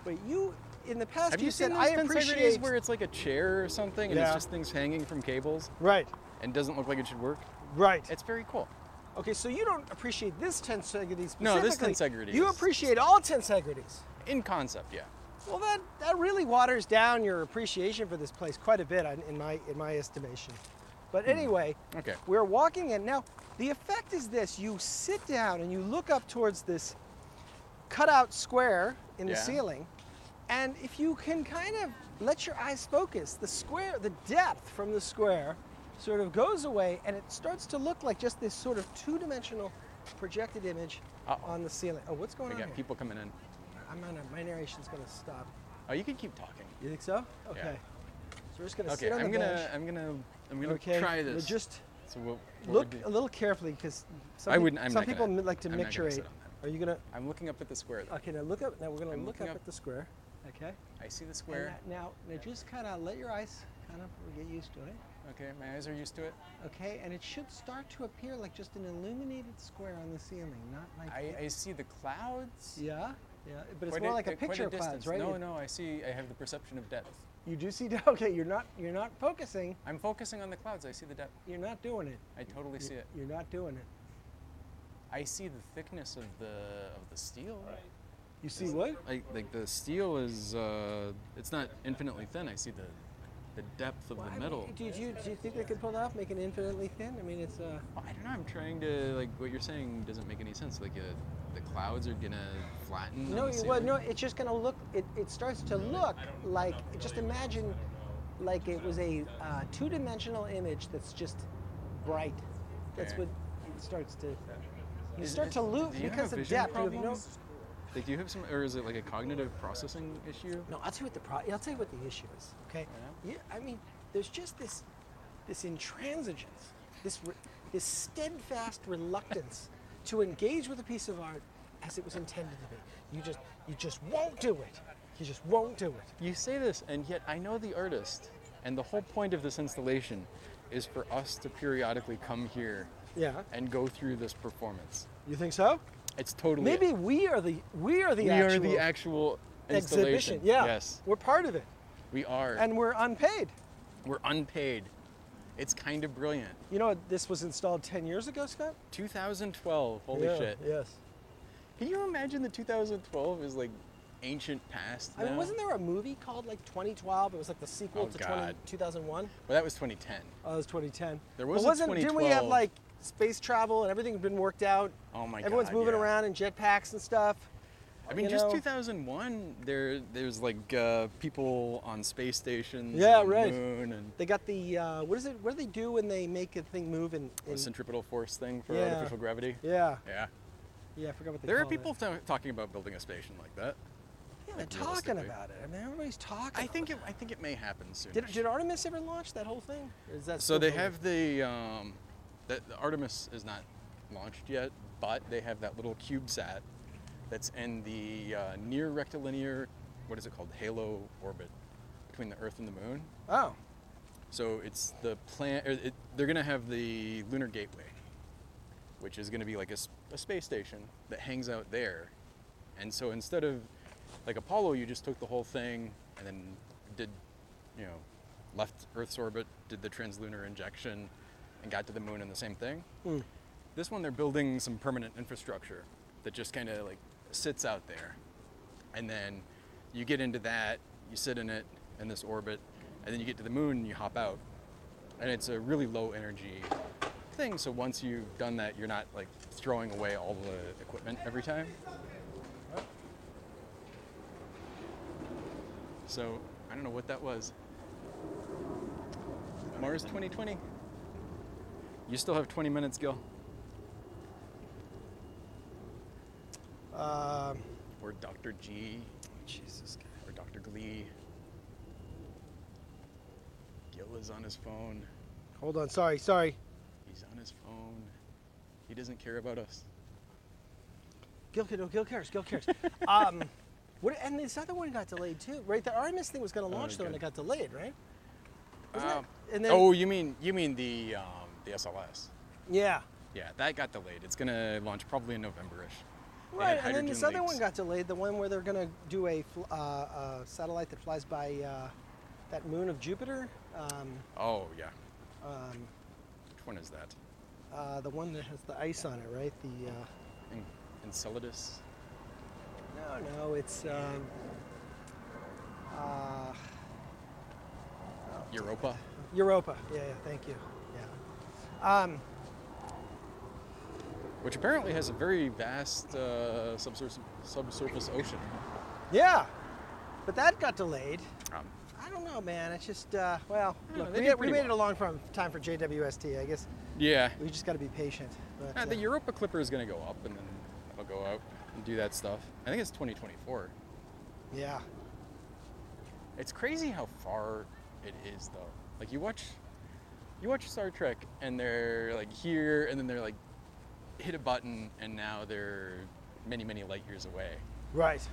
Speaker 3: But you, in the past,
Speaker 2: Have you
Speaker 3: said,
Speaker 2: seen
Speaker 3: I
Speaker 2: those
Speaker 3: appreciate.
Speaker 2: tensegrities where it's like a chair or something, and
Speaker 3: Yeah.
Speaker 2: it's just things hanging from cables
Speaker 3: Right,
Speaker 2: and doesn't look like it should work?
Speaker 3: right.
Speaker 2: It's very cool.
Speaker 3: Okay, so you don't appreciate this tensegrity specifically.
Speaker 2: No, this tensegrity
Speaker 3: You
Speaker 2: is-
Speaker 3: appreciate all tensegrities.
Speaker 2: In concept, yeah.
Speaker 3: Well, that, that really waters down your appreciation for this place quite a bit, I- in my in my estimation. But anyway,
Speaker 2: Hmm. Okay.
Speaker 3: we're walking in now. The effect is this: you sit down and you look up towards this cutout square in the
Speaker 2: Yeah.
Speaker 3: ceiling, and if you can kind of let your eyes focus, the square, the depth from the square, sort of goes away, and it starts to look like just this sort of two-dimensional projected image
Speaker 2: Uh-oh.
Speaker 3: on the ceiling. Oh, what's going
Speaker 2: We
Speaker 3: on?
Speaker 2: got
Speaker 3: here?
Speaker 2: people coming in.
Speaker 3: I'm on a, my narration's going to stop.
Speaker 2: Oh, you can keep talking.
Speaker 3: You think so? Okay. So we're just gonna
Speaker 2: Okay,
Speaker 3: sit on
Speaker 2: I'm
Speaker 3: the
Speaker 2: gonna,
Speaker 3: bench.
Speaker 2: I'm gonna, I'm gonna
Speaker 3: okay.
Speaker 2: try
Speaker 3: We'll
Speaker 2: this.
Speaker 3: just
Speaker 2: so we'll, what
Speaker 3: look
Speaker 2: would be-
Speaker 3: a little carefully because some,
Speaker 2: I
Speaker 3: peop-
Speaker 2: wouldn't- I'm
Speaker 3: some
Speaker 2: not gonna-
Speaker 3: people mi- like to
Speaker 2: I'm not gonna sit
Speaker 3: micturate.
Speaker 2: on that.
Speaker 3: Are you gonna?
Speaker 2: I'm looking up at the square. Though.
Speaker 3: Okay, now look up. Now we're gonna
Speaker 2: I'm
Speaker 3: look
Speaker 2: looking up.
Speaker 3: up, at the square. Okay.
Speaker 2: I see the
Speaker 3: And
Speaker 2: square.
Speaker 3: that- now, now just kind of let your eyes kind of get used to it.
Speaker 2: Okay, my eyes are used to it.
Speaker 3: Okay, and it should start to appear like just an illuminated square on the ceiling, not like.
Speaker 2: I,
Speaker 3: thi-
Speaker 2: I see the clouds.
Speaker 3: yeah, yeah, but it's
Speaker 2: Quite uh,
Speaker 3: more like a
Speaker 2: quite
Speaker 3: picture of
Speaker 2: distance.
Speaker 3: clouds, right?
Speaker 2: No,
Speaker 3: You-
Speaker 2: no, I see. I have the perception of depth.
Speaker 3: You do see. [LAUGHS] Okay, you're not. You're not focusing.
Speaker 2: I'm focusing on the clouds. I see the depth.
Speaker 3: You're not doing it.
Speaker 2: I totally see it.
Speaker 3: You're not doing it.
Speaker 2: I see the thickness of the of the steel.
Speaker 3: You see what?
Speaker 2: Like like the steel is uh, it's not infinitely thin. I see the the depth of
Speaker 3: Well, I
Speaker 2: the
Speaker 3: mean,
Speaker 2: metal.
Speaker 3: do, you, do you think they could pull that off? Make it infinitely thin? I mean, it's uh,
Speaker 2: Well, I don't know. I'm trying to like what you're saying doesn't make any sense. Like uh, the clouds are gonna flatten. on
Speaker 3: no,
Speaker 2: the
Speaker 3: it, well,
Speaker 2: ceiling?
Speaker 3: no. It's just gonna look. It, it starts to look like just imagine, like it was a uh, two-dimensional image that's just bright. That's
Speaker 2: Okay.
Speaker 3: what it starts to. You
Speaker 2: Is-
Speaker 3: start
Speaker 2: is-
Speaker 3: to loop
Speaker 2: do you
Speaker 3: because
Speaker 2: have
Speaker 3: of
Speaker 2: vision
Speaker 3: depth. You have no.
Speaker 2: problems? Like, do you have some, or is it like a cognitive processing issue?
Speaker 3: No, I'll tell you what the pro- I'll tell you what the issue is. Okay. Yeah. I mean, there's just this, this intransigence, this, re- this steadfast reluctance to engage with a piece of art as it was intended to be. You just, you just won't do it. You just won't do it.
Speaker 2: You say this, and yet I know the artist, and the whole point of this installation is for us to periodically come here
Speaker 3: Yeah.
Speaker 2: and go through this performance.
Speaker 3: You think so?
Speaker 2: It's totally it.
Speaker 3: Maybe we are the we are the
Speaker 2: we
Speaker 3: actual
Speaker 2: are the actual installation.
Speaker 3: exhibition. Yeah.
Speaker 2: Yes,
Speaker 3: We're part of it,
Speaker 2: we are.
Speaker 3: and we're unpaid.
Speaker 2: we're unpaid. It's kind of brilliant.
Speaker 3: You know, this was installed 10 years ago, Scott.
Speaker 2: 2012. Holy
Speaker 3: Yeah,
Speaker 2: shit.
Speaker 3: Yes.
Speaker 2: Can you imagine that 2012 is like ancient past?
Speaker 3: I mean,
Speaker 2: now?
Speaker 3: wasn't there a movie called like 2012? It was like the sequel
Speaker 2: Oh,
Speaker 3: to
Speaker 2: God.
Speaker 3: 20, 2001.
Speaker 2: Well, that was 2010.
Speaker 3: Oh, it was 2010.
Speaker 2: There was
Speaker 3: but
Speaker 2: a
Speaker 3: wasn't, Didn't we have
Speaker 2: 2012.
Speaker 3: like space travel and everything had been worked out?
Speaker 2: Oh my
Speaker 3: Everyone's
Speaker 2: God,
Speaker 3: moving
Speaker 2: yeah.
Speaker 3: around in jetpacks and stuff.
Speaker 2: I mean,
Speaker 3: you
Speaker 2: just
Speaker 3: know?
Speaker 2: 2001. There, there's like uh, people on space stations.
Speaker 3: Yeah,
Speaker 2: and on the
Speaker 3: right.
Speaker 2: Moon and
Speaker 3: They got the uh, what is it? What do they do when they make a thing move? And,
Speaker 2: the centripetal force thing for
Speaker 3: Yeah.
Speaker 2: artificial gravity.
Speaker 3: yeah,
Speaker 2: Yeah.
Speaker 3: yeah, I forgot what they
Speaker 2: There are
Speaker 3: call it.
Speaker 2: people ta- talking about building a station like that.
Speaker 3: Yeah, they're
Speaker 2: like,
Speaker 3: talking
Speaker 2: realistically.
Speaker 3: about it. I mean, everybody's talking.
Speaker 2: I
Speaker 3: about
Speaker 2: think
Speaker 3: it.
Speaker 2: it, I think it may happen soon.
Speaker 3: Did, did Artemis ever launch that whole thing? Or is that
Speaker 2: so
Speaker 3: still
Speaker 2: they
Speaker 3: going?
Speaker 2: have the, um, the the Artemis is not launched yet, but they have that little CubeSat that's in the uh, near rectilinear, what is it called, halo orbit between the Earth and the Moon.
Speaker 3: Oh,
Speaker 2: So it's the plan. er, It, they're gonna have the lunar gateway, which is gonna be like a, s- a space station that hangs out there. And so instead of like Apollo, you just took the whole thing and then did, you know, left Earth's orbit, did the translunar injection, and got to the moon in the same thing. This one, they're building some permanent infrastructure that just kind of like sits out there and then you get into that, you sit in it in this orbit, and then you get to the moon and you hop out. And it's a really low energy thing, so once you've done that, you're not like throwing away all the equipment every time. So I don't know what that was. Mars 2020. You still have 20 minutes, Gil.
Speaker 3: um,
Speaker 2: Or Dr. G. Jesus. Or Dr. Glee. Gil is on his phone.
Speaker 3: hold on. Sorry, sorry.
Speaker 2: He's on his phone. He doesn't care about us.
Speaker 3: Gil, no, Gil cares. Gil cares. [LAUGHS] um, what? And this other one got delayed too, right? The Artemis thing was going to launch though, and
Speaker 2: good.
Speaker 3: it got delayed, right? Wasn't
Speaker 2: Oh, Um,
Speaker 3: it? And then,
Speaker 2: oh, you mean you mean the um, the SLS?
Speaker 3: yeah,
Speaker 2: Yeah, that got delayed. It's gonna launch probably in November-ish. They had
Speaker 3: right. And then
Speaker 2: hydrogen
Speaker 3: this other one
Speaker 2: leaks.
Speaker 3: got delayed. The one where they're going to do a fl- uh, uh, satellite that flies by uh, that moon of Jupiter. Um,
Speaker 2: Oh yeah.
Speaker 3: um,
Speaker 2: Which one is that?
Speaker 3: uh, the one that has the ice on it, right? The uh,
Speaker 2: En- Enceladus.
Speaker 3: no, no, it's um, uh, Oh.
Speaker 2: Europa.
Speaker 3: Europa. Yeah, yeah, thank you. Yeah. Um,
Speaker 2: Which apparently has a very vast uh, subsurface subsurface ocean.
Speaker 3: yeah, but that got delayed.
Speaker 2: Um,
Speaker 3: I don't know, man. It's just, uh, well,
Speaker 2: I don't know,
Speaker 3: look,
Speaker 2: they
Speaker 3: we,
Speaker 2: did
Speaker 3: we
Speaker 2: pretty
Speaker 3: waited
Speaker 2: well.
Speaker 3: a long from, time for JWST. I guess
Speaker 2: yeah.
Speaker 3: we just got to be patient. But,
Speaker 2: Uh, the
Speaker 3: uh,
Speaker 2: Europa Clipper is going to go up, and then it'll go out and do that stuff. I think it's 2024.
Speaker 3: yeah.
Speaker 2: It's crazy how far it is, though. Like you watch, you watch Star Trek, and they're like here, and then they're like hit a button, and now they're many, many light years away.
Speaker 3: Right.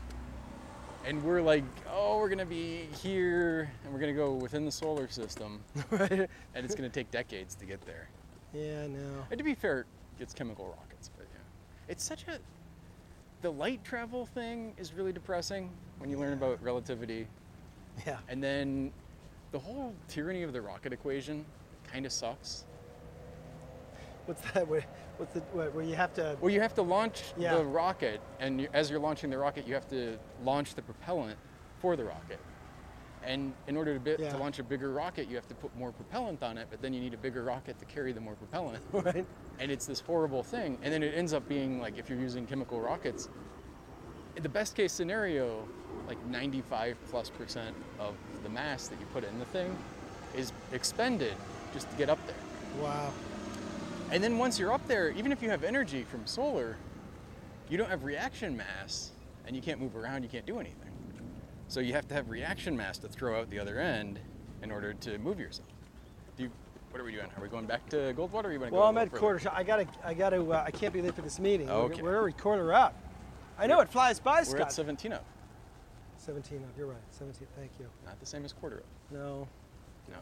Speaker 2: And we're like, oh, we're gonna be here, and we're gonna go within the solar system,
Speaker 3: right.
Speaker 2: and it's gonna take decades to get there.
Speaker 3: Yeah. No. [LAUGHS]
Speaker 2: And to be fair, it's chemical rockets, but yeah. It's such a the light travel thing is really depressing when you learn about relativity.
Speaker 3: Yeah.
Speaker 2: And then the whole tyranny of the rocket equation kind of sucks.
Speaker 3: What's that? Where, what's the where, where you have to?
Speaker 2: Well, you have to launch
Speaker 3: Yeah.
Speaker 2: the rocket, and you, as you're launching the rocket, you have to launch the propellant for the rocket. And in order to, bi-
Speaker 3: Yeah.
Speaker 2: to launch a bigger rocket, you have to put more propellant on it, but then you need a bigger rocket to carry the more propellant.
Speaker 3: [LAUGHS] Right.
Speaker 2: and it's this horrible thing. And then it ends up being like if you're using chemical rockets, in the best case scenario, like 95 plus percent of the mass that you put in the thing is expended just to get up there.
Speaker 3: Wow.
Speaker 2: And then once you're up there, even if you have energy from solar, you don't have reaction mass and you can't move around, you can't do anything. So you have to have reaction mass to throw out the other end in order to move yourself. Do you, what are we doing? Are we going back to Goldwater? Or you want to go
Speaker 3: Well,
Speaker 2: a
Speaker 3: I'm
Speaker 2: little
Speaker 3: at
Speaker 2: further?
Speaker 3: quarter. to- I gotta. I gotta. Uh, I can't be late for this meeting. We're-
Speaker 2: Okay.
Speaker 3: We're, already quarter up. I know it flies by,
Speaker 2: We're
Speaker 3: Scott.
Speaker 2: at oh, 17 up.
Speaker 3: 17 up.
Speaker 2: oh.
Speaker 3: You're right. 17. Thank you.
Speaker 2: Not the same as quarter up.
Speaker 3: No.
Speaker 2: No.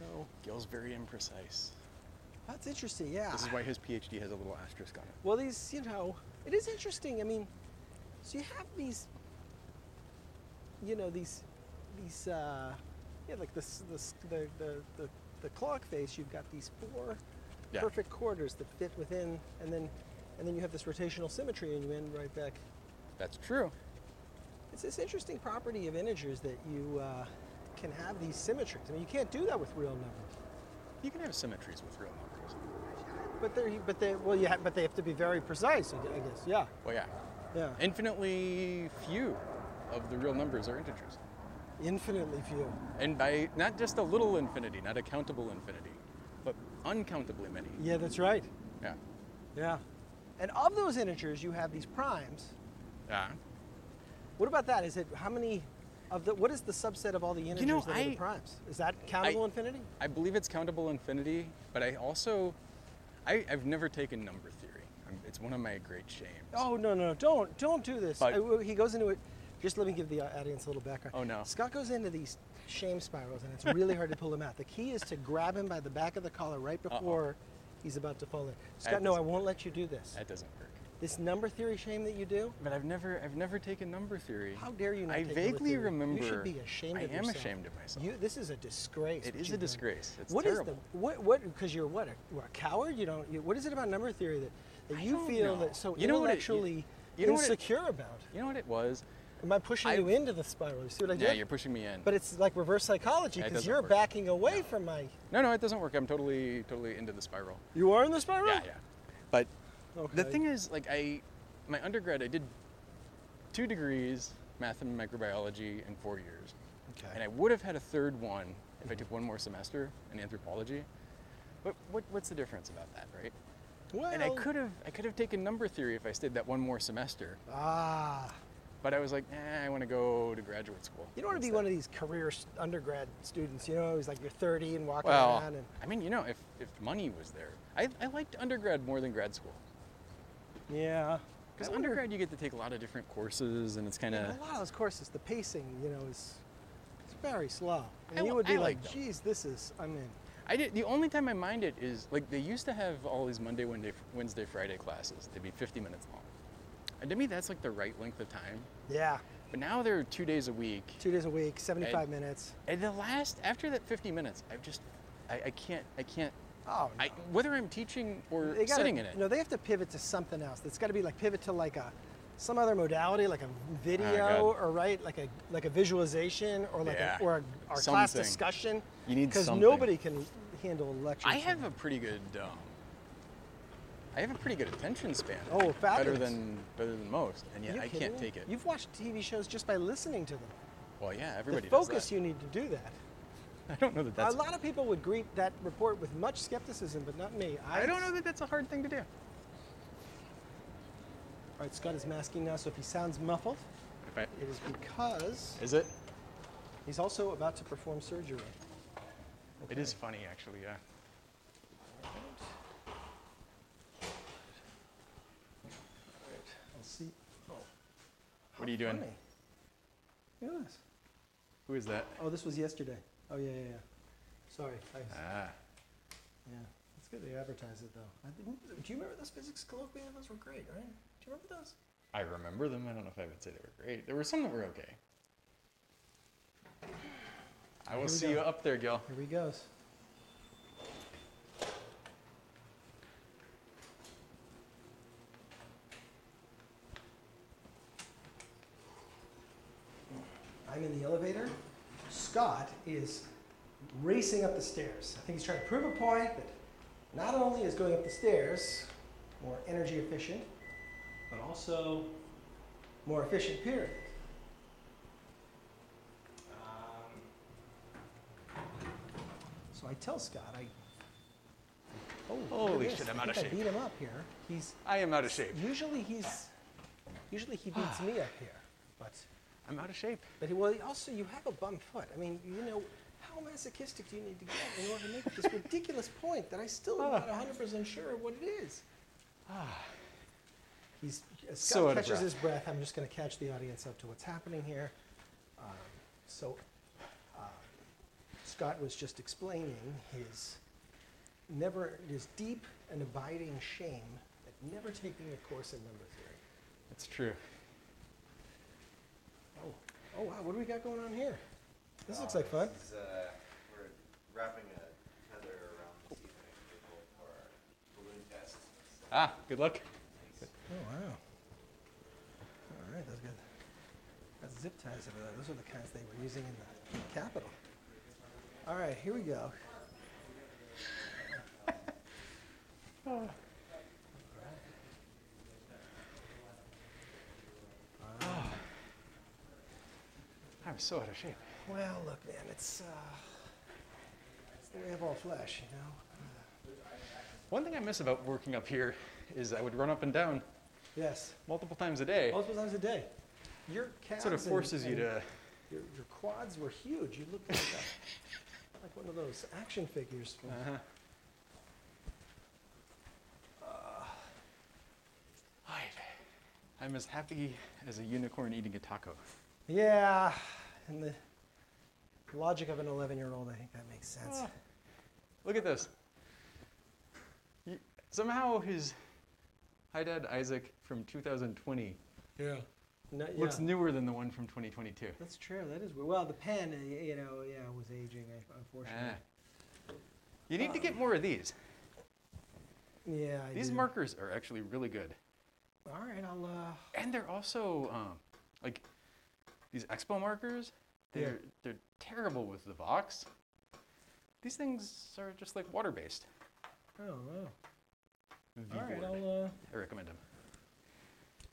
Speaker 3: No.
Speaker 2: Gil's very imprecise.
Speaker 3: That's interesting. Yeah.
Speaker 2: This is why his PhD has a little asterisk on it.
Speaker 3: Well, these, you know, it is interesting. I mean, so you have these, you know, these, these, uh, yeah, like this, this, the, the, the, the clock face. You've got these four
Speaker 2: Yeah.
Speaker 3: perfect quarters that fit within, and then, and then you have this rotational symmetry, and you end right back.
Speaker 2: That's true.
Speaker 3: It's this interesting property of integers that you uh, can have these symmetries. I mean, you can't do that with real numbers.
Speaker 2: You can have symmetries with real numbers.
Speaker 3: But they're, but they, well, you ha- but they have to be very precise, I gu- I guess. Yeah,
Speaker 2: Well, yeah.
Speaker 3: yeah.
Speaker 2: Infinitely few of the real numbers are integers.
Speaker 3: Infinitely few.
Speaker 2: And by not just a little infinity, not a countable infinity, but uncountably many.
Speaker 3: Yeah, that's right.
Speaker 2: Yeah.
Speaker 3: Yeah. And of those integers, you have these primes.
Speaker 2: Yeah.
Speaker 3: What about that? Is it how many of the? What is the subset of all the integers
Speaker 2: know,
Speaker 3: that are the
Speaker 2: I-
Speaker 3: primes? Is that countable infinity?
Speaker 2: I believe it's countable infinity, but I also, I, I've never taken number theory. i it's one of my great shames.
Speaker 3: Oh no no no! Don't don't do this.
Speaker 2: But-
Speaker 3: I- well, he goes into it. Just let me give the uh, audience a little background.
Speaker 2: Oh, no.
Speaker 3: Scott goes into these shame spirals, and it's really hard to pull him out. The key is to grab him by the back of the collar right before he's about to fall in. Scott, no,
Speaker 2: this-
Speaker 3: I won't let you do this.
Speaker 2: That doesn't work.
Speaker 3: This number theory shame that you do.
Speaker 2: But I've never, I've never taken number theory.
Speaker 3: How dare you not
Speaker 2: I
Speaker 3: take number
Speaker 2: vaguely
Speaker 3: theory.
Speaker 2: remember.
Speaker 3: You should be ashamed
Speaker 2: I
Speaker 3: of
Speaker 2: am
Speaker 3: yourself.
Speaker 2: ashamed of myself.
Speaker 3: You, this is a disgrace.
Speaker 2: It
Speaker 3: what
Speaker 2: is a
Speaker 3: you've done.
Speaker 2: disgrace. It's
Speaker 3: What is
Speaker 2: terrible.
Speaker 3: the what what because you're what a, what, a coward? You don't. You, what is it about number theory that, that
Speaker 2: I
Speaker 3: you
Speaker 2: don't
Speaker 3: feel
Speaker 2: know.
Speaker 3: that so
Speaker 2: You know what it- you-
Speaker 3: intellectually
Speaker 2: you know what it-
Speaker 3: insecure about?
Speaker 2: you know what it was?
Speaker 3: Am I pushing
Speaker 2: I-
Speaker 3: you into the spiral? You see what I did?
Speaker 2: Yeah, you're pushing me in.
Speaker 3: But it's like reverse psychology
Speaker 2: That
Speaker 3: because
Speaker 2: doesn't
Speaker 3: you're
Speaker 2: work.
Speaker 3: backing away from my.
Speaker 2: no, no, it doesn't work. I'm totally, totally into the spiral.
Speaker 3: You are in the spiral.
Speaker 2: Yeah, yeah. But the
Speaker 3: Okay.
Speaker 2: thing is, like, I, my undergrad, I did two degrees, math and microbiology, in four years.
Speaker 3: Okay.
Speaker 2: And I would have had a third one if I took one more semester in anthropology. But what, what's the difference about that, right? and I
Speaker 3: Well-
Speaker 2: could have, I could have taken number theory if I stayed that one more semester.
Speaker 3: Ah.
Speaker 2: But I was like, eh, I want to go to graduate school.
Speaker 3: You don't want to be
Speaker 2: instead."
Speaker 3: one of these career s- undergrad students. You know, who's like you're 30 and walking
Speaker 2: Well,
Speaker 3: around and
Speaker 2: I mean, you know, if, if money was there, I, I liked undergrad more than grad school.
Speaker 3: yeah.
Speaker 2: Because undergrad, you get to take a lot of different courses, and it's kind of.
Speaker 3: A lot of those courses, the pacing, you know, is it's very slow. And
Speaker 2: I
Speaker 3: you
Speaker 2: li-
Speaker 3: would be
Speaker 2: I
Speaker 3: like,
Speaker 2: like them.
Speaker 3: geez, this is, I'm in.
Speaker 2: I did. The only time I mind it is like they used to have all these Monday, Wednesday, Wednesday, Friday classes. They'd be 50 minutes long. And to me, that's like the right length of time.
Speaker 3: Yeah,
Speaker 2: But now they're two days a week.
Speaker 3: two days a week, 75
Speaker 2: And-
Speaker 3: minutes.
Speaker 2: And the last after that 50 minutes, I've just, I, I can't, I can't.
Speaker 3: Oh,
Speaker 2: I, whether I'm teaching or
Speaker 3: They gotta-
Speaker 2: sitting in it.
Speaker 3: No, they have to pivot to something else. It's got to be like pivot to like a some other modality, like a
Speaker 2: Ah, God.
Speaker 3: video, or right, like a like a visualization, or like
Speaker 2: Yeah.
Speaker 3: a, or a, our class
Speaker 2: Something.
Speaker 3: discussion.
Speaker 2: You need
Speaker 3: because
Speaker 2: something.
Speaker 3: nobody can handle a lecture.
Speaker 2: I
Speaker 3: from
Speaker 2: have
Speaker 3: that.
Speaker 2: a pretty good. Um, I have a pretty good attention span.
Speaker 3: Oh,
Speaker 2: better
Speaker 3: fabulous.
Speaker 2: than better than most, and
Speaker 3: Are
Speaker 2: yet
Speaker 3: you
Speaker 2: I
Speaker 3: kidding
Speaker 2: can't
Speaker 3: me?
Speaker 2: take it.
Speaker 3: You've watched TV shows just by listening to them.
Speaker 2: well, yeah, everybody
Speaker 3: the focus
Speaker 2: does that.
Speaker 3: you need to do that.
Speaker 2: [LAUGHS] I don't know that that's.
Speaker 3: a lot of people would greet that report with much skepticism, but not me.
Speaker 2: I don't know that that's a hard thing to do.
Speaker 3: All right, Scott is masking now, so if he sounds muffled,
Speaker 2: If I-
Speaker 3: it is because
Speaker 2: Is it?
Speaker 3: he's also about to perform surgery.
Speaker 2: It is funny, actually. Yeah.
Speaker 3: All right, I'll see. Oh,
Speaker 2: What are you doing?
Speaker 3: funny. Look at this.
Speaker 2: Who is that?
Speaker 3: Oh, this was yesterday. Oh yeah, yeah, yeah. Sorry. I,
Speaker 2: Ah,
Speaker 3: yeah, it's good they advertise it though. I didn't, do you remember those physics colloquia? Those were great, right? Do you remember those?
Speaker 2: I remember them. I don't know if I would say they were great. There were some that were okay. I will
Speaker 3: we
Speaker 2: see
Speaker 3: go.
Speaker 2: you up there, Gil.
Speaker 3: Here he goes. I'm in the elevator. Scott is racing up the stairs. I think he's trying to prove a point that not only is going up the stairs more energy efficient, but also more efficient, period. Um, so I tell Scott, I. Oh, look at
Speaker 2: Holy
Speaker 3: this.
Speaker 2: shit, I'm
Speaker 3: I
Speaker 2: out of
Speaker 3: think I
Speaker 2: shape.
Speaker 3: beat him up here. He's
Speaker 2: I am out of shape.
Speaker 3: usually he's usually he beats me up here, but
Speaker 2: I'm out of shape.
Speaker 3: but he, well, he also you have a bum foot. I mean, you know, how masochistic do you need to get in order to make
Speaker 2: [LAUGHS]
Speaker 3: this ridiculous point that I still am not 100 percent sure what it
Speaker 2: [SIGHS]
Speaker 3: is? He's as Scott
Speaker 2: So out of
Speaker 3: catches
Speaker 2: breath.
Speaker 3: his breath. I'm just going to catch the audience up to what's happening here. Um, so, uh, Scott was just explaining his never his deep and abiding shame at never taking a course in number theory.
Speaker 2: That's true.
Speaker 3: Oh, oh wow, what do we got going on here? This looks like fun.
Speaker 14: This is, uh, we're wrapping a tether around the teeth and cable for our balloon test.
Speaker 2: Ah, good luck.
Speaker 3: Oh wow. All right, that's good. That's zip ties over there. Those are the kinds they were using in the Capitol. All right, here we go.
Speaker 2: I'm so out of shape.
Speaker 3: Well, look, man, it's uh, it's the way of all flesh, you know.
Speaker 2: One thing I miss about working up here is I would run up and down
Speaker 3: Yes,
Speaker 2: multiple times a day.
Speaker 3: multiple times a day. Your calves
Speaker 2: sort of
Speaker 3: and-
Speaker 2: forces you
Speaker 3: Oh, and
Speaker 2: to.
Speaker 3: Your, your quads were huge. You looked like, a, [LAUGHS] like one of those action figures. From,
Speaker 2: Uh-huh. Alright. I'm as happy as a unicorn eating a taco.
Speaker 3: Yeah, and the logic of an 11-year-old, I think that makes sense.
Speaker 2: Ah, Look at this. Y- Somehow his hi dad Isaac from 2020
Speaker 3: yeah. No,
Speaker 2: looks
Speaker 3: yeah.
Speaker 2: newer than the one from 2022.
Speaker 3: That's true. That is weird. Well, the pen, uh, y- you know, yeah, was aging, un- unfortunately.
Speaker 2: Ah. You need to
Speaker 3: Um,
Speaker 2: get more of these.
Speaker 3: Yeah. I
Speaker 2: These
Speaker 3: do.
Speaker 2: markers are actually really good.
Speaker 3: All right, I'll. Uh,
Speaker 2: And they're also um, like these expo markers.
Speaker 3: Yeah.
Speaker 2: They're they're terrible with the Vox. These things are just like water based.
Speaker 3: oh wow.
Speaker 2: V
Speaker 3: All right,
Speaker 2: board.
Speaker 3: I'll. Uh,
Speaker 2: I recommend them.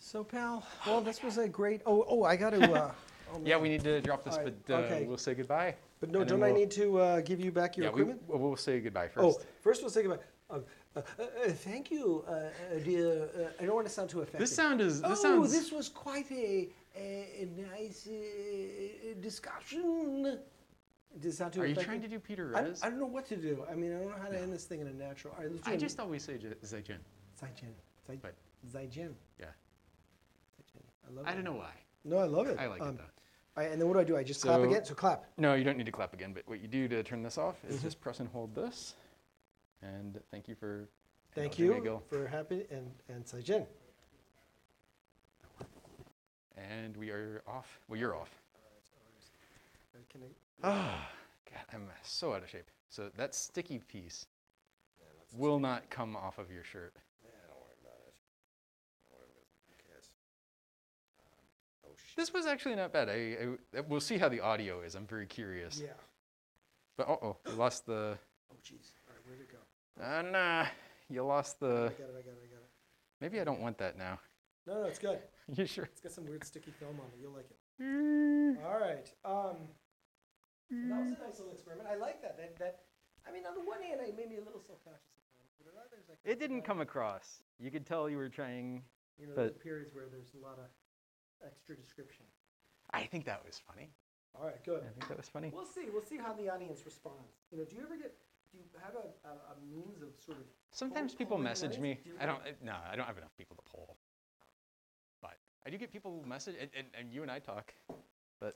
Speaker 3: So, pal, well, this was a great. Oh, oh, I got to. [LAUGHS] Uh, oh,
Speaker 2: Yeah,
Speaker 3: man.
Speaker 2: we need to drop this,
Speaker 3: All right,
Speaker 2: but uh,
Speaker 3: okay.
Speaker 2: we'll say goodbye.
Speaker 3: But no,
Speaker 2: and then
Speaker 3: don't I
Speaker 2: we'll-
Speaker 3: need to uh, give you back your
Speaker 2: yeah, we,
Speaker 3: equipment?
Speaker 2: well, we'll say goodbye
Speaker 3: oh,
Speaker 2: first.
Speaker 3: first we'll say goodbye. Uh, uh, uh, uh, thank you, uh, uh, dear. Uh, I don't want to sound too offensive.
Speaker 2: this sound is. This
Speaker 3: oh,
Speaker 2: sounds.
Speaker 3: this was quite a, a, a nice uh, discussion. Does it sound too
Speaker 2: are you
Speaker 3: offensive?
Speaker 2: trying to do Peter
Speaker 3: I,
Speaker 2: Rez?
Speaker 3: I don't know what to do. I mean, I don't know how to end this thing in a natural. All right, let's do
Speaker 2: I
Speaker 3: a-
Speaker 2: just always say J- Zaijin.
Speaker 3: Zaijin. Zai-
Speaker 2: But-
Speaker 3: Zaijin.
Speaker 2: Yeah.
Speaker 3: Zaijin. I love
Speaker 2: I
Speaker 3: it.
Speaker 2: don't know why.
Speaker 3: No, I love it.
Speaker 2: I like
Speaker 3: Um,
Speaker 2: it though.
Speaker 3: all right, and then what do I do? I just clap
Speaker 2: So-
Speaker 3: again? So clap.
Speaker 2: No, you don't need to clap again. But what you do to turn this off is
Speaker 3: Mm-hmm.
Speaker 2: just press and hold this. And thank you for.
Speaker 3: Thank
Speaker 2: indulging me,
Speaker 3: you
Speaker 2: Gil.
Speaker 3: for happy and and Saijin.
Speaker 2: And we are off. Well, you're off.
Speaker 3: Can
Speaker 2: Ah, God, I'm so out of shape. So that sticky piece will not come off of your shirt. This was actually not bad. I, I we'll see how the audio is. I'm very curious.
Speaker 3: yeah.
Speaker 2: But uh oh, you lost the.
Speaker 3: Oh jeez. All right, where'd it go?
Speaker 2: Uh, nah, you lost
Speaker 3: I
Speaker 2: the.
Speaker 3: got it. I got it. I got it.
Speaker 2: Maybe I don't want that now. [LAUGHS]
Speaker 3: No, no, it's good.
Speaker 2: You sure?
Speaker 3: It's got some weird sticky film on it. You'll like it.
Speaker 2: Mm.
Speaker 3: All right. Um, that was a nice little experiment. I like that. That that. I mean, on the one hand, I made me a little self-conscious. about it, But on others, I
Speaker 2: It didn't come across. You could tell you were trying.
Speaker 3: You know,
Speaker 2: but-
Speaker 3: there's periods where there's a lot of extra description.
Speaker 2: I think that was funny.
Speaker 3: All right. Good.
Speaker 2: I think that was funny.
Speaker 3: We'll see. We'll see how the audience responds. You know, do you ever get? Do you have a, a, a means of sort of?
Speaker 2: Sometimes
Speaker 3: Oh,
Speaker 2: people
Speaker 3: oh,
Speaker 2: message
Speaker 3: nice.
Speaker 2: me.
Speaker 3: Do
Speaker 2: I
Speaker 3: you-
Speaker 2: don't. No, I don't have enough people to poll. But I do get people message, and, and, and you and I talk. But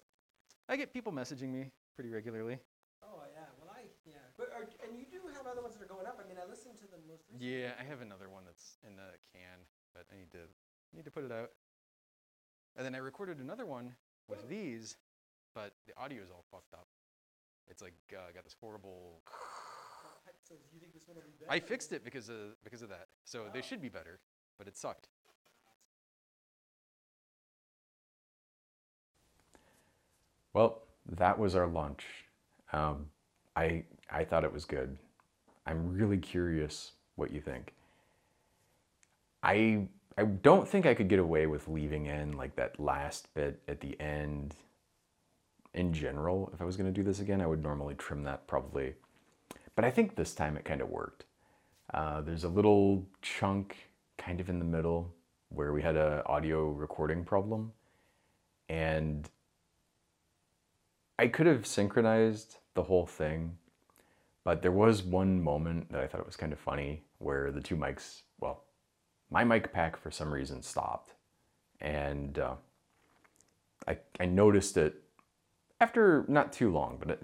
Speaker 2: I get people messaging me pretty regularly.
Speaker 3: Oh yeah. Well, I yeah. But are, and you do have other ones that are going up. I mean, I listened to the most recent.
Speaker 2: Yeah, I have another one that's in the can, but I need to need to put it out. And then I recorded another one with these, but the audio is all fucked up. It's like uh, got this horrible.
Speaker 3: So do you think this one will be better? Oh.
Speaker 2: I fixed it because of because of that, so they should be better, but it sucked.
Speaker 1: Well, that was our lunch. Um, I I thought it was good. I'm really curious what you think. I I don't think I could get away with leaving in like that last bit at the end. In general, if I was going to do this again, I would normally trim that probably, but I think this time it kind of worked. Uh, there's a little chunk kind of in the middle where we had a audio recording problem, and I could have synchronized the whole thing, but there was one moment that I thought it was kind of funny where the two mics, well, my mic pack for some reason stopped. And uh, I, I noticed it after not too long, but it,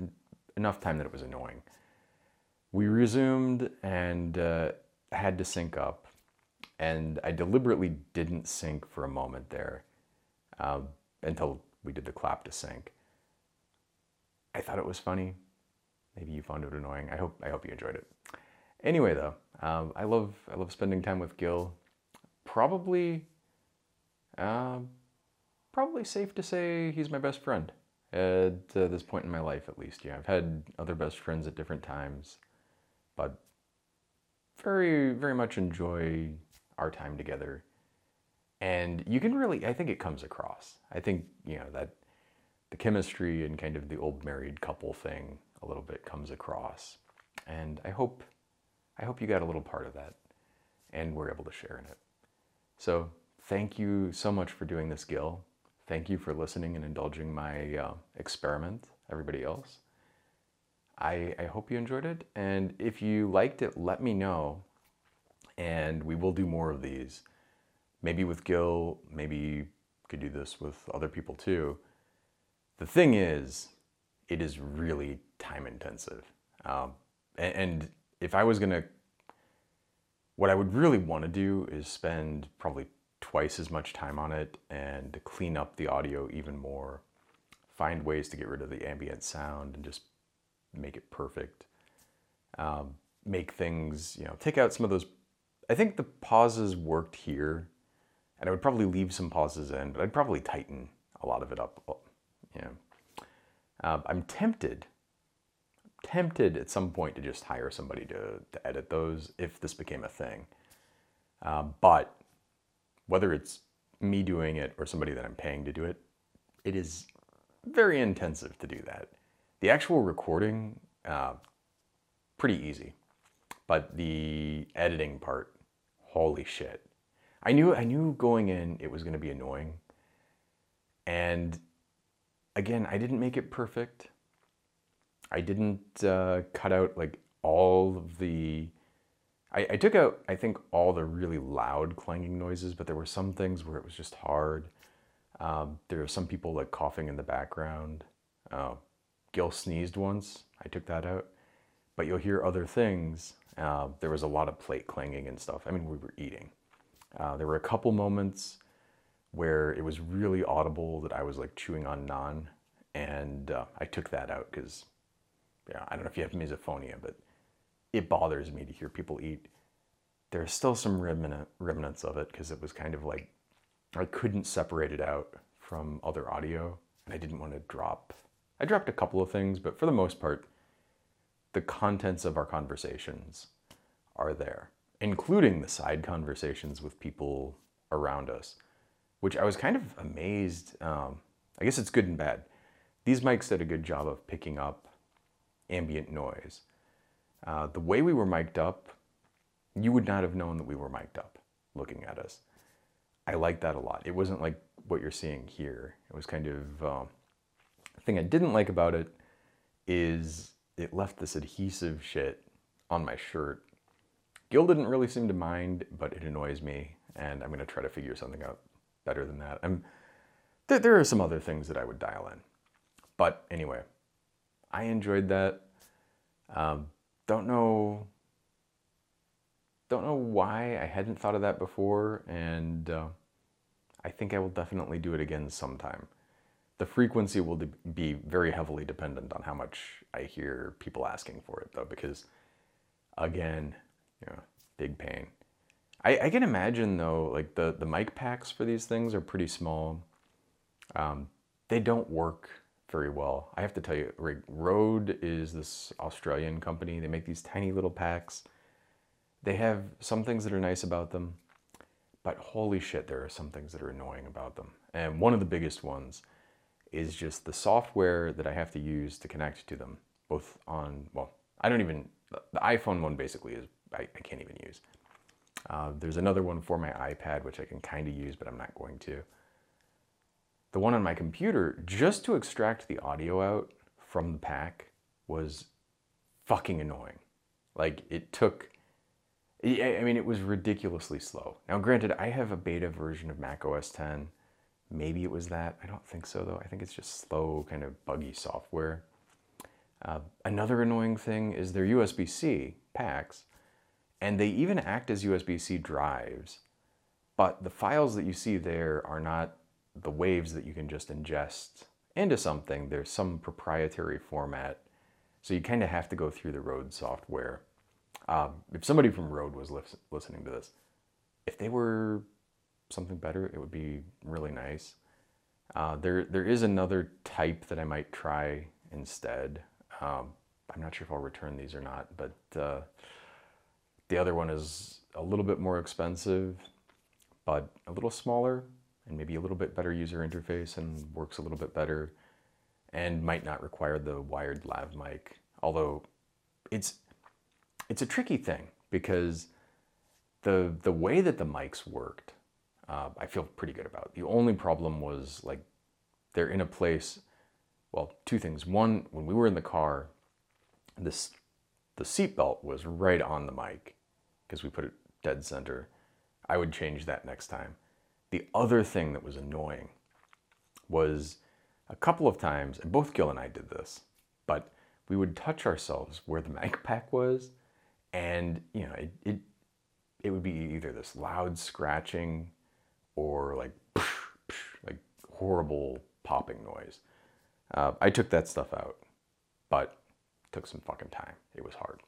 Speaker 1: enough time that it was annoying. We resumed and uh, had to sync up, and I deliberately didn't sync for a moment there um, until we did the clap to sync. I thought it was funny. Maybe you found it annoying. I hope I hope you enjoyed it. Anyway, though, um, I love I love spending time with Gil. Probably, um, probably safe to say he's my best friend at uh, this point in my life, at least. Yeah, I've had other best friends at different times, but very very much enjoy our time together. And you can really, I think it comes across. I think you know that the chemistry and kind of the old married couple thing a little bit comes across. And I hope I hope you got a little part of that and were able to share in it. So thank you so much for doing this, Gil. Thank you for listening and indulging my uh, experiment, everybody else. I, I hope you enjoyed it. And if you liked it, let me know. And we will do more of these. Maybe with Gil, maybe could do this with other people too. The thing is, it is really time intensive. Um, a- and, if I was going to, what I would really want to do is spend probably twice as much time on it and clean up the audio even more, find ways to get rid of the ambient sound and just make it perfect. Um, make things, you know, take out some of those. I think the pauses worked here, and I would probably leave some pauses in, but I'd probably tighten a lot of it up. You know, um, I'm tempted, tempted at some point to just hire somebody to, to edit those if this became a thing. Um, but whether it's me doing it or somebody that I'm paying to do it, it is very intensive to do that. The actual recording, uh, pretty easy, but the editing part, holy shit! I knew I knew going in it was going to be annoying, and again, I didn't make it perfect. I didn't uh, cut out like all of the. I, I took out, I think, all the really loud clanging noises, but there were some things where it was just hard. Um, there were some people like coughing in the background. Uh, Gil sneezed once. I took that out. But you'll hear other things. Uh, there was a lot of plate clanging and stuff. I mean, we were eating. Uh, there were a couple moments where it was really audible that I was like chewing on naan, and uh, I took that out because, yeah, I don't know if you have misophonia, but it bothers me to hear people eat. There's still some remnant, remnants of it because it was kind of like I couldn't separate it out from other audio, and I didn't want to drop. I dropped a couple of things, but for the most part, the contents of our conversations are there, including the side conversations with people around us, which I was kind of amazed. Um, I guess it's good and bad. These mics did a good job of picking up ambient noise. Uh, the way we were mic'd up, you would not have known that we were mic'd up looking at us. I liked that a lot. It wasn't like what you're seeing here. It was kind of um, the thing I didn't like about it is it left this adhesive shit on my shirt. Gil didn't really seem to mind, but it annoys me, and I'm gonna try to figure something out better than that. I'm there, there are some other things that I would dial in, but anyway, I enjoyed that. Um, don't know don't know why I hadn't thought of that before, and uh, I think I will definitely do it again sometime. The frequency will de- be very heavily dependent on how much I hear people asking for it, though, because again, you know, big pain. I, I can imagine though, like the the mic packs for these things are pretty small. Um, they don't work very well. I have to tell you, like, Rode is this Australian company. They make these tiny little packs they have some things that are nice about them, but holy shit, there are some things that are annoying about them. And one of the biggest ones is just the software that I have to use to connect to them, both on, well, I don't even, the iPhone one basically is, I, I can't even use. Uh, there's another one for my iPad, which I can kind of use, but I'm not going to. The one on my computer, just to extract the audio out from the pack, was fucking annoying. Like, it took, I I mean, it was ridiculously slow. Now, granted, I have a beta version of Mac OS 10. Maybe it was that. I don't think so, though. I think it's just slow, kind of buggy software. Uh, another annoying thing is their USB C packs, and they even act as USB C drives, but the files that you see there are not the waves that you can just ingest into something. There's some proprietary format, so you kind of have to go through the Rode software. Um, if somebody from Rode was lis- listening to this, if they were something better, it would be really nice. Uh, there, there is another type that I might try instead. Um, I'm not sure if I'll return these or not, but uh, the other one is a little bit more expensive, but a little smaller and maybe a little bit better user interface and works a little bit better and might not require the wired lav mic. Although it's it's a tricky thing because the the way that the mics worked, uh, I feel pretty good about. The only problem was like they're in a place. Well, two things. One, when we were in the car, this the seatbelt was right on the mic because we put it dead center. I would change that next time. The other thing that was annoying was a couple of times, and both Gil and I did this, but we would touch ourselves where the [LAUGHS] mic pack was, and you know, it it, it would be either this loud scratching or like [LAUGHS] like horrible popping noise. Uh, I took that stuff out, but took some fucking time. It was hard.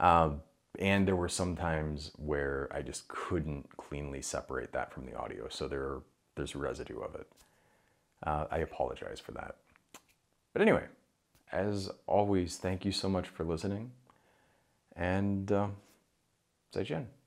Speaker 1: Um, and there were some times where I just couldn't cleanly separate that from the audio, so there there's residue of it. Uh, I apologize for that. But anyway, as um, always, thank you so much for listening, and uh, say Jen.